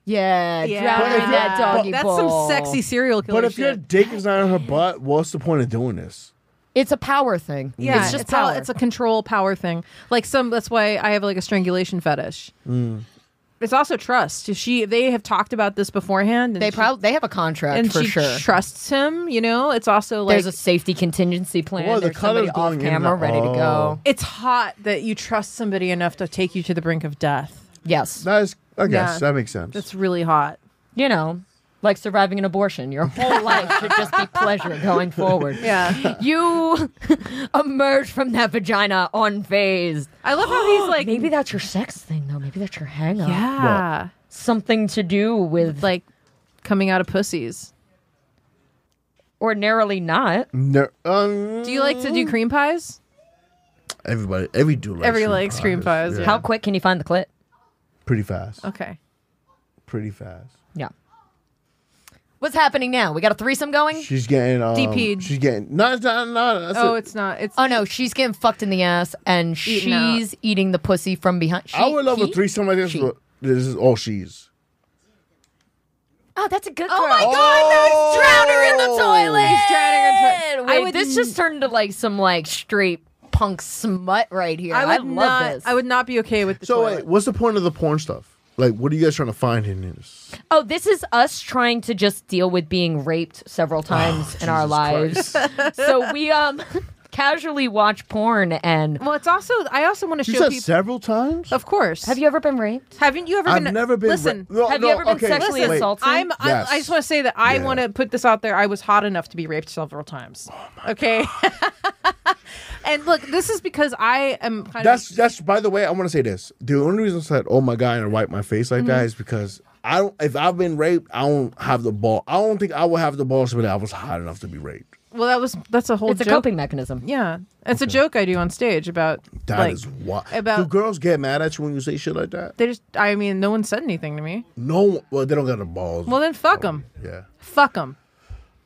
Speaker 4: Yeah, drown
Speaker 5: But
Speaker 4: me
Speaker 5: if
Speaker 4: in
Speaker 5: you're-
Speaker 4: that
Speaker 5: but-
Speaker 4: doggy
Speaker 3: That's
Speaker 4: bowl.
Speaker 3: some sexy serial killer
Speaker 5: But if your
Speaker 3: shit.
Speaker 5: dick is not in her butt, what's the point of doing this?
Speaker 4: It's a power thing.
Speaker 3: yeah,
Speaker 4: it's just
Speaker 3: it's,
Speaker 4: power.
Speaker 3: all- it's a control power thing. Like some, that's why I have like a strangulation fetish.
Speaker 4: Mm.
Speaker 3: It's also trust. She, they have talked about this beforehand. And
Speaker 4: they
Speaker 3: she-
Speaker 4: probably they have a contract
Speaker 3: and
Speaker 4: for
Speaker 3: she
Speaker 4: sure.
Speaker 3: trusts him. You know, it's also like
Speaker 4: There's a safety contingency plan.
Speaker 5: Well, the
Speaker 4: There's somebody
Speaker 5: color's
Speaker 4: off
Speaker 5: going in oh. and
Speaker 4: camera
Speaker 5: out.
Speaker 4: ready to go.
Speaker 3: it's hot that you trust somebody enough to take you to the brink of death.
Speaker 4: Yes,
Speaker 5: That is, I guess
Speaker 3: Yeah.
Speaker 5: that makes sense.
Speaker 3: That's really hot.
Speaker 4: you know, like surviving an abortion. Your whole life should just be pleasure going forward.
Speaker 3: Yeah,
Speaker 4: You emerge from that vagina unfazed.
Speaker 3: I love how he's like,
Speaker 4: Maybe that's your sex thing, though. Maybe that's your hang up.
Speaker 3: yeah,
Speaker 4: Something to do with,
Speaker 3: like
Speaker 4: like,
Speaker 3: coming out of pussies.
Speaker 4: ordinarily not.
Speaker 5: Ner- um,
Speaker 3: Do you like to do cream pies?
Speaker 5: everybody, every dude likes
Speaker 3: Every
Speaker 5: cream
Speaker 3: likes cream pies, yeah.
Speaker 4: How quick can you find the clit?
Speaker 5: pretty fast,
Speaker 3: Okay.
Speaker 5: pretty fast.
Speaker 4: Yeah. What's happening now? We got a threesome going?
Speaker 5: She's getting um,
Speaker 3: DP'd.
Speaker 5: She's getting no, it's not, no. That's
Speaker 3: Oh,
Speaker 5: it.
Speaker 3: it's not. It's
Speaker 4: Oh no, she's getting fucked in the ass and
Speaker 3: Eaten out.
Speaker 4: she's eating the pussy from behind. She,
Speaker 5: I would love a
Speaker 4: he?
Speaker 5: threesome like this,
Speaker 4: She.
Speaker 5: but this is all she's.
Speaker 4: Oh, that's a good.
Speaker 3: Oh my
Speaker 4: girl.
Speaker 3: God,
Speaker 5: no, he's drowning her in the
Speaker 4: He's
Speaker 5: toilet!
Speaker 4: drowning in the toilet.
Speaker 3: I
Speaker 4: Wait,
Speaker 3: would
Speaker 4: this just turned into like some like straight punk smut right here. I,
Speaker 3: I would
Speaker 4: love
Speaker 3: not.
Speaker 4: this.
Speaker 3: I would not be okay with the
Speaker 5: So
Speaker 3: toilet.
Speaker 5: wait, what's the point of the porn stuff? Like, what are you guys trying to find in this?
Speaker 4: Oh, this is us trying to just deal with being raped several times
Speaker 5: Oh,
Speaker 4: in our lives. so we um casually watch porn and
Speaker 3: Well, it's also. I also want to
Speaker 5: You
Speaker 3: show
Speaker 5: said
Speaker 3: people.
Speaker 5: several times.
Speaker 3: of course.
Speaker 4: have you ever been raped?
Speaker 3: Haven't you ever
Speaker 5: I've
Speaker 3: been?
Speaker 5: never been.
Speaker 3: Listen.
Speaker 5: ra- no,
Speaker 4: have you
Speaker 5: no,
Speaker 4: ever been
Speaker 5: okay,
Speaker 4: sexually
Speaker 5: wait.
Speaker 4: assaulted?
Speaker 3: I'm. I-
Speaker 5: Yes.
Speaker 3: I, just want to say that I
Speaker 5: Yeah.
Speaker 3: want to put this out there. I was hot enough to be raped several times.
Speaker 5: Oh
Speaker 3: okay. and look, this is because I am kind
Speaker 5: That's
Speaker 3: of.
Speaker 5: that's. By the way, I want to say this. The only reason I said, "Oh my god," and I wipe my face
Speaker 3: Mm-hmm.
Speaker 5: like that is because I don't. If I've been raped, I don't have the ball. I don't think I will have the balls, but I was hot enough to be raped.
Speaker 3: Well, that was. That's a whole.
Speaker 4: It's a
Speaker 3: joke.
Speaker 4: coping mechanism.
Speaker 3: Yeah, it's a joke I do on stage about.
Speaker 5: That
Speaker 3: like,
Speaker 5: is why.
Speaker 3: about-
Speaker 5: Do girls get mad at you when you say shit like that?
Speaker 3: They just. I mean, no one said anything to me.
Speaker 5: No. Well, they don't got the balls.
Speaker 3: Well, then fuck them.
Speaker 5: yeah.
Speaker 3: Fuck them.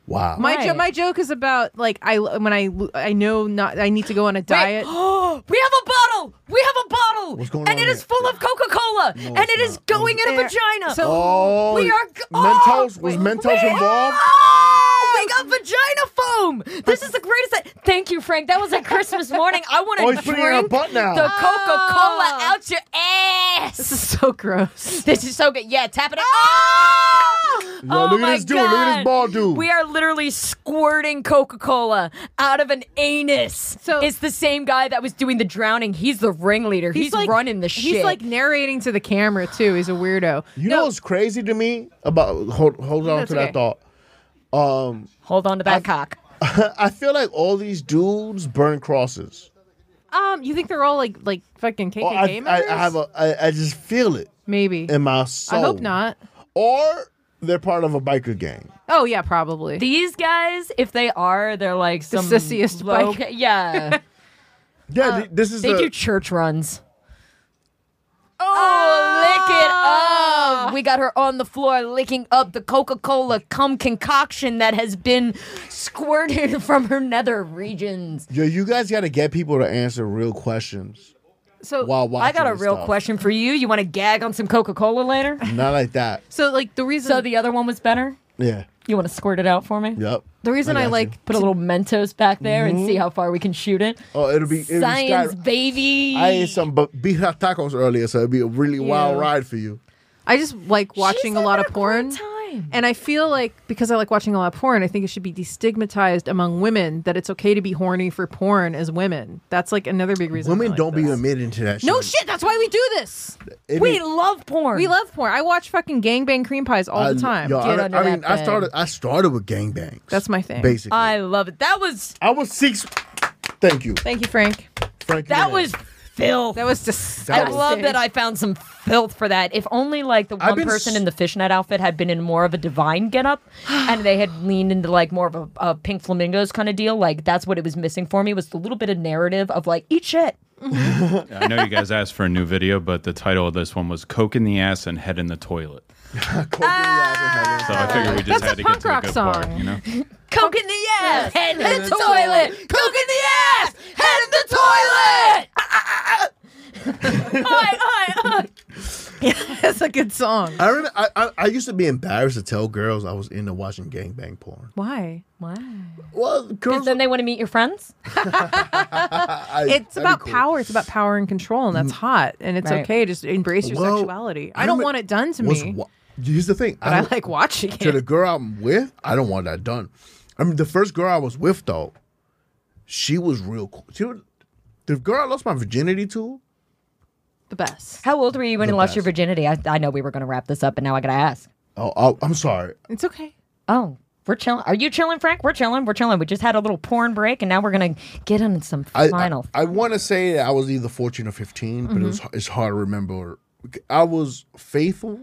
Speaker 5: Wow.
Speaker 3: My jo-
Speaker 4: Right.
Speaker 3: my joke is about like I when I lo- I know not I need to go on a diet.
Speaker 4: We have a bottle. We have a bottle.
Speaker 5: What's going
Speaker 4: and
Speaker 5: on
Speaker 4: it is
Speaker 5: here?
Speaker 4: full of Coca-Cola and
Speaker 5: it's
Speaker 4: it is
Speaker 5: not.
Speaker 4: going in a
Speaker 3: There-
Speaker 4: vagina.
Speaker 3: so-
Speaker 5: oh,
Speaker 4: we are g-
Speaker 5: Mentos
Speaker 4: oh,
Speaker 5: was
Speaker 4: wait.
Speaker 5: Mentos
Speaker 4: We-
Speaker 5: involved?
Speaker 4: Oh, we got vagina foam. This is the greatest. Thank you, Frank. That was a Christmas morning. I want to
Speaker 5: Oh, he's
Speaker 4: drink
Speaker 5: putting it in her butt now.
Speaker 4: the Coca Cola
Speaker 3: Oh.
Speaker 4: out your ass. Yes.
Speaker 3: This is so gross.
Speaker 4: This is so good. Yeah, tap it up. Oh,
Speaker 5: Yo, look at
Speaker 4: my
Speaker 5: this dude. Look at this
Speaker 4: God.
Speaker 5: bald dude.
Speaker 4: We are literally squirting Coca Cola out of an anus.
Speaker 3: So-
Speaker 4: it's the same guy that was doing the drowning. He's the ringleader. He's, running the shit.
Speaker 3: He's like narrating to the camera too. He's a weirdo.
Speaker 5: You
Speaker 3: No,
Speaker 5: know what's crazy to me about hold hold on
Speaker 3: That's
Speaker 5: to
Speaker 3: okay.
Speaker 5: that thought.
Speaker 4: hold on to that cock.
Speaker 5: I feel like all these dudes burn crosses.
Speaker 3: um, you think they're all like like fucking KKK
Speaker 5: Or I,
Speaker 3: members?
Speaker 5: I, I have a I, I just feel it
Speaker 3: maybe.
Speaker 5: in my soul.
Speaker 3: I hope not.
Speaker 5: Or they're part of a biker gang.
Speaker 3: Oh yeah, probably.
Speaker 4: These guys, if they are, they're like some
Speaker 3: sissiest
Speaker 4: low-
Speaker 3: bike.
Speaker 4: Yeah,
Speaker 5: Yeah, th- this is
Speaker 4: Uh, they
Speaker 5: the,
Speaker 4: do church runs. Oh, lick it up! We got her on the floor licking up the Coca Cola cum concoction that has been squirted from her nether regions.
Speaker 5: Yo, you guys got to get people to answer real questions
Speaker 3: so
Speaker 5: while watching.
Speaker 4: I got a
Speaker 5: this
Speaker 4: real
Speaker 5: stuff.
Speaker 4: question for you. You want to gag on some Coca Cola later?
Speaker 5: Not like that.
Speaker 3: so like the reason
Speaker 4: so the other one was better?
Speaker 5: Yeah.
Speaker 4: You want to squirt it out for me?
Speaker 5: Yep.
Speaker 3: the reason I,
Speaker 5: got you.
Speaker 3: like
Speaker 4: Put a little Mentos back there and see how far we can shoot it.
Speaker 5: Oh, it'll be it'll
Speaker 4: Science,
Speaker 5: Be sky-
Speaker 4: baby.
Speaker 5: I ate some b- bija tacos earlier, so it'd be a really wild ride for you.
Speaker 3: I just like watching
Speaker 4: She's
Speaker 3: a lot
Speaker 4: having
Speaker 3: of
Speaker 4: a
Speaker 3: porn.
Speaker 4: great time.
Speaker 3: And I feel like because I like watching a lot of porn, I think it should be destigmatized among women that it's okay to be horny for porn as women. That's like another big reason. I
Speaker 5: Women
Speaker 3: like
Speaker 5: don't be
Speaker 3: this.
Speaker 5: admitting to that.
Speaker 3: No
Speaker 5: shit.
Speaker 3: shit, that's why we do this.
Speaker 5: It
Speaker 4: we
Speaker 5: be-
Speaker 4: love porn.
Speaker 3: We love porn. I watch fucking gangbang cream pies all the
Speaker 5: I-
Speaker 3: time.
Speaker 5: Yo,
Speaker 4: Get
Speaker 5: I,
Speaker 4: under
Speaker 5: I mean,
Speaker 4: that
Speaker 5: I
Speaker 4: bed.
Speaker 5: started. I started with gangbangs.
Speaker 3: That's my thing.
Speaker 5: Basically, I,
Speaker 4: I love it. That was
Speaker 5: was six. Thank you,
Speaker 3: Thank you, Frank.
Speaker 5: Frank.
Speaker 4: that
Speaker 5: Hernandez.
Speaker 4: was filth.
Speaker 3: That was just.
Speaker 5: That
Speaker 4: I love that I found some filth for that. If only like the
Speaker 5: I've
Speaker 4: one
Speaker 5: been
Speaker 4: person
Speaker 5: s-
Speaker 4: in the fishnet outfit had been in more of a divine getup, and they had leaned into like more of a, a pink flamingos kind of deal. Like that's what it was missing for me was the little bit of narrative of like eat shit.
Speaker 6: I know you guys asked for a new video, but the title of this one was "Coke in the Ass and Head in the Toilet."
Speaker 5: Kobe
Speaker 3: Ah!
Speaker 5: Ryder
Speaker 6: So
Speaker 5: had
Speaker 6: I figured we just
Speaker 3: That's
Speaker 6: had
Speaker 3: a
Speaker 6: to
Speaker 3: punk
Speaker 6: get to the
Speaker 3: rock
Speaker 6: good
Speaker 3: song.
Speaker 6: part, you know.
Speaker 4: Coke in the ass, head in the toilet. Coke in the ass, head in the toilet. Oi, oi, oi.
Speaker 3: That's a good song.
Speaker 5: it. I remember. I, I I used to be embarrassed to tell girls I was into watching gangbang porn.
Speaker 3: Why?
Speaker 5: Well, girls,
Speaker 4: Then they want to meet your friends.
Speaker 5: I-
Speaker 3: It's
Speaker 5: that'd be
Speaker 3: about
Speaker 5: cool. Mm.
Speaker 3: power. It's about power and control, and that's hot. And it's
Speaker 4: Right.
Speaker 3: okay. Just embrace your
Speaker 5: Well,
Speaker 3: sexuality. I don't
Speaker 5: remember-
Speaker 3: want it done to
Speaker 5: was
Speaker 3: me,
Speaker 5: wa- Here's the thing.
Speaker 3: but I
Speaker 5: don't-
Speaker 3: like watching
Speaker 5: to the
Speaker 3: it.
Speaker 5: girl I'm with. I don't want that done. I mean, the first girl I was with though, she was real. cool. She was, the girl I lost my virginity to.
Speaker 3: The best.
Speaker 4: How old were you when you lost your
Speaker 5: best.
Speaker 4: virginity? I, I know we were going to wrap this up, and now I got to ask.
Speaker 5: Oh, oh, I'm sorry.
Speaker 3: It's okay.
Speaker 4: Oh, we're chilling. Are you chilling, Frank? We're chilling. We're chilling. We just had a little porn break, and now we're gonna get on some
Speaker 5: I,
Speaker 4: final.
Speaker 5: I, want to say that I was either 14 or 15, but it
Speaker 3: Mm-hmm.
Speaker 5: was, it's hard to remember. I was faithful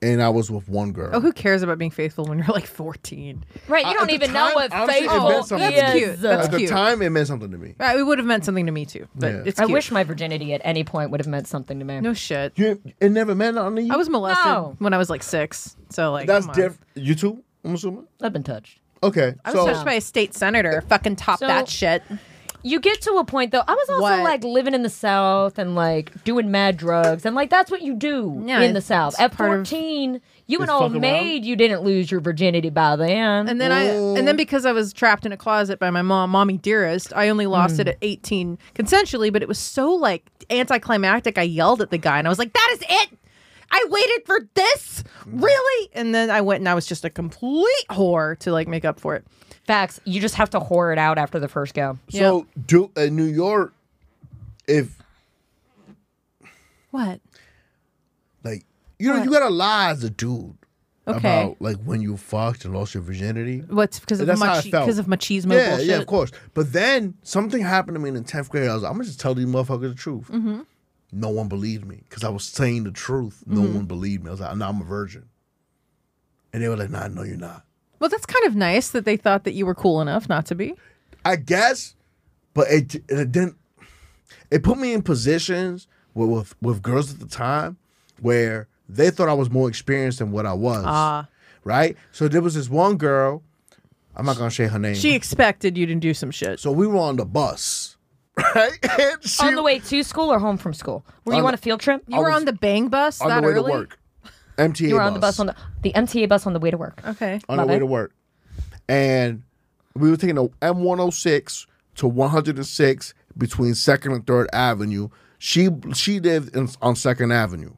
Speaker 5: and I was with one girl.
Speaker 3: Oh, who cares about being faithful when you're like 14?
Speaker 4: right, you
Speaker 5: I-
Speaker 4: don't
Speaker 5: at the
Speaker 4: even know
Speaker 5: time,
Speaker 4: what
Speaker 5: honestly, it
Speaker 4: faithful
Speaker 5: meant
Speaker 4: is.
Speaker 5: something
Speaker 3: to me. That's cute. That's
Speaker 5: At the
Speaker 3: cute.
Speaker 5: time, it meant something to me.
Speaker 3: Right, Uh, it would have meant something to me too, but
Speaker 5: Yeah.
Speaker 3: it's
Speaker 4: I
Speaker 3: cute.
Speaker 4: wish my virginity at any point would have meant something to me.
Speaker 3: No shit.
Speaker 5: You, it never meant nothing to you?
Speaker 3: I was molested
Speaker 4: No.
Speaker 3: when I was like six, so like
Speaker 5: That's
Speaker 3: come on.
Speaker 5: different. You too, I'm assuming?
Speaker 4: I've been touched.
Speaker 5: Okay.
Speaker 3: I was
Speaker 5: so,
Speaker 3: touched by a state senator. Fucking top
Speaker 4: So-
Speaker 3: that shit.
Speaker 4: You get to a point though. I was also
Speaker 3: What?
Speaker 4: like living in the South and like doing mad drugs, and like that's what you do
Speaker 3: Yeah,
Speaker 4: in the
Speaker 3: it's
Speaker 4: South. At
Speaker 3: part of-
Speaker 4: fourteen, you an
Speaker 5: It's
Speaker 4: old
Speaker 5: fucking
Speaker 4: maid.
Speaker 5: wild.
Speaker 4: You didn't lose your virginity by then.
Speaker 3: And then I, and
Speaker 5: Oh.
Speaker 3: then because I was trapped in a closet by my mom, mommy dearest, I only lost
Speaker 5: Hmm.
Speaker 3: it at 18 consensually, but it was so like anticlimactic. I yelled at the guy and I was like, that is it. I waited for this. Really? And then I went and I was just a complete whore to like make up for it.
Speaker 4: Facts. You just have to whore it out after the first go.
Speaker 5: so do, in New York, if,
Speaker 3: What?
Speaker 5: like, you know, you got to lie as a dude.
Speaker 3: Okay.
Speaker 5: About like when you fucked and lost your virginity.
Speaker 3: What's because of
Speaker 5: That's how I
Speaker 3: machi-
Speaker 5: felt.
Speaker 3: because of machismo
Speaker 5: yeah,
Speaker 3: bullshit?
Speaker 5: yeah, of course. But then something happened to me in the tenth grade. I was like, I'm gonna just tell these motherfuckers the truth. No one believed me because I was saying the truth. No one believed me. I was like, no, I'm a virgin, and they were like, Nah, no, you're not.
Speaker 3: Well, that's kind of nice that they thought that you were cool enough not to be.
Speaker 5: I guess, but it it didn't. It put me in positions with with, with girls at the time where they thought I was more experienced than what I was.
Speaker 4: Ah.
Speaker 5: Right. So there was this one girl. I'm not gonna say her name.
Speaker 3: She expected you to do some shit.
Speaker 5: Mm-hmm. so we were on the bus, right? And she,
Speaker 4: on the way to school or home from school? Were you
Speaker 5: On
Speaker 4: on a
Speaker 5: the-
Speaker 4: field trip?
Speaker 3: You were
Speaker 5: was
Speaker 3: on the bang bus
Speaker 5: on
Speaker 3: that
Speaker 5: the way
Speaker 3: early.
Speaker 5: to work. MTA
Speaker 4: You were on the bus on
Speaker 5: the,
Speaker 4: the the MTA bus on the way to work.
Speaker 3: Okay.
Speaker 5: on the
Speaker 4: love
Speaker 5: way
Speaker 4: it.
Speaker 5: to work. And we were oh taking the M106 to 106 between 2nd and 3rd Avenue She she lived in, on Second Avenue.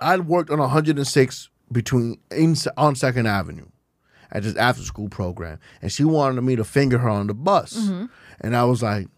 Speaker 5: I worked on 106 between in, on Second Avenue at this after school program, and she wanted me to finger her on the bus,
Speaker 3: Mm-hmm.
Speaker 5: and I was like,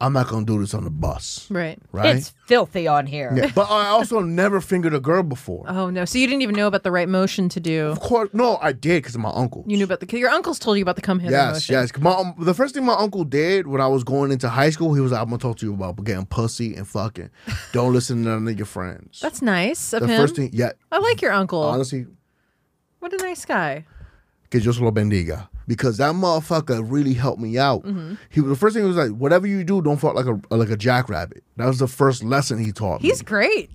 Speaker 5: I'm not gonna do this on the bus,
Speaker 3: Right.
Speaker 5: right?
Speaker 4: It's filthy on here.
Speaker 5: Yeah, but I also never fingered a girl before.
Speaker 3: Oh no. So you didn't even know about the right motion to do.
Speaker 5: Of course, no, I did because of my uncle.
Speaker 3: You knew about the your uncles told you about the come hither
Speaker 5: Yes,
Speaker 3: motion.
Speaker 5: yes. My, um, the first thing my uncle did when I was going into high school, he was like, I'm gonna talk to you about getting pussy and fucking. Don't listen to none of your friends.
Speaker 3: That's nice of
Speaker 5: the
Speaker 3: him. Oh.
Speaker 5: first thing, yeah.
Speaker 3: I like your uncle.
Speaker 5: Honestly,
Speaker 3: What a nice guy.
Speaker 5: que Dios lo bendiga. Because that motherfucker really helped me out.
Speaker 3: Mm-hmm.
Speaker 5: He was the first thing he was like, whatever you do, don't fuck like a like a jackrabbit. That was the first lesson he taught me.
Speaker 3: He's great.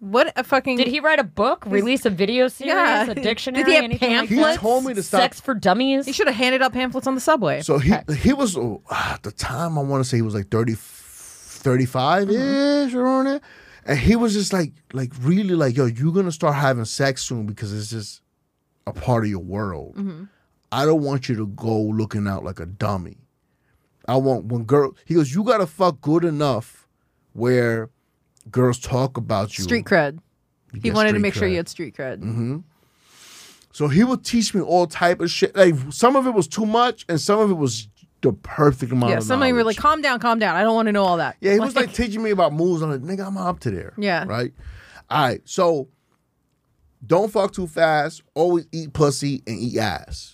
Speaker 3: What a fucking
Speaker 4: Did he write a book, release a video series,
Speaker 3: Yeah.
Speaker 4: a
Speaker 3: Did he
Speaker 4: dictionary,
Speaker 3: have
Speaker 4: anything like
Speaker 5: He
Speaker 4: that?
Speaker 5: told me to stop-
Speaker 4: Sex for dummies.
Speaker 3: He should have handed out pamphlets on the subway.
Speaker 5: So he he was uh, at the time I want to say he was like 30 35 ish
Speaker 3: Mm-hmm.
Speaker 5: around there. And he was just like like really like yo you're going to start having sex soon because it's just a part of your world.
Speaker 3: Mm-hmm.
Speaker 5: I don't want you to go looking out like a dummy. I want when girl he goes you got to fuck good enough where girls talk about you.
Speaker 3: street cred.
Speaker 5: You
Speaker 3: He
Speaker 5: get
Speaker 3: wanted to
Speaker 5: street
Speaker 3: make sure
Speaker 5: cred. Mm-hmm.
Speaker 3: you had street cred.
Speaker 5: So he would teach me all type of shit. Like some of it was too much and some of it was the perfect amount
Speaker 3: Yeah.
Speaker 5: of
Speaker 3: Somebody were
Speaker 5: knowledge.
Speaker 3: like, calm down, calm down. I don't want to know all that.
Speaker 5: Yeah, he was like teaching me about moves. I'm like, nigga, I'm up to there.
Speaker 3: Yeah.
Speaker 5: Right? All right. So don't fuck too fast. Always eat pussy and eat ass.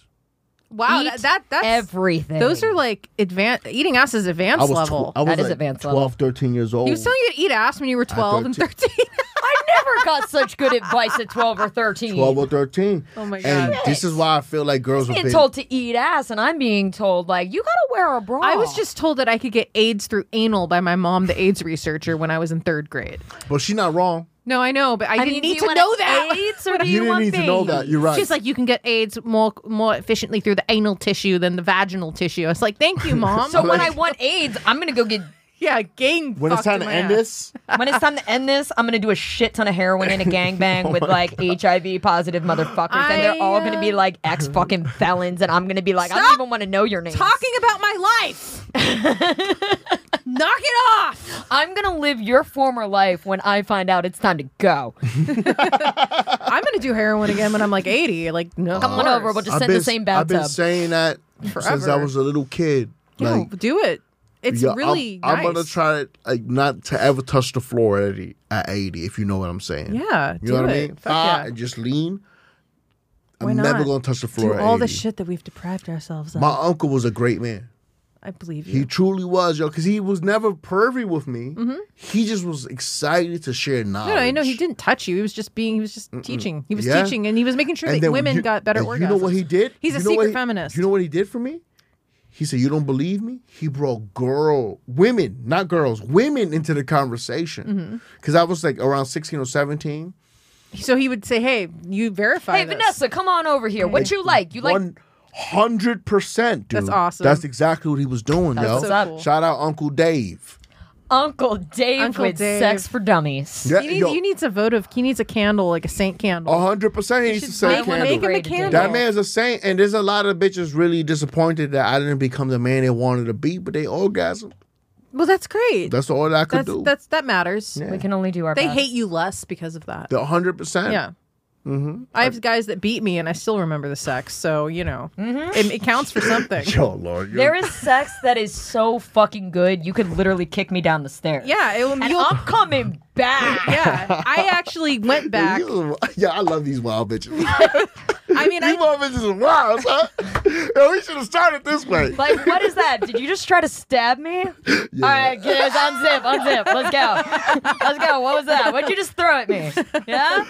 Speaker 3: Wow,
Speaker 4: Eat
Speaker 3: Oh, that, that that's
Speaker 4: everything.
Speaker 3: Those are like advanced eating ass is advanced
Speaker 5: I was, tw-
Speaker 3: level.
Speaker 5: I was
Speaker 4: That is
Speaker 5: like
Speaker 4: advanced
Speaker 5: 12,
Speaker 4: level.
Speaker 5: 13 years old.
Speaker 3: he was telling you to eat ass when you were twelve and thirteen.
Speaker 4: I never got such good advice at 12 or 13.
Speaker 5: 12 or 13.
Speaker 3: Oh my
Speaker 5: And
Speaker 3: God.
Speaker 5: this is why I feel like girls are
Speaker 4: being
Speaker 5: big.
Speaker 4: told to eat ass, and I'm being told like you gotta wear a bra.
Speaker 3: I was just told that I could get AIDS through anal by my mom, the AIDS researcher, when I was in third grade.
Speaker 5: But she not wrong.
Speaker 3: No, I know, but I,
Speaker 4: I
Speaker 3: didn't
Speaker 4: mean, do
Speaker 3: need
Speaker 4: you
Speaker 3: to
Speaker 4: want
Speaker 3: know that.
Speaker 4: AIDS or do
Speaker 5: You, didn't
Speaker 4: want
Speaker 5: need to know
Speaker 4: babies?
Speaker 5: that. Uh, You're right.
Speaker 3: She's like, you can get AIDS more more efficiently through the anal tissue than the vaginal tissue. I was like, thank you, mom.
Speaker 4: So when I want AIDS, I'm gonna go get.
Speaker 3: yeah, gang.
Speaker 5: when it's
Speaker 3: fucked in
Speaker 5: time to
Speaker 3: my
Speaker 5: end
Speaker 3: ass.
Speaker 5: this,
Speaker 4: When it's time to end this, I'm gonna do a shit ton of heroin and a gangbang
Speaker 3: Oh
Speaker 4: with like HIV positive motherfuckers, and
Speaker 3: I,
Speaker 4: they're all
Speaker 3: uh,
Speaker 4: gonna be like ex fucking felons, and I'm gonna be like, I don't
Speaker 3: Stop
Speaker 4: even want to know your name.
Speaker 3: talking about my life. Knock it off.
Speaker 4: I'm gonna live your former life when I find out it's time to go.
Speaker 3: I'm gonna do heroin again when I'm like 80. Like no,
Speaker 4: Come on
Speaker 3: worse.
Speaker 4: over, we'll just
Speaker 5: I've
Speaker 4: sit
Speaker 5: been,
Speaker 4: in the same
Speaker 5: I've
Speaker 4: bathtub.
Speaker 5: been saying that since I
Speaker 3: Forever.
Speaker 5: was a little kid.
Speaker 3: Yeah,
Speaker 5: like,
Speaker 3: do it. It's
Speaker 5: Yeah, I'm-
Speaker 3: really
Speaker 5: I'm,
Speaker 3: nice.
Speaker 5: gonna try to like not to ever touch the floor at eighty, at 80 if you know what I'm saying.
Speaker 3: Yeah,
Speaker 5: you know
Speaker 3: do
Speaker 5: what I
Speaker 3: it.
Speaker 5: mean.
Speaker 3: Fuck
Speaker 5: Ah,
Speaker 3: yeah.
Speaker 5: and just lean.
Speaker 3: Why
Speaker 5: I'm never
Speaker 3: not?
Speaker 5: gonna touch the
Speaker 3: do
Speaker 5: floor. at
Speaker 3: all the
Speaker 5: 80.
Speaker 3: shit that we've deprived ourselves of.
Speaker 5: My uncle was a great man.
Speaker 3: I believe
Speaker 5: He
Speaker 3: you.
Speaker 5: truly was, yo, because he was never pervy with me. He just was excited to share knowledge.
Speaker 3: Mm-hmm. No, no, I know he didn't touch you. He was just being. He was just teaching. He was
Speaker 5: Yeah.
Speaker 3: teaching, and he was making sure
Speaker 5: And
Speaker 3: that
Speaker 5: then
Speaker 3: women
Speaker 5: you-
Speaker 3: got better
Speaker 5: and
Speaker 3: orgasms.
Speaker 5: You know what he did?
Speaker 3: He's a
Speaker 5: You know what
Speaker 3: secret
Speaker 5: he-
Speaker 3: feminist.
Speaker 5: You know what he did for me? He said, "You don't believe me?" He brought girl, women, not girls, women into the
Speaker 3: Mm-hmm.
Speaker 5: conversation because I was like around sixteen or seventeen.
Speaker 3: so he would say, "Hey, you verify."
Speaker 4: hey
Speaker 3: this.
Speaker 4: Vanessa, come on over here. What you like? You like
Speaker 5: One hundred percent, dude.
Speaker 3: That's awesome.
Speaker 5: That's exactly what he was doing, yo.
Speaker 3: That's so cool.
Speaker 5: Shout out Uncle Dave.
Speaker 4: Uncle Dave
Speaker 3: Uncle
Speaker 4: with
Speaker 3: Dave.
Speaker 4: sex for dummies?
Speaker 5: Yeah,
Speaker 3: You need,
Speaker 5: yo,
Speaker 3: you needs a votive. He needs a candle, like a saint candle.
Speaker 5: hundred percent. He needs to
Speaker 3: should
Speaker 5: say
Speaker 3: make,
Speaker 4: wanna
Speaker 3: make
Speaker 5: candle.
Speaker 3: him a
Speaker 4: Great idea.
Speaker 3: candle.
Speaker 5: That man's a saint, and there's a lot of bitches really disappointed that I didn't become the man they wanted to be, but they orgasm.
Speaker 3: Well, that's great.
Speaker 5: That's all I could
Speaker 3: that's,
Speaker 5: do.
Speaker 3: that's that matters.
Speaker 4: We can only do our
Speaker 3: They
Speaker 4: best.
Speaker 3: hate you less because of that.
Speaker 5: The hundred percent.
Speaker 3: Yeah. Mm-hmm. I have guys that beat me, and I still remember the sex. So you know,
Speaker 4: Mm-hmm.
Speaker 3: it, it counts for something.
Speaker 5: Yo, Lord,
Speaker 4: There is sex that is so fucking good, you could literally kick me down the stairs.
Speaker 3: yeah, it,
Speaker 4: And
Speaker 3: you'll,
Speaker 4: I'm coming back.
Speaker 3: yeah. I actually went back.
Speaker 5: You- Yeah, I love these wild bitches. these
Speaker 3: I mean, I,
Speaker 5: wild bitches are wild, huh? Yo, we should have started this way.
Speaker 4: Like, what is that? Did you just try to stab me? All right, kids, unzip, unzip. Let's go. Let's go. What was that? What'd you just throw at me? Yeah?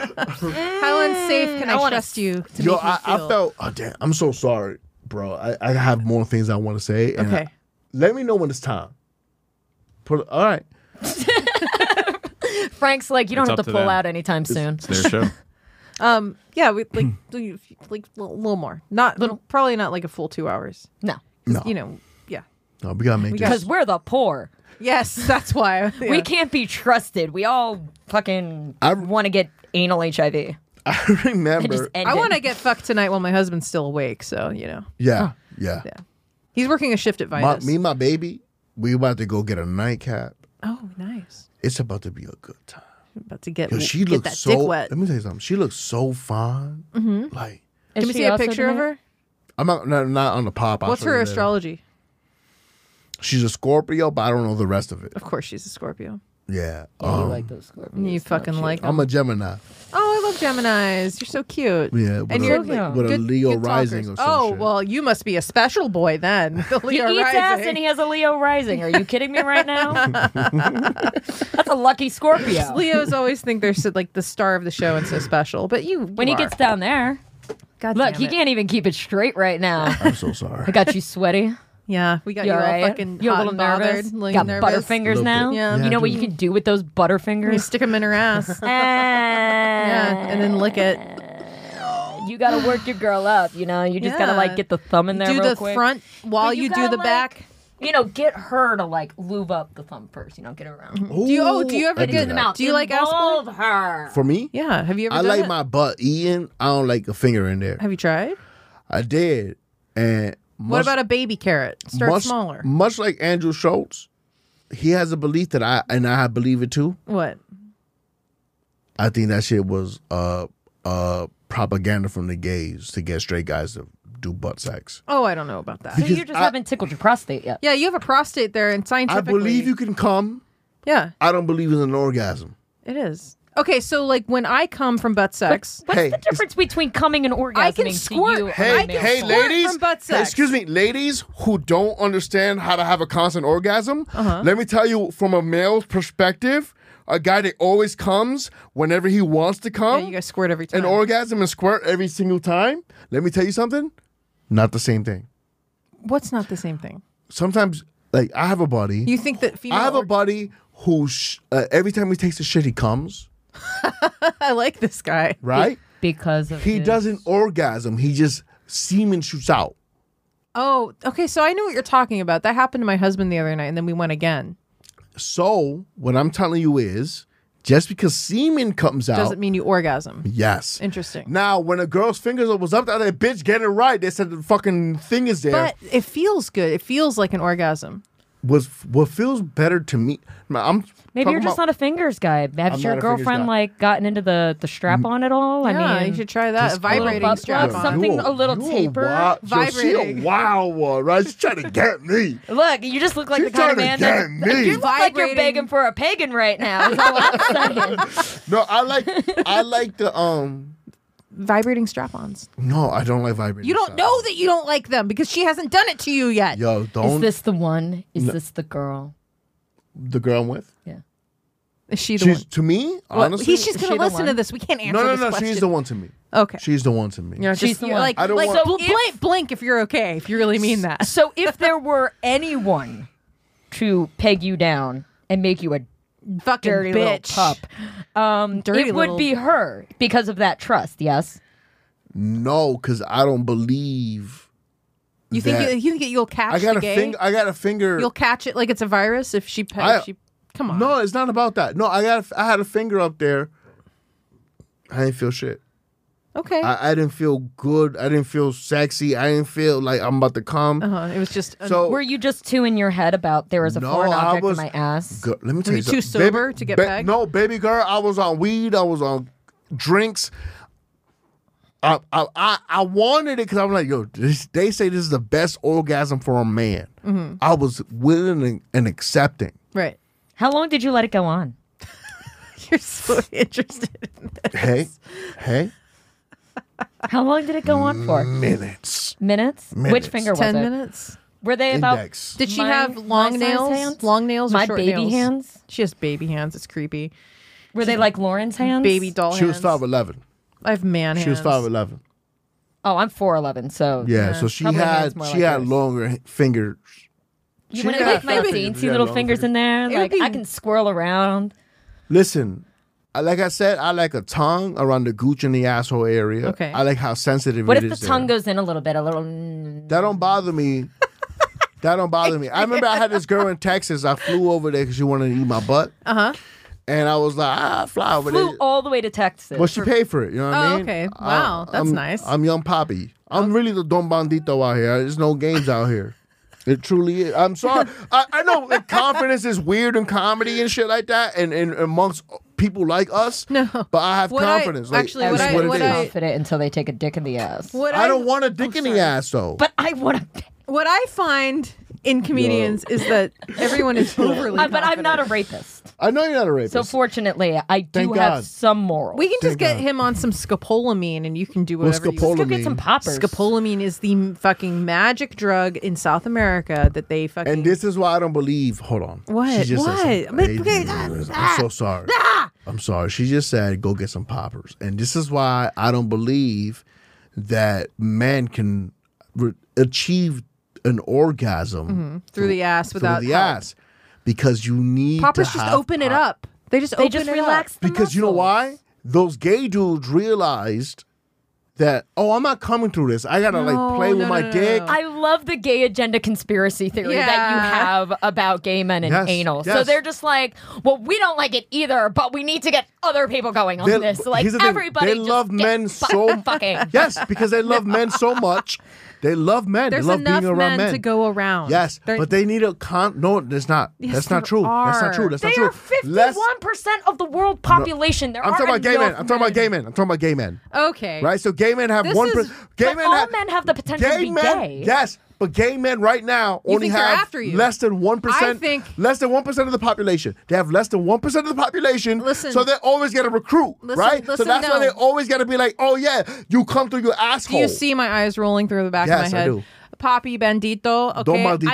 Speaker 3: how unsafe can
Speaker 4: I
Speaker 3: I,
Speaker 4: wanna
Speaker 3: trust you? To
Speaker 5: Yo,
Speaker 3: make you
Speaker 5: I, I
Speaker 3: feel?
Speaker 5: felt. Oh damn, I'm so sorry, bro. I, I have more things I want to say. And
Speaker 3: Okay.
Speaker 5: I- let me know when it's time. Put all right.
Speaker 4: Frank's like, you don't
Speaker 6: It's
Speaker 4: have to
Speaker 6: up to
Speaker 4: pull
Speaker 6: them.
Speaker 4: out anytime soon.
Speaker 6: Their show.
Speaker 3: Um, yeah, we like
Speaker 5: Hmm.
Speaker 3: do you- like a little, little more, not probably not like a full two hours.
Speaker 4: No.
Speaker 5: No,
Speaker 3: You know, yeah,
Speaker 5: no, we gotta make this.
Speaker 4: Because we're the poor.
Speaker 3: yes, that's why yeah.
Speaker 4: We can't be trusted. We all fucking
Speaker 5: I-
Speaker 4: want to get anal HIV.
Speaker 5: I
Speaker 4: It just
Speaker 5: remember.
Speaker 4: ended.
Speaker 3: I want to get fucked tonight while my husband's still awake. So you know,
Speaker 5: Yeah, yeah.
Speaker 3: he's working a shift at
Speaker 5: My,
Speaker 3: Vitus.
Speaker 5: me and my baby, we about to go get a nightcap
Speaker 3: Oh, nice.
Speaker 5: It's about to be a good time.
Speaker 3: About to get,
Speaker 5: Yo, she
Speaker 3: get
Speaker 5: looks
Speaker 3: that
Speaker 5: so.
Speaker 3: dick wet. Mm-hmm.
Speaker 5: Let me tell you something. She looks so fine. Like
Speaker 4: Is
Speaker 3: Can we
Speaker 4: she
Speaker 3: see a
Speaker 4: also
Speaker 3: picture of
Speaker 4: Dominican?
Speaker 3: her?
Speaker 5: I'm not not, not on the pop. I'll
Speaker 3: What's
Speaker 5: show you
Speaker 3: her
Speaker 5: later.
Speaker 3: astrology?
Speaker 5: She's a Scorpio, but I don't know the rest of it.
Speaker 3: Of course, she's a Scorpio.
Speaker 5: Yeah.
Speaker 4: You
Speaker 5: Um,
Speaker 4: like those Scorpios,
Speaker 3: You
Speaker 4: don't
Speaker 3: fucking
Speaker 4: you?
Speaker 3: like 'em.
Speaker 5: I'm a Gemini.
Speaker 3: Oh, I love Geminis. You're so cute.
Speaker 5: Yeah. With
Speaker 3: And
Speaker 5: a,
Speaker 3: you're
Speaker 4: like-
Speaker 5: with a
Speaker 3: good-
Speaker 5: Leo
Speaker 3: good
Speaker 5: rising
Speaker 3: talkers.
Speaker 5: or some
Speaker 3: Oh,
Speaker 5: shit.
Speaker 3: well, you must be a special boy then. The
Speaker 4: He
Speaker 3: Leo
Speaker 4: eats
Speaker 3: rising.
Speaker 4: ass and he has a Leo rising. Are you kidding me right now? That's a lucky Scorpio.
Speaker 3: Leos always think they're so, like the star of the show and so special, but you
Speaker 4: When he
Speaker 3: are.
Speaker 4: gets down there,
Speaker 3: God
Speaker 4: look,
Speaker 3: damn
Speaker 4: he
Speaker 3: it.
Speaker 4: can't even keep it straight right now.
Speaker 5: I'm so sorry.
Speaker 4: I got you sweaty.
Speaker 3: Yeah, we got
Speaker 4: You
Speaker 3: you all
Speaker 4: alright?
Speaker 3: fucking
Speaker 4: You a
Speaker 3: hot
Speaker 4: little
Speaker 3: and
Speaker 4: nervous.
Speaker 3: bothered, like
Speaker 4: got
Speaker 3: nervous.
Speaker 4: butterfingers
Speaker 5: Little
Speaker 4: now.
Speaker 5: bit.
Speaker 3: Yeah.
Speaker 4: You
Speaker 5: Yeah,
Speaker 4: know what
Speaker 5: dude.
Speaker 4: you can do with those
Speaker 3: You
Speaker 4: butterfingers?
Speaker 3: stick them in her ass. yeah, and then lick it.
Speaker 4: you gotta work your girl up. You know, you just gotta
Speaker 3: Yeah.
Speaker 4: like get the thumb in there.
Speaker 3: do
Speaker 4: real
Speaker 3: the
Speaker 4: quick.
Speaker 3: front while
Speaker 4: But you
Speaker 3: you, do
Speaker 4: gotta,
Speaker 3: the
Speaker 4: like-
Speaker 3: back.
Speaker 4: You know, get her to like lube up the thumb first. You know, get her around.
Speaker 3: Do you? Oh, do you
Speaker 5: I
Speaker 3: ever
Speaker 5: do
Speaker 3: get?
Speaker 5: that.
Speaker 3: Do you like ass? play?
Speaker 4: Involve her.
Speaker 5: For me,
Speaker 3: Yeah. Have you ever?
Speaker 5: I
Speaker 3: done
Speaker 5: like
Speaker 3: it?
Speaker 5: my butt eaten. I don't like a finger in there.
Speaker 3: Have you tried?
Speaker 5: I did, and
Speaker 3: what
Speaker 5: much-
Speaker 3: about a baby carrot? Start
Speaker 5: much,
Speaker 3: smaller.
Speaker 5: Much like Andrew Schultz, he has a belief that I and I believe it too.
Speaker 3: What?
Speaker 5: I think that shit was uh uh propaganda from the gays to get straight guys to do butt sex.
Speaker 3: Oh, I don't know about that.
Speaker 4: So you
Speaker 5: Because
Speaker 4: just
Speaker 5: I-
Speaker 4: haven't tickled your prostate yet.
Speaker 3: Yeah, you have a prostate there, and
Speaker 5: I
Speaker 3: scientifically,
Speaker 5: believe you can come.
Speaker 3: Yeah,
Speaker 5: I don't believe in an orgasm.
Speaker 3: it is. Okay, so like when I come from butt sex,
Speaker 4: What's
Speaker 5: Hey,
Speaker 4: the
Speaker 5: it's-
Speaker 4: difference between coming and orgasming
Speaker 3: I can
Speaker 4: to
Speaker 3: squirt.
Speaker 4: you and
Speaker 3: Hey,
Speaker 4: a
Speaker 5: Hey,
Speaker 4: male
Speaker 5: hey,
Speaker 4: form?
Speaker 3: squirt
Speaker 5: ladies.
Speaker 3: from butt
Speaker 5: Hey,
Speaker 3: sex.
Speaker 5: excuse me, ladies who don't understand how to have a constant orgasm.
Speaker 3: Uh-huh.
Speaker 5: Let me tell you from a male's perspective, a guy that always comes whenever he wants to
Speaker 3: yeah,
Speaker 5: come,
Speaker 3: you guys squirt every time.
Speaker 5: an orgasm and squirt every single time. Let me tell you something, not the same thing.
Speaker 3: What's not the same thing?
Speaker 5: Sometimes, like, I have a buddy.
Speaker 3: You think that female?
Speaker 5: I have a
Speaker 3: org-
Speaker 5: buddy who sh- uh, every time he takes a shit, he comes,
Speaker 3: I like this guy.
Speaker 5: right?
Speaker 4: Because of
Speaker 5: He
Speaker 4: his-
Speaker 5: doesn't orgasm, he just semen shoots out.
Speaker 3: Oh, okay. So I know what you're talking about. That happened to my husband the other night, and then we went again.
Speaker 5: So, what I'm telling you is just because semen comes out,
Speaker 3: Doesn't mean you orgasm.
Speaker 5: yes.
Speaker 3: Interesting.
Speaker 5: Now, when a girl's fingers was up there, that bitch getting it right. They said the fucking thing is there.
Speaker 3: But it feels good. It feels like an orgasm.
Speaker 5: was what feels better to me? I'm
Speaker 4: Maybe you're just not a fingers guy. Have
Speaker 5: I'm
Speaker 4: your
Speaker 5: not a fingers
Speaker 4: girlfriend
Speaker 5: guy. Mm.
Speaker 4: like gotten into the the strap on at all? I
Speaker 3: yeah,
Speaker 4: mean,
Speaker 3: you should try that. A
Speaker 5: Just call it
Speaker 3: vibrating
Speaker 4: butt
Speaker 3: strap
Speaker 4: plug,
Speaker 3: on.
Speaker 4: something a little taper,
Speaker 5: Vibrating. She a
Speaker 3: vibrating.
Speaker 5: wild one, right? She's trying to get me.
Speaker 4: Look, you just look like
Speaker 5: She's
Speaker 4: the kind
Speaker 5: trying
Speaker 4: of
Speaker 5: to
Speaker 4: man
Speaker 5: get
Speaker 4: that
Speaker 5: me.
Speaker 4: you look like you're
Speaker 3: Vibrating.
Speaker 4: begging for a pagan right now. is all I'm saying.
Speaker 5: No, I like I like the um.
Speaker 3: Vibrating strap-ons.
Speaker 5: No, I don't like vibrating.
Speaker 3: You don't
Speaker 5: sound.
Speaker 3: know that you don't like them because she hasn't done it to you yet.
Speaker 5: Yo,
Speaker 4: Is
Speaker 5: don't
Speaker 4: this the one? Is this the girl?
Speaker 5: the girl I'm with?
Speaker 3: Is she the
Speaker 5: She's
Speaker 3: one?
Speaker 5: to me,
Speaker 3: What,
Speaker 5: honestly.
Speaker 3: he's just
Speaker 4: Is
Speaker 3: gonna
Speaker 4: she the
Speaker 3: listen to
Speaker 4: one?
Speaker 3: this. We can't answer
Speaker 5: no, no,
Speaker 3: this
Speaker 5: no.
Speaker 3: question.
Speaker 5: She's the one to me.
Speaker 3: Okay.
Speaker 5: She's the one to me.
Speaker 3: You're
Speaker 4: She's
Speaker 3: just-
Speaker 4: the
Speaker 3: you're
Speaker 4: one.
Speaker 3: Like,
Speaker 5: I don't
Speaker 3: like,
Speaker 5: want-
Speaker 3: so blink, blink if you're okay. If you really mean that.
Speaker 4: So if there were anyone to peg you down and make you a
Speaker 3: fucking
Speaker 4: dirty little
Speaker 3: bitch.
Speaker 4: pup, um,
Speaker 3: Dirty
Speaker 4: it
Speaker 3: little-
Speaker 4: would be her because of that trust. Yes.
Speaker 5: No, because I don't believe.
Speaker 3: You think
Speaker 5: that-
Speaker 3: you, you think you'll catch?
Speaker 5: I got
Speaker 3: the
Speaker 5: a
Speaker 3: gay?
Speaker 5: finger. I got a finger.
Speaker 3: You'll catch it like it's a virus if she. Pe-
Speaker 5: I-
Speaker 3: if she come on.
Speaker 5: No, it's not about that. No, I got. I had a finger up there. I didn't feel shit.
Speaker 3: Okay.
Speaker 5: I, I didn't feel good. I didn't feel sexy. I didn't feel like I'm about to come.
Speaker 3: uh-huh. It was just. an-
Speaker 5: So
Speaker 4: Were you just two in your head about there was a
Speaker 5: Oh. No,
Speaker 4: foreign
Speaker 5: I
Speaker 4: object
Speaker 5: was-
Speaker 4: in my ass?
Speaker 5: Girl, let me tell
Speaker 3: you
Speaker 5: you
Speaker 3: too
Speaker 5: something. Baby-
Speaker 3: sober to get
Speaker 5: ba-
Speaker 3: pegged?
Speaker 5: No, baby girl, I was on weed. I was on drinks. I I I, I wanted it because I'm like, yo, this, they say this is the best orgasm for a man.
Speaker 4: Mm-hmm.
Speaker 5: I was willing and, and accepting.
Speaker 3: right.
Speaker 4: How long did you let it go on?
Speaker 3: You're so interested. In this.
Speaker 5: Hey, hey,
Speaker 4: How long did it go on for?
Speaker 5: minutes.
Speaker 4: Minutes? Which
Speaker 5: Mm. Minutes.
Speaker 4: finger was
Speaker 3: Ten
Speaker 4: it?
Speaker 3: minutes.
Speaker 4: Were they about
Speaker 5: Index.
Speaker 3: Did she
Speaker 4: my-
Speaker 3: have long
Speaker 4: my size
Speaker 3: nails?
Speaker 4: hands?
Speaker 3: Long nails or
Speaker 4: My
Speaker 3: short
Speaker 4: baby
Speaker 3: nails?
Speaker 4: hands?
Speaker 3: She has baby hands. It's creepy.
Speaker 4: Were they like Lauren's hands?
Speaker 3: Baby doll
Speaker 5: She was
Speaker 3: hands.
Speaker 5: five eleven.
Speaker 3: I have man
Speaker 5: She
Speaker 3: hands.
Speaker 5: was five eleven.
Speaker 4: Oh, I'm 4'11, so.
Speaker 5: Yeah, so she
Speaker 4: probably
Speaker 5: had
Speaker 4: hands more
Speaker 5: she
Speaker 4: like
Speaker 5: had
Speaker 4: yours.
Speaker 5: longer h- fingers.
Speaker 4: You
Speaker 5: She
Speaker 4: want to
Speaker 5: had
Speaker 4: get my
Speaker 5: long
Speaker 4: dainty
Speaker 5: yeah,
Speaker 4: little
Speaker 5: long
Speaker 4: fingers in there?
Speaker 3: would
Speaker 4: Like,
Speaker 3: be-
Speaker 4: I can swirl around.
Speaker 5: Listen, I- like I said, I like a tongue around the gooch and the asshole area.
Speaker 3: Okay.
Speaker 5: I like how sensitive
Speaker 4: What
Speaker 5: it
Speaker 4: if the
Speaker 5: is there.
Speaker 4: tongue goes in a little bit? A little. mm,
Speaker 5: That don't bother me. that don't bother me. I remember I had this girl in Texas. I flew over there because she wanted to eat my butt. Uh
Speaker 3: Uh-huh.
Speaker 5: huh. And I was like, ah, fly over
Speaker 4: Flew
Speaker 5: there.
Speaker 4: mm, all the way to Texas.
Speaker 5: But she paid for it. You know what I
Speaker 3: Oh,
Speaker 5: mean?
Speaker 3: okay.
Speaker 5: I-
Speaker 3: Wow, that's
Speaker 5: I'm-
Speaker 3: nice.
Speaker 5: I'm young poppy. I'm really the don bandito out here. There's no games out here. It truly is. I'm sorry. I, I know like, confidence is weird in comedy and shit like that, and, and amongst people like us. No, but I have
Speaker 3: What I-
Speaker 5: confidence. like,
Speaker 3: actually,
Speaker 5: it's
Speaker 3: what I-
Speaker 5: it
Speaker 3: what
Speaker 5: is.
Speaker 3: I-
Speaker 4: Confident until they take a dick in the ass.
Speaker 3: What
Speaker 5: I don't want a dick in the ass though.
Speaker 4: But I want to.
Speaker 3: What I find in comedians is that everyone is overly.
Speaker 4: I, but I'm
Speaker 3: confident.
Speaker 4: not a rapist.
Speaker 5: I know you're not a rapist.
Speaker 4: So fortunately, I do
Speaker 5: Thank
Speaker 4: have
Speaker 5: God.
Speaker 4: some morals.
Speaker 3: We can just get
Speaker 5: Thank God.
Speaker 3: him on some scopolamine, and you can do
Speaker 5: What's
Speaker 3: whatever. you-
Speaker 5: scopolamine?
Speaker 4: go get some poppers.
Speaker 3: Scopolamine is the m- fucking magic drug in South America that they fucking.
Speaker 5: and this is why I don't believe. Hold on.
Speaker 3: What?
Speaker 5: She just said
Speaker 3: What?
Speaker 5: something
Speaker 3: But- okay,
Speaker 5: crazy. I'm so sorry. I'm sorry. She just said, "Go get some poppers," and this is why I don't believe that man can re- achieve an orgasm
Speaker 3: through the ass
Speaker 5: through
Speaker 3: Mm-hmm. without
Speaker 5: the
Speaker 3: help.
Speaker 5: ass because you need
Speaker 3: Poppers
Speaker 5: to
Speaker 3: just
Speaker 5: have
Speaker 3: open it
Speaker 5: pop-
Speaker 3: up. They just
Speaker 4: They
Speaker 3: open
Speaker 4: just
Speaker 3: it up.
Speaker 4: relax. the
Speaker 5: because you know
Speaker 4: muscles.
Speaker 5: why those gay dudes realized that oh I'm not coming through this I gotta
Speaker 3: No,
Speaker 5: like play with
Speaker 3: no,
Speaker 5: my
Speaker 3: no, no,
Speaker 5: dick
Speaker 3: no.
Speaker 4: I love the gay agenda conspiracy theory that you
Speaker 3: Yeah.
Speaker 4: have about gay men and
Speaker 5: Yes,
Speaker 4: anal. So
Speaker 5: yes.
Speaker 4: they're just like, well, we don't like it either, but we need to get other people going on
Speaker 5: They-
Speaker 4: this. Like
Speaker 5: here's the thing,
Speaker 4: everybody,
Speaker 5: they
Speaker 4: just
Speaker 5: love
Speaker 4: get
Speaker 5: men
Speaker 4: fu-
Speaker 5: so-
Speaker 4: fucking.
Speaker 5: yes because they love men so much they love men
Speaker 3: There's
Speaker 5: they love
Speaker 3: enough
Speaker 5: being around
Speaker 3: men,
Speaker 5: men
Speaker 3: to go around.
Speaker 5: Yes,
Speaker 3: They're-
Speaker 5: but they need a con. No, that's not.
Speaker 3: Yes,
Speaker 5: that's not
Speaker 3: there
Speaker 5: true. That's
Speaker 3: are.
Speaker 5: not true. That's
Speaker 4: They
Speaker 5: not true.
Speaker 4: are fifty-one percent of the world population. There
Speaker 5: I'm
Speaker 4: are
Speaker 5: talking about gay
Speaker 4: enough
Speaker 5: men. I'm talking about gay men. I'm talking about gay men.
Speaker 3: okay.
Speaker 5: Right? So gay men have
Speaker 3: This
Speaker 5: one.
Speaker 3: is-
Speaker 5: per- gay
Speaker 4: But
Speaker 5: men.
Speaker 4: all
Speaker 5: have,
Speaker 4: men have the potential to
Speaker 5: gay
Speaker 4: be
Speaker 5: men.
Speaker 4: gay.
Speaker 5: Yes, but gay men right now
Speaker 3: You
Speaker 5: only
Speaker 3: think they're
Speaker 5: have
Speaker 3: after you.
Speaker 5: less than one percent.
Speaker 3: I think-
Speaker 5: less than one percent of the population. They have less than one percent of the population.
Speaker 3: Listen.
Speaker 5: So they always got to recruit,
Speaker 3: Listen-
Speaker 5: right? so
Speaker 3: listen,
Speaker 5: that's why
Speaker 3: no.
Speaker 5: they always got to be like, oh yeah, you come through your
Speaker 3: Do
Speaker 5: asshole.
Speaker 3: you see my eyes rolling through the back of
Speaker 5: Yes, I
Speaker 3: my head?
Speaker 5: do.
Speaker 3: Poppy Bendito. Okay,
Speaker 5: maldito.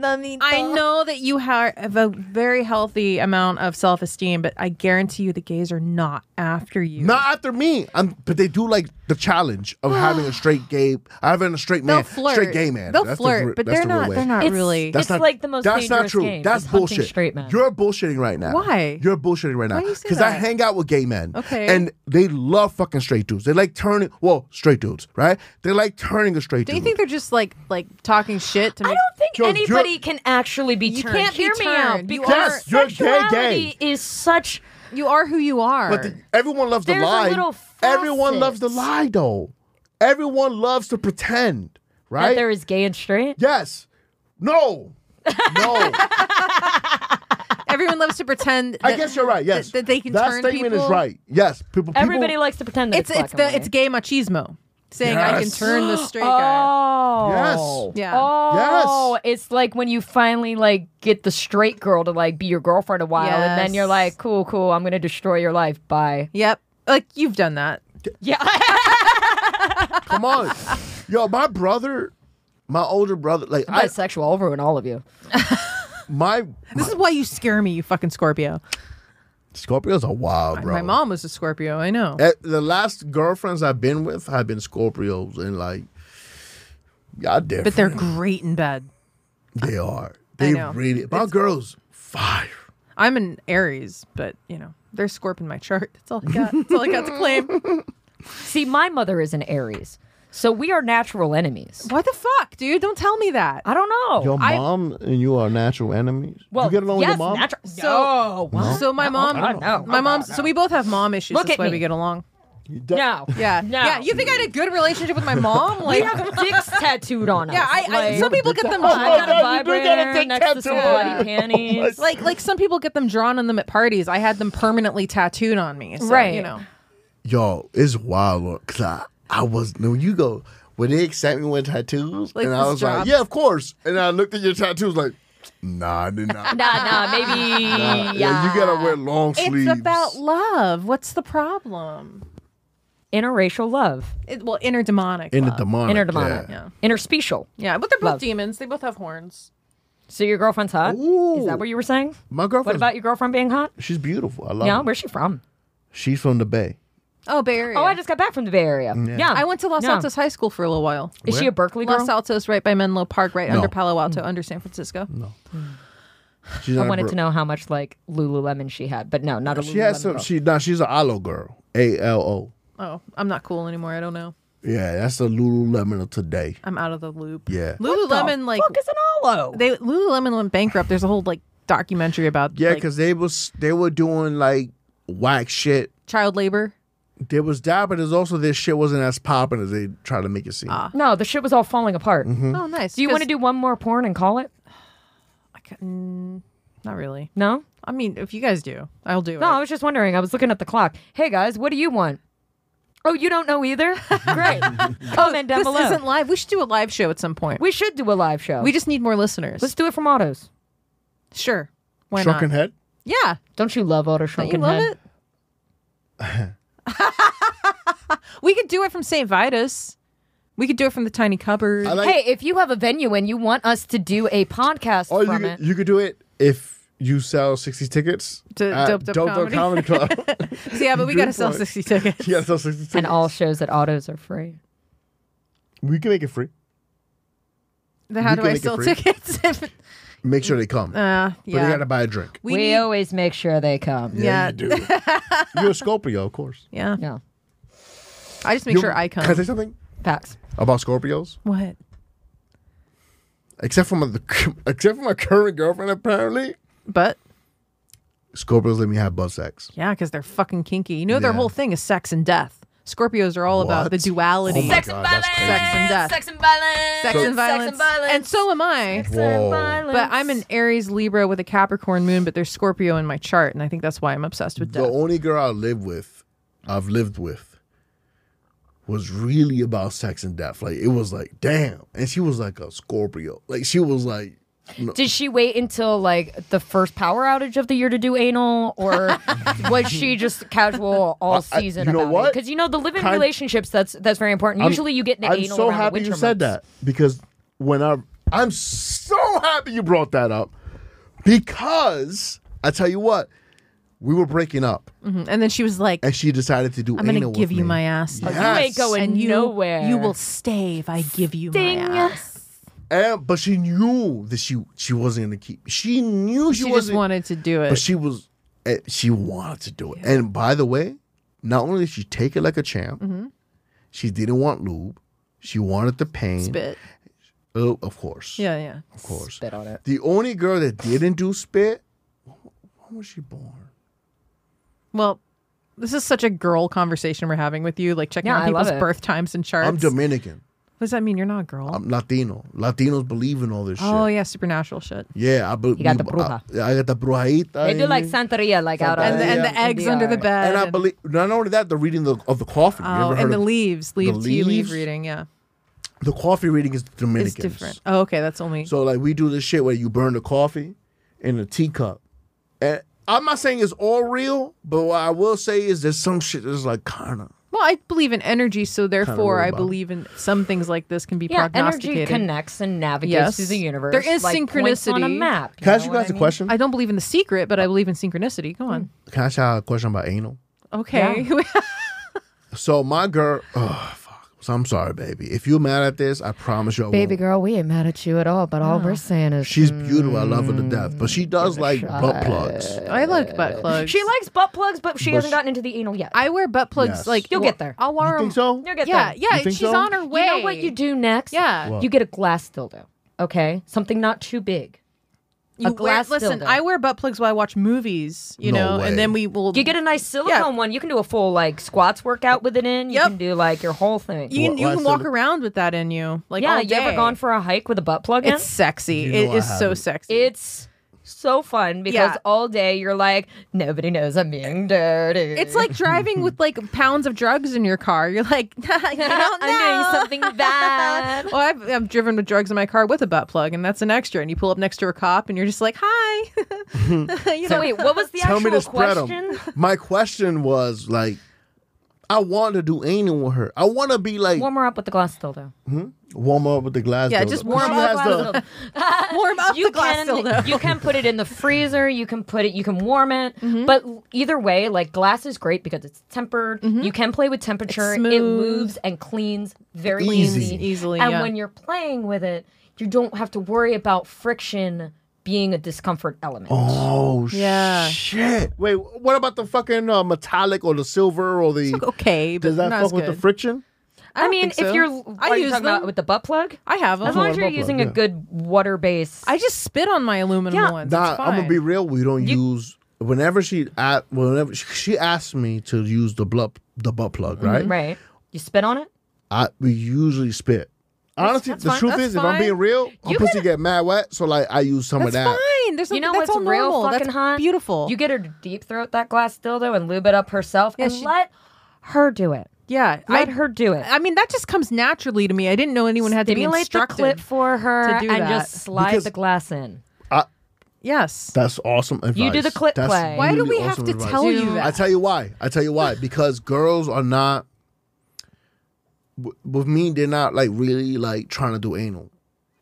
Speaker 3: I know. I know that you ha- have a very healthy amount of self-esteem, but I guarantee you the gays are not after you.
Speaker 5: Not after me. I'm, but they do like the challenge of having a straight gay, having a straight
Speaker 3: They'll
Speaker 5: man,
Speaker 3: flirt.
Speaker 5: straight gay man.
Speaker 3: They'll
Speaker 5: That's the
Speaker 3: flirt,
Speaker 5: re-
Speaker 3: but
Speaker 5: that's
Speaker 3: they're
Speaker 5: the real
Speaker 3: not.
Speaker 5: way.
Speaker 3: They're not
Speaker 4: It's-
Speaker 3: really.
Speaker 4: it's- like the most
Speaker 5: That's not
Speaker 4: dangerous
Speaker 5: true.
Speaker 4: game,
Speaker 5: That's
Speaker 4: is hunting
Speaker 5: bullshit.
Speaker 4: straight men.
Speaker 5: You're bullshitting right now.
Speaker 3: Why?
Speaker 5: You're bullshitting right now.
Speaker 3: do you say
Speaker 5: I
Speaker 3: that?
Speaker 5: hang out with gay men.
Speaker 3: Okay.
Speaker 5: And they love fucking straight dudes. They like turning. Well, straight dudes, right? They like turning a straight.
Speaker 3: do
Speaker 5: dude.
Speaker 3: you think they're just like like talking shit to
Speaker 4: I
Speaker 3: me?
Speaker 4: don't think
Speaker 5: Yo, you're-
Speaker 4: anybody can actually be
Speaker 3: You
Speaker 4: turned.
Speaker 3: can't be
Speaker 4: Hear me out,
Speaker 3: turned. You
Speaker 4: because
Speaker 5: Yes, you're gay, gay.
Speaker 4: sexuality is such.
Speaker 3: you are who you are.
Speaker 5: But the, everyone loves the
Speaker 4: There's a
Speaker 5: lie.
Speaker 4: little
Speaker 5: everyone loves the
Speaker 4: facet.
Speaker 5: lie, though. Everyone loves to pretend,
Speaker 4: That
Speaker 5: right?
Speaker 4: there is gay and straight.
Speaker 5: yes. No. No.
Speaker 3: Everyone loves to pretend. That,
Speaker 5: I guess you're right. Yes,
Speaker 3: that, that they can
Speaker 5: That
Speaker 3: turn
Speaker 5: statement
Speaker 3: people.
Speaker 5: is right. Yes, people. people
Speaker 4: Everybody likes to pretend that
Speaker 3: It's
Speaker 4: it's
Speaker 3: it's
Speaker 4: black
Speaker 3: the
Speaker 4: and
Speaker 3: it's gay machismo saying I can
Speaker 5: Yes.
Speaker 3: turn the straight
Speaker 4: white.
Speaker 3: guy.
Speaker 4: Oh.
Speaker 5: Yes.
Speaker 3: Yeah.
Speaker 4: Oh, it's like when you finally like get the straight girl to like be your girlfriend a while, and then you're
Speaker 3: Yes.
Speaker 4: like, "Cool, cool, I'm gonna destroy your life." Bye.
Speaker 3: Yep. Like you've done that.
Speaker 4: Yeah.
Speaker 5: Come on, yo, my brother, my older brother, like I,
Speaker 4: Bisexual. I'll ruin all of you.
Speaker 5: my
Speaker 3: This is why you scare me, you fucking Scorpio.
Speaker 5: Scorpios are wild, bro.
Speaker 3: My mom was a Scorpio. I know.
Speaker 5: Eh, the last girlfriends I've been with have been Scorpios, and like, y'all different.
Speaker 3: But they're great in bed.
Speaker 5: they are. They
Speaker 3: know.
Speaker 5: really. My girls, fire.
Speaker 3: I'm an Aries, but you know they're Scorp in my chart. That's all I got. That's all I got to claim.
Speaker 4: See, my mother is an Aries, so we are natural enemies.
Speaker 3: Why the fuck, dude? Don't tell me that.
Speaker 4: I don't know.
Speaker 5: Your
Speaker 3: I-
Speaker 5: mom and you are natural enemies.
Speaker 4: well,
Speaker 5: you get along
Speaker 4: yes,
Speaker 5: with your mom?
Speaker 4: Natural. So,
Speaker 3: So- So my mom,
Speaker 4: God, no.
Speaker 3: my
Speaker 4: Oh,
Speaker 3: mom's.
Speaker 4: God,
Speaker 3: So we both have mom issues.
Speaker 4: Look
Speaker 3: That's
Speaker 4: at
Speaker 3: why
Speaker 4: me.
Speaker 3: we get along.
Speaker 4: no.
Speaker 3: Yeah,
Speaker 4: No.
Speaker 3: yeah. You think I had a good relationship with my mom? Like,
Speaker 4: We have dicks tattooed on us.
Speaker 3: yeah. I, I
Speaker 4: Like-
Speaker 3: some people get them.
Speaker 4: I
Speaker 5: Oh,
Speaker 4: got
Speaker 5: no,
Speaker 4: a
Speaker 5: you do gotta
Speaker 4: vibrator
Speaker 5: take
Speaker 4: next to
Speaker 5: tattoo Oh
Speaker 4: some
Speaker 3: on
Speaker 4: bloody
Speaker 5: it.
Speaker 4: panties.
Speaker 3: like like some people get them drawn on them at parties. I had them permanently tattooed on me. So,
Speaker 4: Right.
Speaker 3: You know.
Speaker 5: Yo, it's wild look, cause I, I was when you go when they accept me with tattoos,
Speaker 3: Like
Speaker 5: and I
Speaker 3: this
Speaker 5: was
Speaker 3: job.
Speaker 5: like, yeah, of course. And I looked at your tattoos like, nah, I did not.
Speaker 4: nah, nah, maybe.
Speaker 5: Uh, Yeah,
Speaker 4: yeah.
Speaker 5: you gotta wear long sleeves.
Speaker 3: It's about love. What's the problem?
Speaker 4: interracial love,
Speaker 3: It, well, interdemonic.
Speaker 5: in the
Speaker 3: love.
Speaker 5: demonic.
Speaker 4: interdemonic,
Speaker 5: yeah.
Speaker 4: interspecial.
Speaker 3: Yeah, but they're both
Speaker 4: Love.
Speaker 3: demons. They both have horns.
Speaker 4: So your girlfriend's hot. Is
Speaker 5: Ooh.
Speaker 4: that what you were saying?
Speaker 5: My
Speaker 4: What
Speaker 5: girlfriend.
Speaker 4: about your girlfriend being hot?
Speaker 5: She's beautiful. I love.
Speaker 4: Yeah,
Speaker 5: her.
Speaker 4: where's she from?
Speaker 5: She's from the Bay.
Speaker 3: Oh, Bay Area.
Speaker 4: Oh, I just got back from the Bay Area.
Speaker 5: Mm,
Speaker 4: Yeah,
Speaker 3: I went to Los
Speaker 4: Yeah.
Speaker 3: Altos High School for a little while.
Speaker 4: Is she
Speaker 5: Where?
Speaker 4: a Berkeley girl? Mm.
Speaker 3: Los Altos, right by Menlo Park, right under
Speaker 5: No.
Speaker 3: Palo Alto, under San Francisco. No.
Speaker 5: She's
Speaker 4: I
Speaker 5: not a
Speaker 4: wanted
Speaker 5: bro-
Speaker 4: to know how much like Lululemon she had, but no, not a Lululemon.
Speaker 5: She has some.
Speaker 4: girl.
Speaker 5: She nah. She's an Alo girl. A L O.
Speaker 3: Oh, I'm not cool anymore. I don't know.
Speaker 5: Yeah, that's the Lululemon of today.
Speaker 3: I'm out of the loop.
Speaker 5: Yeah.
Speaker 4: What the
Speaker 3: Lululemon, like
Speaker 4: fuck is an Olo?
Speaker 3: they Lululemon went bankrupt. There's a whole like documentary about
Speaker 5: Yeah,
Speaker 3: like,
Speaker 5: because they was they were doing like whack shit.
Speaker 3: child labor.
Speaker 5: There was that, but there's also this shit wasn't as popping as they try to make it seem.
Speaker 4: No, the shit was all falling apart.
Speaker 5: Mm-hmm.
Speaker 3: Oh, nice.
Speaker 4: Do you want to
Speaker 3: 'Cause
Speaker 4: do one more porn and call it?
Speaker 3: I ca- mm, not really.
Speaker 4: No?
Speaker 3: I mean, if you guys do, I'll do
Speaker 4: No, I
Speaker 3: it.
Speaker 4: was just wondering. I was looking at the clock. Hey guys, what do you want? Oh, you don't know either? Great. Comment down
Speaker 3: This
Speaker 4: below.
Speaker 3: isn't live. We should do a live show at some point. We,
Speaker 4: we should do a live show.
Speaker 3: just need more listeners.
Speaker 4: Let's do it from autos.
Speaker 3: sure. Why
Speaker 5: Shrunken
Speaker 3: not?
Speaker 5: head.
Speaker 3: Yeah.
Speaker 4: Don't you love auto
Speaker 3: Don't
Speaker 4: shrunken
Speaker 3: you love
Speaker 4: head?
Speaker 3: it? we could do it from St. Vitus. We could do it from the tiny cupboard.
Speaker 5: I like.
Speaker 4: hey, if you have a venue and you want us to do a podcast
Speaker 5: or you
Speaker 4: from
Speaker 5: could,
Speaker 4: it,
Speaker 5: you could do it if you sell sixty tickets
Speaker 3: To
Speaker 5: at
Speaker 3: Dope Dope
Speaker 5: Dope
Speaker 3: Comedy.
Speaker 5: Comedy Club.
Speaker 3: yeah, but we
Speaker 5: Good
Speaker 3: got to sell
Speaker 5: point.
Speaker 3: 60 tickets.
Speaker 5: yeah, sell sixty tickets.
Speaker 4: and all shows at autos are free.
Speaker 5: we can make it free.
Speaker 3: Then how
Speaker 5: We
Speaker 3: do
Speaker 5: can
Speaker 3: I
Speaker 5: make it
Speaker 3: sell
Speaker 5: free.
Speaker 3: tickets? if,
Speaker 5: Make sure they come,
Speaker 3: uh,
Speaker 5: but they
Speaker 3: yeah.
Speaker 5: gotta buy a drink.
Speaker 4: We,
Speaker 3: need-
Speaker 4: always make sure they come.
Speaker 3: yeah.
Speaker 5: you do. You're a Scorpio, of course.
Speaker 3: Yeah.
Speaker 4: Yeah.
Speaker 3: I just make
Speaker 5: You-
Speaker 3: sure I come.
Speaker 5: Can I say something
Speaker 4: Facts.
Speaker 5: about Scorpios?
Speaker 3: What?
Speaker 5: Except for my, except for my current girlfriend, apparently
Speaker 3: But
Speaker 5: Scorpios let me have butt sex.
Speaker 3: yeah, because they're fucking kinky. You know, their
Speaker 5: Yeah.
Speaker 3: whole thing is sex and death. Scorpios are all about the
Speaker 5: What?
Speaker 3: duality.
Speaker 5: Oh my
Speaker 4: Sex
Speaker 5: God,
Speaker 4: and violence.
Speaker 5: that's crazy.
Speaker 3: Sex and death.
Speaker 4: Sex and violence.
Speaker 3: sex and violence.
Speaker 4: Sex and violence.
Speaker 3: And so am I.
Speaker 4: Sex and
Speaker 5: Whoa.
Speaker 4: violence.
Speaker 3: But I'm an Aries Libra with a Capricorn moon, but there's Scorpio in my chart, and I think that's why I'm obsessed with
Speaker 5: The
Speaker 3: death.
Speaker 5: only girl I live with, I've lived with, was really about sex and death. Like it was like, damn, and she was like a Scorpio. Like she was like,
Speaker 4: Did she wait until like the first power outage of the year to do anal, or was she just casual all
Speaker 5: I-
Speaker 4: season?
Speaker 5: you know what?
Speaker 4: Because you know the living
Speaker 5: Kind-
Speaker 4: relationships. That's that's very important.
Speaker 5: I'm-
Speaker 4: Usually, you get into
Speaker 5: I'm
Speaker 4: anal.
Speaker 5: so
Speaker 4: around the
Speaker 5: happy you
Speaker 4: winter
Speaker 5: said
Speaker 4: months.
Speaker 5: that because when I, I'm so happy you brought that up because I tell you what, we were breaking up,
Speaker 3: Mhm. And then she was like,
Speaker 5: and she decided to do.
Speaker 3: I'm gonna
Speaker 5: anal with
Speaker 3: give you
Speaker 5: me.
Speaker 3: my ass.
Speaker 5: Yes.
Speaker 4: You ain't going
Speaker 3: And you,
Speaker 4: nowhere.
Speaker 3: you will stay if I give you
Speaker 4: Ding.
Speaker 3: my ass.
Speaker 5: And but she knew that she she wasn't gonna keep. She knew she,
Speaker 3: She
Speaker 5: wasn't.
Speaker 3: just wanted to do it.
Speaker 5: but she was. eh, She wanted to do it. And by the way, not only did she take it like a champ, she didn't want lube. She wanted the pain.
Speaker 3: Spit.
Speaker 5: Oh, of course.
Speaker 3: Yeah, yeah.
Speaker 5: Of course.
Speaker 4: Spit on it.
Speaker 5: The only girl that didn't do spit. When was she born?
Speaker 3: Well, this is such a girl conversation we're having with you, like checking
Speaker 4: Yeah,
Speaker 3: out
Speaker 4: I
Speaker 3: people's
Speaker 4: love it.
Speaker 3: birth times and charts.
Speaker 5: I'm Dominican.
Speaker 3: what does that mean? You're not a girl.
Speaker 5: I'm Latino. Latinos believe in all this
Speaker 3: oh
Speaker 5: shit.
Speaker 3: yeah, supernatural shit.
Speaker 5: Yeah, I believe.
Speaker 4: You got the bruja.
Speaker 5: I, I got the brujita.
Speaker 4: They do
Speaker 5: in
Speaker 4: like
Speaker 5: me.
Speaker 4: Santeria, like out
Speaker 5: And
Speaker 3: And
Speaker 4: on
Speaker 3: the, and the
Speaker 4: in
Speaker 3: eggs under the
Speaker 4: uh,
Speaker 3: bed.
Speaker 5: Uh, And I believe not only that, the reading the, of the coffee. You
Speaker 3: Oh,
Speaker 5: ever heard
Speaker 3: and the
Speaker 5: of-
Speaker 3: leaves, leaf tea, leaf
Speaker 5: leaves?
Speaker 3: reading, yeah,
Speaker 5: the coffee reading is Dominicans.
Speaker 3: it's different. Oh, okay, that's only.
Speaker 5: So like we do this shit where you burn the coffee in a teacup. And I'm not saying it's all real, but what I will say is there's some shit that's like kinda.
Speaker 3: well, I believe in energy, so therefore,
Speaker 5: worried
Speaker 3: I
Speaker 5: about it.
Speaker 3: believe in some things like this can be
Speaker 4: Yeah, energy
Speaker 3: prognosticated.
Speaker 4: connects and navigates
Speaker 3: Yes.
Speaker 4: through the universe.
Speaker 3: There is
Speaker 4: like points on a
Speaker 3: synchronicity.
Speaker 4: map.
Speaker 5: Can I ask
Speaker 4: know
Speaker 5: you
Speaker 4: what
Speaker 5: guys
Speaker 4: I
Speaker 5: a
Speaker 4: mean?
Speaker 5: question?
Speaker 3: I don't believe in the secret, but I believe in synchronicity. Go on.
Speaker 5: Can I ask y'all a question about anal?
Speaker 4: Hmm.
Speaker 3: Okay.
Speaker 5: So my girl oh fuck. So I'm sorry, baby. If you're mad at this, I promise you I
Speaker 4: Baby
Speaker 5: won't.
Speaker 4: girl, we ain't mad at you at all, but all we're saying is
Speaker 5: She's beautiful. I love her to death. But she does like butt plugs.
Speaker 3: I like butt plugs.
Speaker 4: Uh, she likes butt plugs, but she
Speaker 5: But
Speaker 4: hasn't
Speaker 5: she-
Speaker 4: gotten into the anal yet.
Speaker 3: I wear butt plugs.
Speaker 5: Yes.
Speaker 3: Like
Speaker 4: You'll
Speaker 3: well,
Speaker 4: get there.
Speaker 3: I'll wear
Speaker 5: You
Speaker 3: them.
Speaker 5: think so?
Speaker 4: You'll get
Speaker 3: Yeah,
Speaker 4: there.
Speaker 3: yeah.
Speaker 5: You think
Speaker 3: She's
Speaker 5: so?
Speaker 3: on her way.
Speaker 4: You know what you do next?
Speaker 3: Yeah.
Speaker 5: What?
Speaker 4: You get a glass dildo. Okay? Something not too big.
Speaker 3: You
Speaker 4: a glass
Speaker 3: wear, listen,
Speaker 4: dildo.
Speaker 3: I wear butt plugs while I watch movies. You
Speaker 5: No
Speaker 3: know,
Speaker 5: way.
Speaker 3: and then we will.
Speaker 4: You get a nice silicone
Speaker 3: Yeah.
Speaker 4: one. You can do a full like squats workout with it in. You
Speaker 3: Yep.
Speaker 4: can do like your whole thing.
Speaker 3: You, can-
Speaker 5: Wh-
Speaker 3: you
Speaker 5: why
Speaker 3: can walk
Speaker 5: sili-
Speaker 3: around with that in you. Like
Speaker 4: yeah,
Speaker 3: all
Speaker 4: you ever
Speaker 3: day.
Speaker 4: gone for a hike with a butt plug in?
Speaker 3: It's sexy.
Speaker 5: You know
Speaker 3: it
Speaker 5: I
Speaker 3: is so
Speaker 5: haven't.
Speaker 3: sexy.
Speaker 4: It's so fun because
Speaker 3: Yeah.
Speaker 4: all day you're like, nobody knows I'm being dirty.
Speaker 3: It's like driving with like pounds of drugs in your car. You're like, you don't know.
Speaker 4: I'm doing something bad.
Speaker 3: Well, I've, I've driven with drugs in my car with a butt plug, and that's an extra. And you pull up next to a cop, and you're just like, "Hi." you
Speaker 4: so
Speaker 3: know,
Speaker 4: wait, what was the
Speaker 5: Tell
Speaker 4: actual
Speaker 5: me to spread
Speaker 4: question?
Speaker 5: them. My question was like, I want to do anal with her. I want to be like
Speaker 4: Warm her up with the glass dildo.
Speaker 5: warm up with the glass.
Speaker 3: Yeah,
Speaker 5: dildo.
Speaker 3: just
Speaker 5: She
Speaker 3: warm
Speaker 5: has
Speaker 4: up
Speaker 5: the-
Speaker 4: glass dildo.
Speaker 3: warm up
Speaker 4: you
Speaker 3: the glass
Speaker 4: can
Speaker 3: dildo.
Speaker 4: you can put it in the freezer. You can put it. You can warm it.
Speaker 3: Mm-hmm.
Speaker 4: But either way, like glass is great because it's tempered. You can play with temperature. It
Speaker 3: Mm-hmm. smooth.
Speaker 4: moves and cleans very
Speaker 5: Easy.
Speaker 4: easily.
Speaker 3: Easily,
Speaker 4: And
Speaker 3: yeah.
Speaker 4: when you're playing with it, you don't have to worry about friction being a discomfort element.
Speaker 5: Oh
Speaker 3: Yeah.
Speaker 5: shit! Wait, what about the fucking uh, metallic or the silver or the?
Speaker 3: Okay, but
Speaker 5: Does that
Speaker 3: not
Speaker 5: fuck
Speaker 3: as
Speaker 5: with
Speaker 3: good.
Speaker 5: the
Speaker 3: I
Speaker 5: friction?
Speaker 4: I,
Speaker 3: don't
Speaker 4: mean,
Speaker 3: think so.
Speaker 4: if you're,
Speaker 3: I
Speaker 4: are you
Speaker 3: use
Speaker 4: talking
Speaker 3: them.
Speaker 4: about with the butt plug,
Speaker 3: I have them.
Speaker 4: as long as you're
Speaker 5: butt plug,
Speaker 4: using a
Speaker 5: yeah.
Speaker 4: good water base.
Speaker 3: I just spit on my aluminum
Speaker 4: Yeah.
Speaker 3: ones.
Speaker 5: Nah,
Speaker 3: It's
Speaker 5: I'm gonna
Speaker 3: fine.
Speaker 5: be real. We don't use whenever she at whenever she, she asked me to use the blood the butt
Speaker 3: Mm-hmm.
Speaker 5: plug, right?
Speaker 4: Right. You spit on it?
Speaker 5: I we usually spit. Honestly,
Speaker 3: that's
Speaker 5: the
Speaker 3: fine.
Speaker 5: truth
Speaker 3: That's
Speaker 5: is, if I'm
Speaker 3: fine.
Speaker 5: being real, my
Speaker 3: You
Speaker 5: pussy
Speaker 3: can-
Speaker 5: get mad wet, so like I use some
Speaker 3: That's
Speaker 5: of that.
Speaker 3: fine. There's no,
Speaker 4: You know
Speaker 3: that's
Speaker 4: what's
Speaker 3: all
Speaker 4: real
Speaker 3: normal.
Speaker 4: fucking
Speaker 3: that's
Speaker 4: hot?
Speaker 3: Beautiful.
Speaker 4: You get her to deep throat that glass dildo and lube it up herself and
Speaker 3: she-
Speaker 4: let her do it.
Speaker 3: yeah.
Speaker 4: Let
Speaker 3: I,
Speaker 4: her do it.
Speaker 3: I mean, that just comes naturally to me. I didn't know anyone had to be
Speaker 4: Stimulate the
Speaker 3: instructed.
Speaker 4: clit for her
Speaker 3: to do
Speaker 4: and
Speaker 3: that.
Speaker 4: just slide
Speaker 5: Because-
Speaker 4: the glass in.
Speaker 3: Yes.
Speaker 5: That's awesome advice.
Speaker 4: do the clit
Speaker 5: That's
Speaker 4: play.
Speaker 3: Why do
Speaker 5: really
Speaker 3: we have
Speaker 5: awesome
Speaker 3: to
Speaker 5: advice.
Speaker 3: tell
Speaker 4: Dude.
Speaker 3: you that?
Speaker 5: I tell you why. I tell you why. Because girls are not. w- With me, they're not like really like trying to do anal.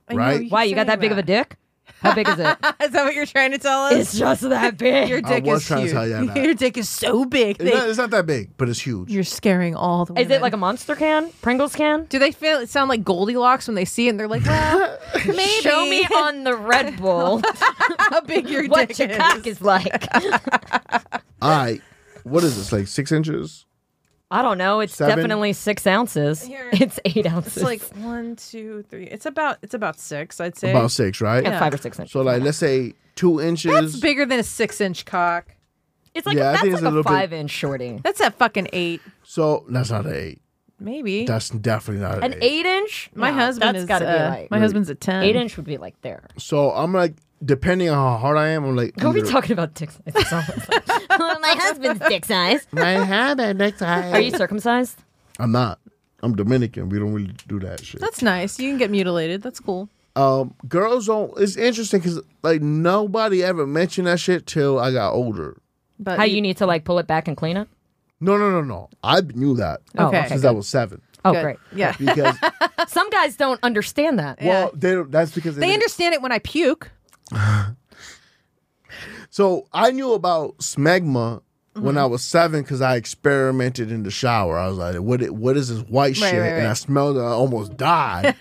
Speaker 3: I know
Speaker 5: right?
Speaker 3: keep
Speaker 4: Why you got that
Speaker 3: saying
Speaker 4: big of a dick? How big is it?
Speaker 3: Is that what you're trying to tell us?
Speaker 4: it's just that big.
Speaker 3: Your
Speaker 5: I
Speaker 3: dick
Speaker 5: was
Speaker 3: is
Speaker 5: trying to
Speaker 3: huge.
Speaker 5: tell you that.
Speaker 3: Your dick is so big.
Speaker 5: It's
Speaker 3: they-
Speaker 5: not, it's not that big, but it's huge.
Speaker 3: you're scaring all the.
Speaker 4: is
Speaker 3: Women.
Speaker 4: it like a monster can? Pringles can?
Speaker 3: Do they feel it sound like Goldilocks when they see it and they're like, well, maybe
Speaker 4: Show me on the Red Bull
Speaker 3: how big your
Speaker 4: what
Speaker 3: dick
Speaker 4: your
Speaker 3: is.
Speaker 4: cock is like.
Speaker 5: All right, what is this? Like six inches?
Speaker 4: I don't know. It's
Speaker 5: Seven?
Speaker 4: definitely six ounces.
Speaker 3: Here.
Speaker 4: It's eight ounces.
Speaker 3: It's like one, two, three. It's about it's about six, I'd say.
Speaker 5: About six, right?
Speaker 4: Yeah, five or six inches.
Speaker 5: So like, let's say two inches.
Speaker 3: That's bigger than a six inch cock.
Speaker 4: it's like
Speaker 5: yeah, I
Speaker 4: that's
Speaker 5: think
Speaker 4: like
Speaker 5: it's a
Speaker 4: a,
Speaker 5: little bit-
Speaker 4: five inch shorty.
Speaker 3: That's at fucking eight,
Speaker 5: So that's not an eight.
Speaker 3: maybe.
Speaker 5: That's definitely not an,
Speaker 4: An eight inch?
Speaker 3: my
Speaker 4: No,
Speaker 3: husband
Speaker 4: that's
Speaker 3: is.
Speaker 4: gotta
Speaker 3: uh,
Speaker 4: be like
Speaker 3: my husband's at ten.
Speaker 4: eight inch would be like there.
Speaker 5: So I'm like, depending on how hard I am, I'm like,
Speaker 4: Don't be
Speaker 5: either-
Speaker 4: talking about dick size. It's almost like- my husband's dick size.
Speaker 5: I have it next time.
Speaker 4: Are you circumcised?
Speaker 5: I'm not. I'm Dominican. We don't really do that shit.
Speaker 3: That's nice. You can get mutilated. That's cool.
Speaker 5: Um, girls don't. It's interesting because like nobody ever mentioned that shit till I got older.
Speaker 3: But
Speaker 4: How you need to like pull it back and clean it?
Speaker 5: No, no, no, no. I knew that
Speaker 4: Oh,
Speaker 3: Okay.
Speaker 5: since I was seven
Speaker 4: Oh,
Speaker 3: good.
Speaker 4: great.
Speaker 3: Yeah.
Speaker 5: because
Speaker 4: Some guys don't understand that.
Speaker 5: well, they don't, that's because
Speaker 3: They
Speaker 5: didn't-
Speaker 3: understand it when I puke.
Speaker 5: So I knew about smegma
Speaker 3: Mm-hmm.
Speaker 5: when I was seven because I experimented in the shower. I was like, "What? i- What is this white
Speaker 3: Right,
Speaker 5: shit?"
Speaker 3: right,
Speaker 5: And I
Speaker 3: right.
Speaker 5: smelled it. I almost died.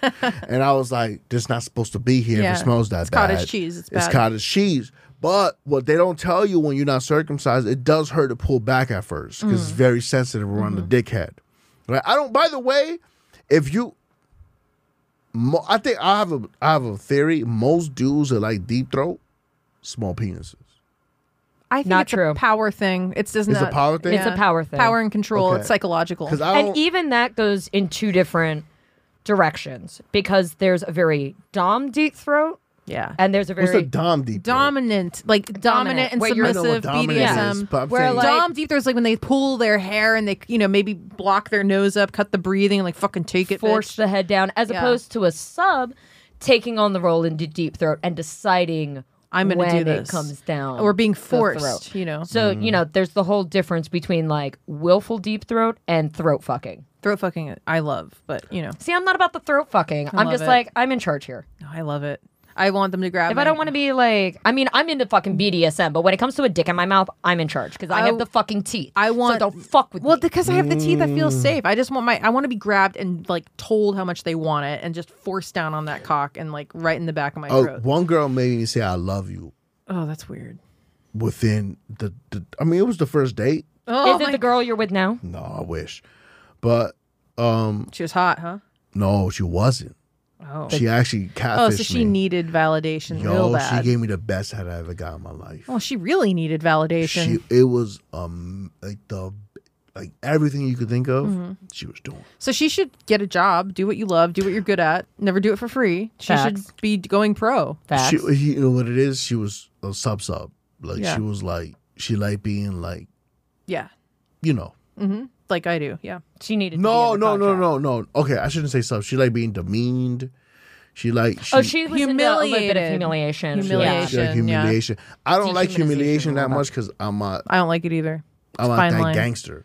Speaker 5: and I was like, "This not supposed to be here. If
Speaker 3: Yeah.
Speaker 5: it smells that
Speaker 3: It's
Speaker 5: bad."
Speaker 3: cottage cheese. It's bad.
Speaker 5: cottage cheese. But what they don't tell you when you're not circumcised, it does hurt to pull back at first because it's
Speaker 3: Mm.
Speaker 5: very sensitive around
Speaker 3: Mm-hmm.
Speaker 5: the dickhead. Right? I don't. By the way, if you Mo- I think I have a I have a theory. Most dudes are like deep throat, small penises.
Speaker 3: I think
Speaker 4: Not
Speaker 3: it's
Speaker 4: true.
Speaker 3: a power thing. It's does
Speaker 5: It's a
Speaker 3: not.
Speaker 5: power thing? It's
Speaker 4: a power thing.
Speaker 3: Power and control.
Speaker 5: Okay.
Speaker 3: It's psychological.
Speaker 5: Because I
Speaker 4: and
Speaker 5: don't.
Speaker 4: even that goes in two different directions because there's a very dom deep throat
Speaker 3: yeah.
Speaker 4: and there's a very
Speaker 5: What's a dom deep? throat?
Speaker 3: dominant, like dominant,
Speaker 4: Dominant.
Speaker 3: and
Speaker 4: Wait, you're-
Speaker 5: I know what
Speaker 3: submissive
Speaker 5: dominant is,
Speaker 3: BDSM.
Speaker 5: but I'm
Speaker 4: Where,
Speaker 5: saying-
Speaker 4: like-
Speaker 3: Dom deep throat's like when they pull their hair and they, you know, maybe block their nose up, cut the breathing, and like fucking take it.
Speaker 4: force
Speaker 3: bitch.
Speaker 4: the head down as
Speaker 3: Yeah.
Speaker 4: opposed to a sub taking on the role into deep throat and deciding
Speaker 3: I'm gonna
Speaker 4: when
Speaker 3: do
Speaker 4: it
Speaker 3: this.
Speaker 4: comes down
Speaker 3: Or being
Speaker 4: the throat.
Speaker 3: forced, you know.
Speaker 4: so
Speaker 5: Mm-hmm.
Speaker 4: you know there's the whole difference between like willful deep throat and throat fucking
Speaker 3: throat fucking. I love, but you know,
Speaker 4: see i'm not about the throat fucking i'm
Speaker 3: love
Speaker 4: just
Speaker 3: it.
Speaker 4: like i'm in charge here
Speaker 3: I love it. I want them to grab.
Speaker 4: if I don't want to be like, I mean, I'm into fucking BDSM, but when it comes to a dick in my mouth, I'm in charge because I,
Speaker 3: I-
Speaker 4: have the fucking teeth.
Speaker 3: I want.
Speaker 4: So don't fuck with
Speaker 3: Well,
Speaker 4: me.
Speaker 3: because I have the teeth, I feel
Speaker 5: Mm.
Speaker 3: safe. I just want my. I want to be grabbed and like told how much they want it, and just forced down on that cock and like right in the back of my
Speaker 5: Oh,
Speaker 3: throat.
Speaker 5: one girl made me say "I love you"
Speaker 3: Oh, that's weird.
Speaker 5: within the, the. I mean, it was the first date.
Speaker 3: Oh,
Speaker 4: Is it
Speaker 3: my-
Speaker 4: the girl you're with now?
Speaker 5: No, I wish, but um,
Speaker 3: she was hot, huh?
Speaker 5: no, she wasn't.
Speaker 3: Oh.
Speaker 5: She actually catfished
Speaker 3: Oh, so she
Speaker 5: me.
Speaker 3: needed validation real
Speaker 5: Yo,
Speaker 3: bad.
Speaker 5: she gave me the best head I ever got in my life.
Speaker 3: Well, she really needed validation.
Speaker 5: She, it was um like the like everything you could think of. She was doing.
Speaker 3: so she should get a job, do what you love, do what you're good at, never do it for free. She
Speaker 4: Facts.
Speaker 3: should be going pro.
Speaker 4: Facts.
Speaker 5: She, you know what it is? She was a sub sub. Like
Speaker 3: Yeah.
Speaker 5: she was like she like being like
Speaker 3: Yeah.
Speaker 5: you know.
Speaker 3: Like I do. Yeah.
Speaker 4: She needed. to be
Speaker 5: No,
Speaker 4: in the
Speaker 5: no, no,
Speaker 4: contract.
Speaker 5: no, no. Okay, I shouldn't say sub. She like being demeaned. She like she,
Speaker 4: Oh, she was into a little bit of
Speaker 3: Humiliated.
Speaker 4: humiliation.
Speaker 5: she like-
Speaker 3: Humiliation.
Speaker 5: she like
Speaker 3: yeah.
Speaker 5: humiliation. I don't like
Speaker 4: Dehumanization,
Speaker 5: humiliation that
Speaker 4: all that.
Speaker 5: much because I'm a
Speaker 3: I don't like it either.
Speaker 5: I'm a
Speaker 3: fine
Speaker 5: that
Speaker 3: line.
Speaker 5: gangster.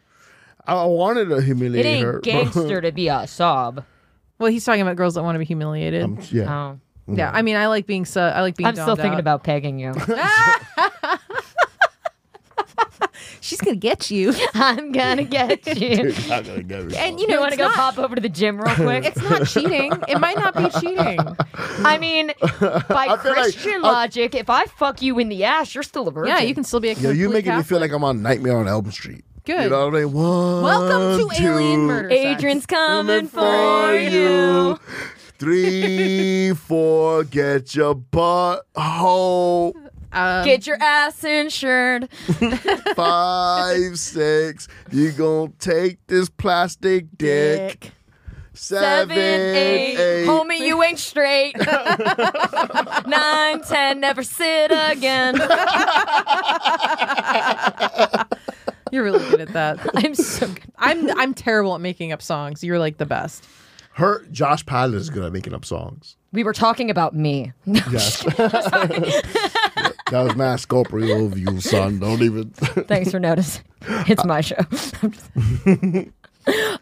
Speaker 5: I I wanted to humiliate
Speaker 4: It ain't
Speaker 5: her. but-
Speaker 4: gangster to be a sob.
Speaker 3: Well, he's talking about girls that want to be humiliated.
Speaker 5: yeah.
Speaker 4: Oh.
Speaker 3: yeah. I mean, I like being so. I like being.
Speaker 4: I'm
Speaker 3: dommed
Speaker 4: still thinking
Speaker 3: out.
Speaker 4: about pegging you.
Speaker 3: She's gonna get you.
Speaker 4: I'm gonna get you.
Speaker 5: Not gonna get her.
Speaker 3: and you
Speaker 4: You
Speaker 3: know,
Speaker 4: want
Speaker 3: it's
Speaker 4: to go
Speaker 3: not.
Speaker 4: pop over to the gym real quick?
Speaker 3: it's not cheating. It might not be cheating.
Speaker 4: I mean, by
Speaker 5: feel like-
Speaker 4: Christian logic, if I fuck you in the ass, you're still a virgin.
Speaker 3: Yeah, you can still be a.
Speaker 5: Yo, you
Speaker 3: complete
Speaker 5: making me
Speaker 3: Catholic.
Speaker 5: feel like I'm on Nightmare on Elm Street. You
Speaker 3: Good.
Speaker 5: know what I mean? One,
Speaker 3: Welcome to
Speaker 5: two,
Speaker 3: Alien Murder. Sex.
Speaker 4: Adrian's coming
Speaker 5: coming
Speaker 4: for you.
Speaker 5: Three, four, get your butt hole
Speaker 4: Get your ass insured.
Speaker 5: Five, six. You gonna take this plastic dick. Seven,
Speaker 4: Seven, eight.
Speaker 5: eight.
Speaker 4: Homie, you ain't straight. Nine, ten, never sit again.
Speaker 3: You're really good at that.
Speaker 4: I'm so good.
Speaker 3: I'm I'm terrible at making up songs. You're like the best.
Speaker 5: Her Josh Pilot is good at making up songs.
Speaker 4: We were talking about me.
Speaker 5: Yes. that was my Scorpio view, son. Don't even.
Speaker 4: Thanks for noticing. It's my show. I'm just-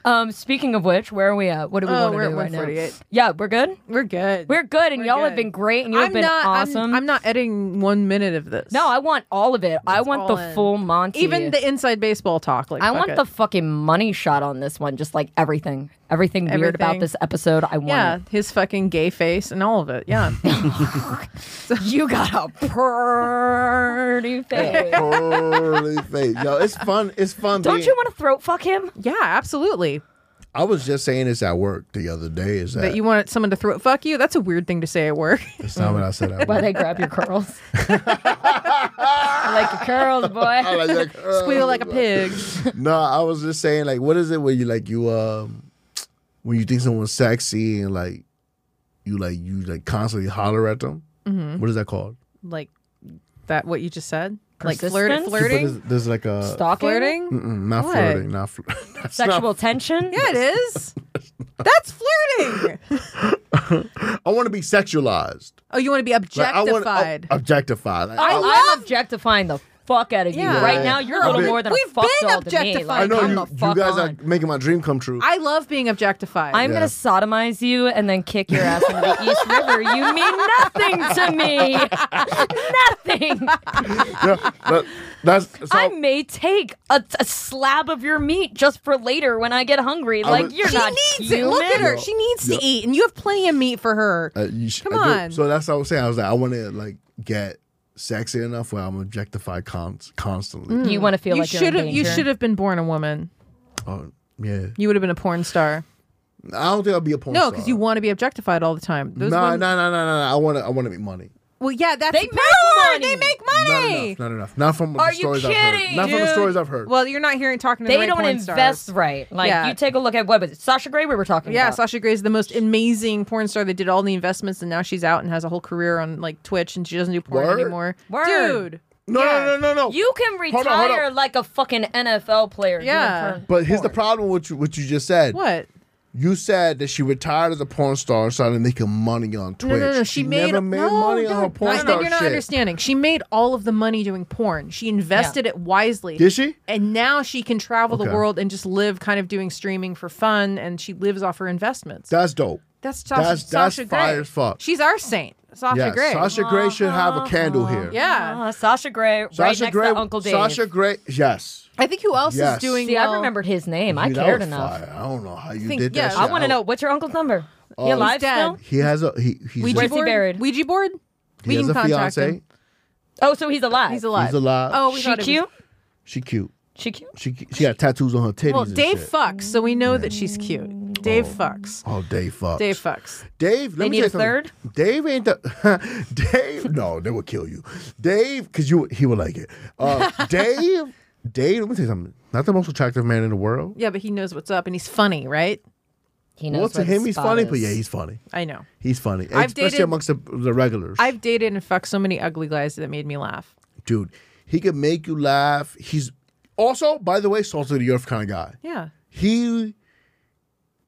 Speaker 4: um, speaking of which, where are we at? What do we
Speaker 3: Oh,
Speaker 4: want
Speaker 3: we're at
Speaker 4: to do right now?
Speaker 3: 148.
Speaker 4: Yeah, we're good.
Speaker 3: We're good.
Speaker 4: We're good, and
Speaker 3: We're
Speaker 4: y'all
Speaker 3: good.
Speaker 4: have been great, and you've
Speaker 3: I'm
Speaker 4: been
Speaker 3: not
Speaker 4: awesome.
Speaker 3: I'm, I'm not editing one minute of this.
Speaker 4: no, I want all of it. I want
Speaker 3: all
Speaker 4: the
Speaker 3: in.
Speaker 4: full Monty.
Speaker 3: even the inside baseball talk. Like
Speaker 4: I
Speaker 3: fuck
Speaker 4: want
Speaker 3: it.
Speaker 4: the fucking money shot on this one. Just like everything, everything, weird about
Speaker 3: Everything.
Speaker 4: this episode. I want.
Speaker 3: yeah, his fucking gay face and all of it. Yeah,
Speaker 4: it. You got a pretty face.
Speaker 5: Holy faith. Yo, it's fun. It's fun.
Speaker 4: Don't
Speaker 5: being-
Speaker 4: you want to throat fuck him?
Speaker 3: yeah, absolutely.
Speaker 5: I was just saying this at work the other day. Is that,
Speaker 3: That you want someone to throw fuck you? That's a weird thing to say at work.
Speaker 5: That's not what I said. At
Speaker 4: Why
Speaker 5: work.
Speaker 4: they grab your curls? I like your curls, boy.
Speaker 5: I was like, uh,
Speaker 3: Squeal like a pig.
Speaker 5: No, I was just saying like, what is it when you like you um when you think someone's sexy and like you like you like constantly holler at them? What is that called?
Speaker 3: Like that. What you just said. Like flirt,
Speaker 4: Persistence?
Speaker 5: There's,
Speaker 3: flirting,
Speaker 5: there's like a
Speaker 4: Stalking?
Speaker 3: flirting.
Speaker 5: Mm, not
Speaker 3: What?
Speaker 5: flirting, not fl- that's
Speaker 4: Sexual tension?
Speaker 3: Yeah, it is. That's flirting.
Speaker 5: Not, I want to be sexualized.
Speaker 3: Oh, you want to be
Speaker 5: Like, I
Speaker 3: objectified?
Speaker 5: wanna- ob- objectified. Like,
Speaker 4: I,
Speaker 5: I,
Speaker 4: am objectifying the fuck out of you.
Speaker 3: Yeah.
Speaker 4: Right now, you're a
Speaker 5: I've
Speaker 4: little
Speaker 5: been-
Speaker 4: more than
Speaker 3: We've
Speaker 4: a fuck
Speaker 3: been
Speaker 4: doll to me.
Speaker 3: objectified.
Speaker 4: Like,
Speaker 5: I know
Speaker 4: come
Speaker 5: you,
Speaker 4: the
Speaker 5: you
Speaker 4: fuck
Speaker 5: guys
Speaker 4: on.
Speaker 5: are making my dream come true.
Speaker 3: I love being objectified.
Speaker 4: I'm
Speaker 5: Yeah.
Speaker 4: gonna sodomize you and then kick your ass into the East River. You mean nothing to me. nothing.
Speaker 5: Yeah, that- that's so,
Speaker 4: I may take a, a slab of your meat just for later when I get hungry. Like
Speaker 5: would-
Speaker 4: you're
Speaker 5: She
Speaker 4: not
Speaker 3: needs
Speaker 4: human.
Speaker 3: it. Look at her.
Speaker 5: Yeah.
Speaker 3: She needs
Speaker 5: Yeah.
Speaker 3: to eat, and you have plenty of meat for her.
Speaker 5: Uh, you sh-
Speaker 3: Come
Speaker 5: I do-
Speaker 3: on.
Speaker 5: So that's what I was saying. I was like, I want to like get sexy enough where I'm objectified con- constantly.
Speaker 4: You want to feel
Speaker 3: you
Speaker 4: like you're
Speaker 3: should
Speaker 4: in
Speaker 3: have. You
Speaker 4: danger.
Speaker 3: should have been born a woman.
Speaker 5: Oh, yeah,
Speaker 3: You would have been a porn star.
Speaker 5: I don't think I'll be a porn
Speaker 3: No,
Speaker 5: star.
Speaker 3: because you want to be objectified all the time.
Speaker 5: No,
Speaker 3: Those
Speaker 5: no, no,
Speaker 3: women-
Speaker 5: no, no, no. I want to. I want to make money.
Speaker 3: Well, yeah, that's
Speaker 4: They
Speaker 3: the
Speaker 4: make
Speaker 3: power!
Speaker 4: money!
Speaker 3: They make
Speaker 5: Not
Speaker 3: money.
Speaker 5: enough. Not enough. Not from
Speaker 4: Are
Speaker 5: the
Speaker 4: you
Speaker 5: stories I've heard.
Speaker 4: kidding,
Speaker 5: Not from the
Speaker 3: Dude.
Speaker 5: stories I've heard.
Speaker 3: Well, you're not hearing talking to
Speaker 4: They
Speaker 3: the right
Speaker 4: don't
Speaker 3: porn
Speaker 4: invest
Speaker 3: stars.
Speaker 4: right. Like
Speaker 3: Yeah.
Speaker 4: you take a look at what was it? Sasha Grey we were talking
Speaker 3: Yeah,
Speaker 4: about.
Speaker 3: Sasha Grey is the most amazing porn star that did all the investments, and now she's out and has a whole career on like Twitch, and she doesn't do porn
Speaker 5: Word?
Speaker 3: anymore.
Speaker 4: Word.
Speaker 3: Dude,
Speaker 5: no,
Speaker 3: yeah.
Speaker 5: no, no, no, no.
Speaker 4: You can retire
Speaker 5: Oh. Hold on, hold on.
Speaker 4: like a fucking NFL player.
Speaker 3: Yeah.
Speaker 4: doing porn-
Speaker 5: But here's the
Speaker 4: porn.
Speaker 5: problem with you, what you just said.
Speaker 3: what?
Speaker 5: You said that she retired as a porn star and started making money on Twitch.
Speaker 3: No, no, no. She, made,
Speaker 5: never made
Speaker 3: no,
Speaker 5: money on her
Speaker 3: dude,
Speaker 5: porn
Speaker 3: I think
Speaker 5: star
Speaker 3: You're not
Speaker 5: shit.
Speaker 3: understanding. She made all of the money doing porn. She invested it wisely.
Speaker 5: Did she?
Speaker 3: And now she can travel
Speaker 5: Okay.
Speaker 3: the world and just live kind of doing streaming for fun, and she lives off her investments.
Speaker 5: That's dope.
Speaker 3: that's Sasha,
Speaker 5: that's- that's
Speaker 3: Sasha
Speaker 5: fire
Speaker 3: Grey.
Speaker 5: as fuck.
Speaker 3: She's our saint, Sasha
Speaker 5: yeah,
Speaker 3: Grey.
Speaker 5: Sasha Grey should have a candle here.
Speaker 3: yeah.
Speaker 4: Uh, Sasha Grey, right
Speaker 5: Sasha
Speaker 4: next
Speaker 5: Grey.
Speaker 4: to Uncle Dave.
Speaker 5: Sasha Grey. Yes.
Speaker 3: I think who else
Speaker 5: Yes.
Speaker 3: is doing
Speaker 4: See,
Speaker 3: well?
Speaker 4: I remembered his name. I
Speaker 5: Dude, that
Speaker 4: cared
Speaker 5: was
Speaker 4: enough.
Speaker 5: fire. I don't know how you
Speaker 3: Think-
Speaker 5: did that.
Speaker 3: yeah.
Speaker 5: shit.
Speaker 4: I want to know what's your uncle's number. he alive
Speaker 3: dead.
Speaker 4: still?
Speaker 5: He has a he. He's,
Speaker 3: Ouija
Speaker 4: Where's he
Speaker 3: board?
Speaker 4: buried?
Speaker 3: Ouija board?
Speaker 5: he has a fiance.
Speaker 3: him.
Speaker 4: Oh, so he's alive.
Speaker 3: He's alive.
Speaker 5: He's alive.
Speaker 3: Oh, we
Speaker 4: She
Speaker 3: thought it was-
Speaker 4: cute.
Speaker 5: She cute.
Speaker 4: She cute.
Speaker 5: She she got tattoos on her titties.
Speaker 3: Well,
Speaker 5: and
Speaker 3: Dave
Speaker 5: shit.
Speaker 3: fucks, so we know that she's cute. Dave fucks.
Speaker 5: Oh, Dave fuck.
Speaker 3: Dave fucks.
Speaker 5: Dave. Let
Speaker 4: They
Speaker 5: me
Speaker 4: need
Speaker 5: tell
Speaker 4: a
Speaker 5: you something.
Speaker 4: third?
Speaker 5: Dave ain't the Dave. No, they would kill you. Dave, because you he would like it. Uh, Dave. Dave. Let me tell you something. Not the most attractive man in the world.
Speaker 3: Yeah, but he knows what's up, and he's funny, right?
Speaker 4: He knows
Speaker 5: Well, to
Speaker 4: where the
Speaker 5: him, he's
Speaker 4: spot
Speaker 5: funny,
Speaker 4: is.
Speaker 5: but yeah, he's funny.
Speaker 3: I know.
Speaker 5: He's funny,
Speaker 3: I've
Speaker 5: especially
Speaker 3: dated-
Speaker 5: amongst the, the regulars.
Speaker 3: I've dated and fucked so many ugly guys that made me laugh.
Speaker 5: Dude, he could make you laugh. He's also, by the way, salt of the earth kind of guy.
Speaker 3: Yeah.
Speaker 5: He,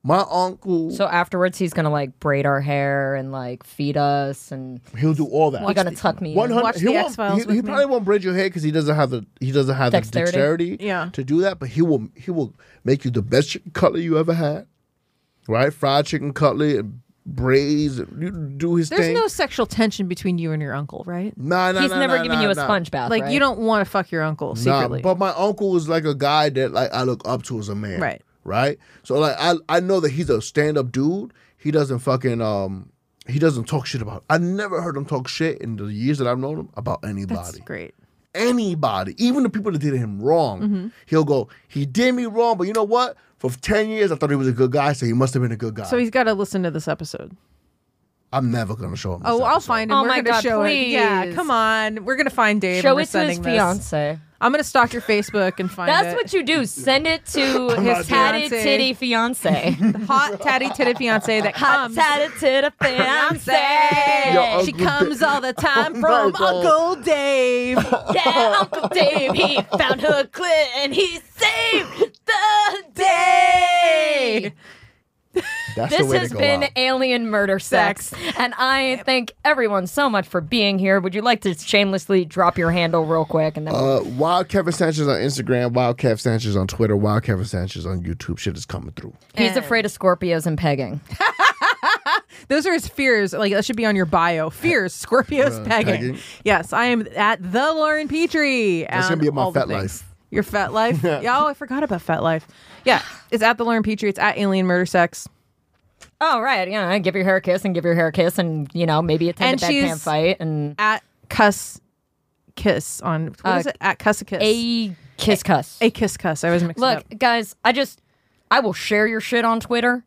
Speaker 5: my uncle,
Speaker 4: So afterwards, he's gonna like braid our hair and like feed us, and
Speaker 5: he'll do all that.
Speaker 4: he's gonna tuck me. in.
Speaker 5: One
Speaker 3: Watch
Speaker 5: hundred. He,
Speaker 3: the
Speaker 5: won't,
Speaker 3: X-Files
Speaker 5: he, he
Speaker 3: with me.
Speaker 5: probably won't braid your hair because he doesn't have the he doesn't have
Speaker 4: Dexterity?
Speaker 5: the dexterity
Speaker 3: Yeah.
Speaker 5: to do that. But he will he will make you the best chicken cutlet you ever had, right? Fried chicken cutlet and braids. And you do his
Speaker 3: There's
Speaker 5: thing.
Speaker 3: no sexual tension between you and your uncle, right?
Speaker 5: nah, nah,
Speaker 4: He's
Speaker 5: nah,
Speaker 4: never
Speaker 5: nah,
Speaker 4: giving
Speaker 5: nah,
Speaker 4: you a
Speaker 5: nah.
Speaker 4: sponge bath.
Speaker 3: Like
Speaker 4: right?
Speaker 3: you don't want to fuck your uncle
Speaker 5: Nah,
Speaker 3: secretly.
Speaker 5: but my uncle was like a guy that like I look up to as a man.
Speaker 3: Right.
Speaker 5: Right. So like I I know that he's a stand up dude. He doesn't fucking um he doesn't talk shit about. I never heard him talk shit in the years that I've known him about
Speaker 3: That's
Speaker 5: anybody.
Speaker 3: great.
Speaker 5: Anybody, even the people that did him wrong, he'll go. He did me wrong, but you know what? For ten years, I thought he was a good guy, so he must have been a good guy.
Speaker 3: So he's got to listen to this episode.
Speaker 5: I'm never gonna show him. this
Speaker 3: Oh, I'll
Speaker 5: episode.
Speaker 3: find him.
Speaker 4: Oh
Speaker 3: We're
Speaker 4: my
Speaker 3: gonna
Speaker 4: God,
Speaker 3: show it. Yeah,
Speaker 4: please.
Speaker 3: come on. We're gonna find Dave. and
Speaker 4: Show
Speaker 3: we're
Speaker 4: it to his
Speaker 3: sending this.
Speaker 4: fiance.
Speaker 3: I'm gonna stalk your Facebook and find it.
Speaker 4: That's what you do. Send it to
Speaker 5: not
Speaker 4: his tatted
Speaker 3: doing it.
Speaker 4: titty fiance.
Speaker 3: hot tatty titty fiance that
Speaker 4: Hot
Speaker 3: comes.
Speaker 4: tatted titty fiance.
Speaker 5: Yo,
Speaker 3: she
Speaker 5: Uncle Dave.
Speaker 3: comes all the time
Speaker 5: my
Speaker 3: from
Speaker 5: God.
Speaker 3: Uncle Dave.
Speaker 4: Yeah, Uncle Dave, he found her clit and he saved the day.
Speaker 5: That's the
Speaker 4: This
Speaker 5: way
Speaker 4: has
Speaker 5: to go
Speaker 4: been
Speaker 5: out.
Speaker 4: Alien Murder Sex. And I thank everyone so much for being here. Would you like to shamelessly drop your handle real quick? And then we'll-
Speaker 5: Uh, Wild Kevin Sanchez on Instagram, Wild Kev Sanchez on Twitter, Wild Kevin Sanchez on YouTube. Shit is coming through.
Speaker 4: he's afraid of Scorpios and pegging.
Speaker 3: Those are his fears. Like that should be on your bio. Fears,
Speaker 5: Uh,
Speaker 3: Scorpios, pegging.
Speaker 5: pegging.
Speaker 3: Yes, I am at the Lauren Petrie.
Speaker 5: That's
Speaker 3: on
Speaker 5: gonna be in my
Speaker 3: all the
Speaker 5: Fat
Speaker 3: things.
Speaker 5: Life.
Speaker 3: Your fat life? oh, I forgot about fat life. Yeah, it's at the Lauren Petrie. It's at Alien Murder Sex.
Speaker 4: Oh, right. Yeah, give your hair a kiss and give your hair a kiss and, you know, maybe
Speaker 3: And
Speaker 4: attend a
Speaker 3: she's-
Speaker 4: bedpan fight and
Speaker 3: At cuss kiss on what is
Speaker 4: Uh,
Speaker 3: it? At cuss a kiss.
Speaker 4: a kiss cuss.
Speaker 3: A kiss cuss. I was mixing
Speaker 4: Look,
Speaker 3: up.
Speaker 4: guys, I just I will share your shit on Twitter.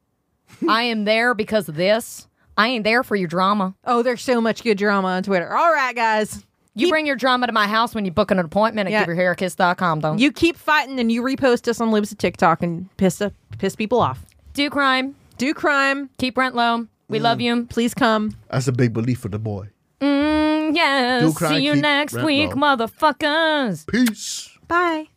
Speaker 4: I am there because of this. I ain't there for your drama.
Speaker 3: Oh, there's so much good drama on Twitter. All right, guys.
Speaker 4: You bring your drama to my house when you book an appointment at
Speaker 3: Yeah.
Speaker 4: giveyourhairkiss.com, don't you?
Speaker 3: You keep fighting and you repost us on Libs of TikTok and piss up, piss people off.
Speaker 4: Do crime.
Speaker 3: Do crime.
Speaker 4: Keep rent low. We love you.
Speaker 3: Please come.
Speaker 5: That's a big belief for the boy.
Speaker 4: Mm, yes.
Speaker 5: Do crime,
Speaker 4: See you
Speaker 5: keep
Speaker 4: next
Speaker 5: rent
Speaker 4: week,
Speaker 5: low.
Speaker 4: motherfuckers.
Speaker 5: Peace.
Speaker 3: Bye.